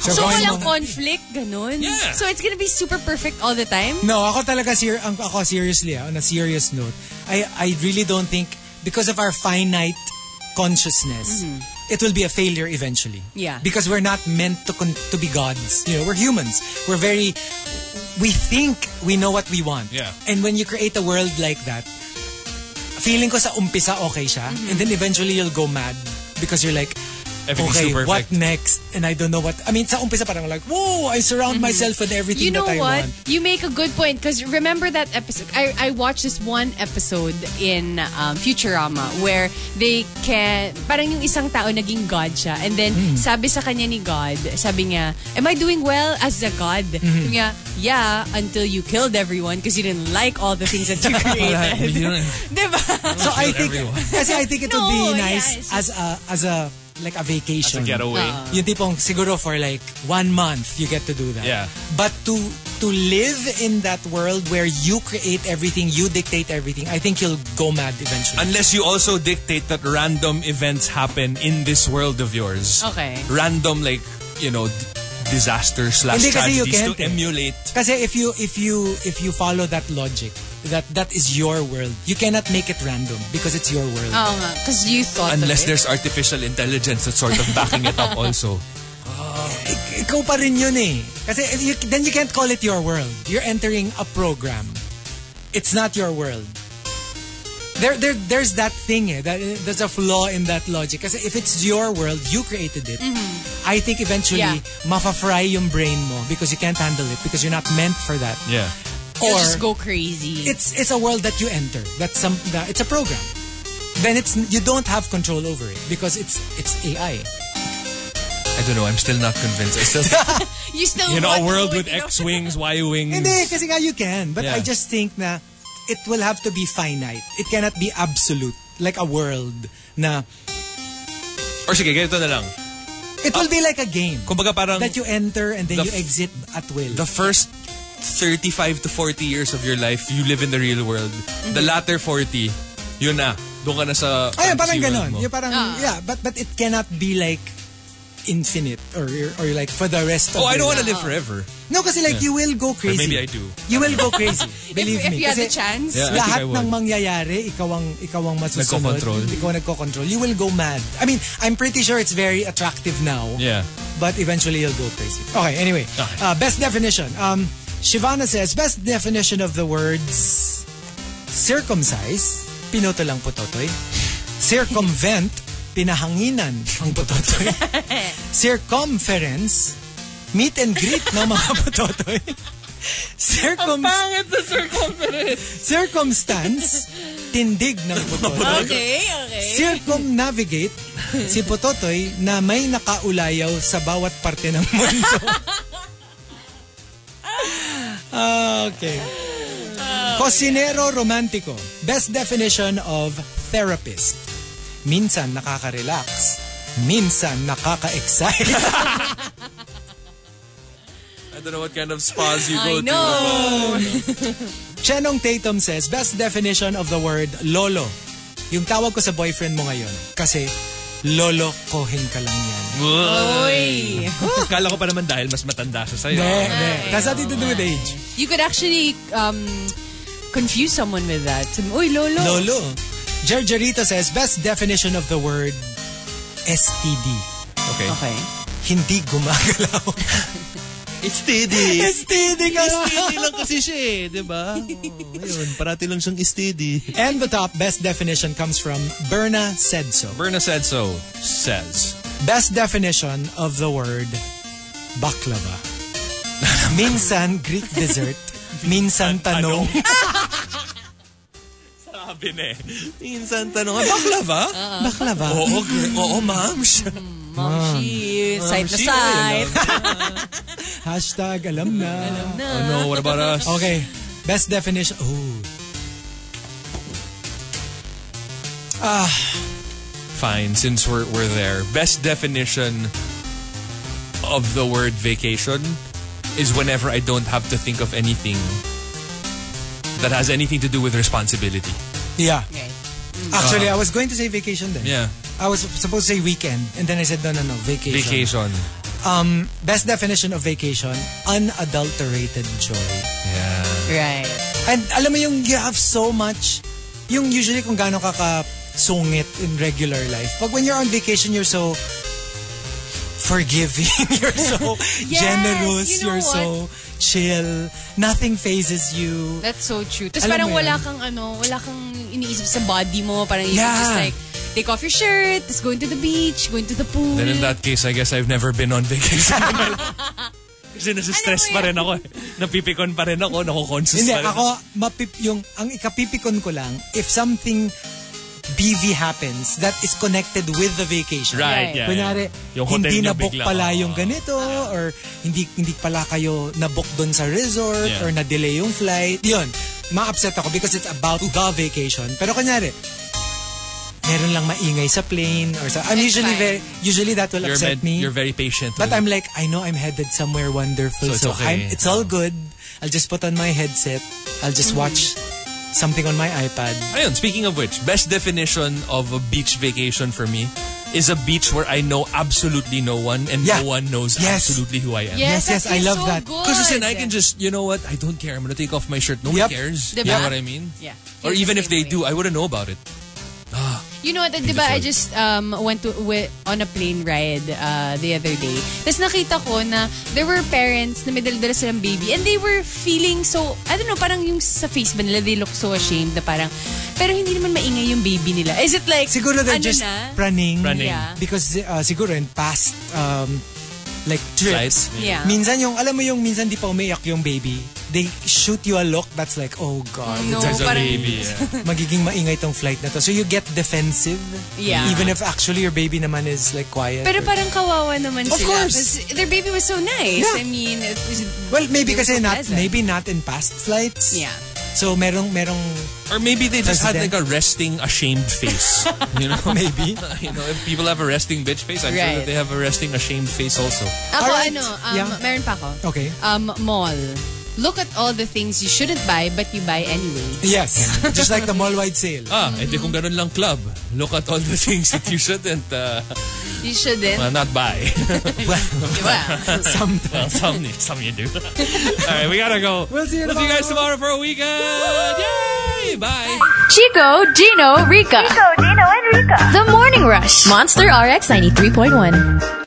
So,
kung
walang
ano-
conflict, ganun.
Yeah.
So, it's gonna be super perfect all the time?
No, ako talaga ser- ang- ako seriously, ah, on a serious note, I I really don't think because of our finite consciousness, it will be a failure eventually.
Mm. Yeah.
Because we're not meant to con- to be gods. You know, we're humans. We're very we think we know what we want.
Yeah.
And when you create a world like that, feeling ko sa umpisa okay siya,
Mm-hmm.
and then eventually you'll go mad because you're like
Everything's
okay,
too perfect.
what next? And I don't know what. I mean, sa umpisa parang like, whoa, I surround myself with everything
Mm-hmm. You know
that I
what?
want.
You make a good point because remember that episode. I, I watched this one episode in um, Futurama where they can parang yung isang tao naging god siya and then
Hmm.
sabi sa kanya ni God, sabi niya, "Am I doing well as a god?"
Mm-hmm.
Sabi niya, "Yeah, until you killed everyone because you didn't like all the things that you created." diba?
So I think
everyone.
kasi I think it would
No,
be
yeah,
nice
it's
as a as a like a vacation.
Getaway.
Yung tipong siguro for like one month you get to do that.
Yeah.
But to to live in that world where you create everything, you dictate everything, I think you'll go mad eventually.
Unless you also dictate that random events happen in this world of yours.
Okay.
Random like, you know, d- disaster slash
Hindi kasi you
tragedies to
can't eh.
emulate.
Kasi if you if you if you follow that logic, that that is your world. You cannot make it random because it's your world.
Oo nga, because Oh, you thought of
Unless
it.
there's artificial intelligence that's sort of backing it up also.
Ik- ikaw pa rin yun eh. Kasi if you, then you can't call it your world. You're entering a program. It's not your world. There, there, there's that thing eh. That, there's a flaw in that logic. Kasi if it's your world, you created it. I think eventually,
Mm-hmm. Yeah.
mafa-fry yung brain mo because you can't handle it because you're not meant for that.
Yeah.
You'll
Or
just go crazy.
it's it's a world that you enter. That's some. That, it's a program. Then it's you don't have control over it because it's it's AI.
I don't know, I'm still not convinced. I still
you still
you know, a
want
world
to
with
go, you know?
X Wings, Y Wings.
Hindi, kasi nga you can. But I
Yeah.
just think na it will have to be finite. It cannot be absolute. Like a world na...
Or sige, ganito na lang.
It will be like a game.
Kumbaga parang
that you enter and then
the
you
f-
exit at will.
the first 35 to 40 years of your life, you live in the real world.
Mm-hmm.
The latter 40, yun na. Doon ka na sa
Ay,
fantasy
Oh, parang
world
ganon.
mo.
Yung parang,
Ah.
yeah, but but it cannot be like infinite or or like for the rest of
Oh, I
your
don't want to live forever.
No, kasi like you will go crazy.
maybe I do.
You will go crazy. Believe
if
me.
you had
Kasi
the chance.
Yeah, I think
lahat
I would.
ng mangyayari, ikaw ang, ikaw ang masusunod.
Nagko-control.
Ikaw ang nagko-control. You will go mad. I mean, I'm pretty sure it's very attractive now.
Yeah.
But eventually you'll go crazy. Okay, anyway.
Okay.
Uh, best definition. Um, Shivana says, best definition of the words circumcise, pinoto lang putotoy. Circumvent, pinahanginan ang putotoy. Circumference, meet and greet ng mga putotoy. Circum circumstance, tindig ng putotoy.
Okay, okay.
Circumnavigate si Pototoy na may nakaulayaw sa bawat parte ng mundo. Ah, okay. Cosinero romantico. Best definition of therapist. Minsan nakaka-relax. Minsan nakaka-excite.
I don't know what kind of spas you
I
go to.
know.
Chenong Tatum says, best definition of the word lolo. Yung tawag ko sa boyfriend mo ngayon. Kasi lolo kohin ka lang yan.
Oy.
Kala ko pa naman dahil mas matanda siya sa'yo.
Ne, ne. That's nothing to do with age.
You could actually um, confuse someone with that. Uy, lolo.
Lolo. Jerjerita says, best definition of the word STD.
Okay.
Okay.
Hindi gumagalaw.
It's steady.
STD ka
steady lang kasi siya eh, di ba? Oh, ayun, parati lang siyang steady.
And the top best definition comes from Berna said so.
Berna said so, says.
Best definition of the word baklava. Minsan Greek dessert, minsan tanong.
Sabi na eh. Minsan tanong, ah, bakla ba?
Uh-uh.
Baklava.
Oo, gr- oo, ma'am. siya.
Mom, she, side to
Siya,
side.
ayun lang.
Hashtag alam na.
Oh no, what about us?
Okay. Best definition. Ooh.
Fine, since we're, we're there. Best definition of the word vacation is whenever I don't have to think of anything that has anything to do with responsibility.
Yeah.
Okay.
Actually, I was going to say vacation then.
Yeah.
I was supposed to say weekend, and then I said no, no, no, vacation.
Vacation.
Best definition of vacation: unadulterated joy.
Yeah.
Right.
And alam mo yung you have so much. Yung usually kung gaano ka ka sungit in regular life. Pag when you're on vacation, you're so forgiving. you're so
Yes,
generous.
you know
are so chill. Nothing phases you.
That's so true. Tapos
Alam
parang
mo yan.
wala kang ano, wala kang iniisip sa body mo. Parang you
Yeah.
just like, take off your shirt, tapos going to the beach, going to the pool.
Then in that case, I guess I've never been on vacation. Kasi
Alam
nasistress
mo
pa rin ako eh. Napipikon pa rin ako, nakukonsus
Hindi,
pa rin.
ako, mapip, yung, ang ikapipikon ko lang, if something BV happens that is connected with the vacation.
Right, yeah.
Kunyari,
yeah. Yung hotel
hindi
niya ah.
na book
bigla.
pala yung ganito or hindi hindi pala kayo na book doon sa resort or
Yeah.
na-delay yung flight. Yun, ma-upset ako because it's about the vacation. Pero kunyari, meron lang maingay sa plane or sa... I'm
It's
usually very...
fine.
Usually that will
You're,
upset
med-
me.
you're very patient.
But I'm like, I know I'm headed somewhere wonderful.
So it's
So,
okay.
I'm, it's all good. I'll just put on my headset. I'll just
Mm-hmm.
watch something on my iPad.
Ayun, speaking of which, best definition of a beach vacation for me is a beach where I know absolutely no one and
Yeah.
no one knows
Yes.
absolutely who I am.
Yes, yes, I love that.
Because then I can just, you know what, I don't care. I'm going to take off my shirt. No
Yep.
one cares.
Diba?
You know what I mean?
Yeah.
Or
Feels
even
the
if they
same way.
do, I wouldn't know about it.
You know what, di ba, I just um, went to, wi- on a plane ride uh, the other day. Tapos nakita ko na there were parents na may dala silang baby and they were feeling so, I don't know, parang yung sa face ba nila, they look so ashamed na parang, pero hindi naman maingay yung baby nila. Is it like,
Siguro they're
ano
just
na?
running.
Mm,
Running.
Yeah.
Because uh, siguro in past um, like trips,
Flights?
Yeah.
minsan yung, alam mo yung minsan di pa umiyak yung baby, they shoot you a look that's like, oh God,
No,
There's a
parang-
baby. yeah.
magiging maingay tong flight na to. So you get defensive.
Yeah.
Even if actually your baby naman is like quiet. or-
Pero parang kawawa naman
Of
sila.
course.
Kasi Their baby was so nice.
Yeah.
I mean, it was,
well, maybe
they were
kasi
so
not,
pleasant.
maybe not in past flights.
Yeah.
So merong merong
Or maybe they just had
President.
like a resting, ashamed face. You know?
maybe.
you know, if people have a resting bitch face, I'm sure
Right.
that they have a resting, ashamed face also.
Ako
Alright.
ano, um,
Yeah.
meron pa ako.
Okay.
Um, mall. Look at all the things you shouldn't buy but you buy anyway.
Yes. just like the mall wide sale.
Ah, eh di kung ganun lang club, look at all the things that you shouldn't, uh,
You shouldn't.
well, not buy.
Di ba?
well, some, some you do. All right, we gotta go.
We'll see you
We'll see you guys
tomorrow.
tomorrow for a weekend. Yay! Bye.
Chico, Gino, Rika.
Go, Dino and Rika.
The Morning Rush.
Monster RX 93.1.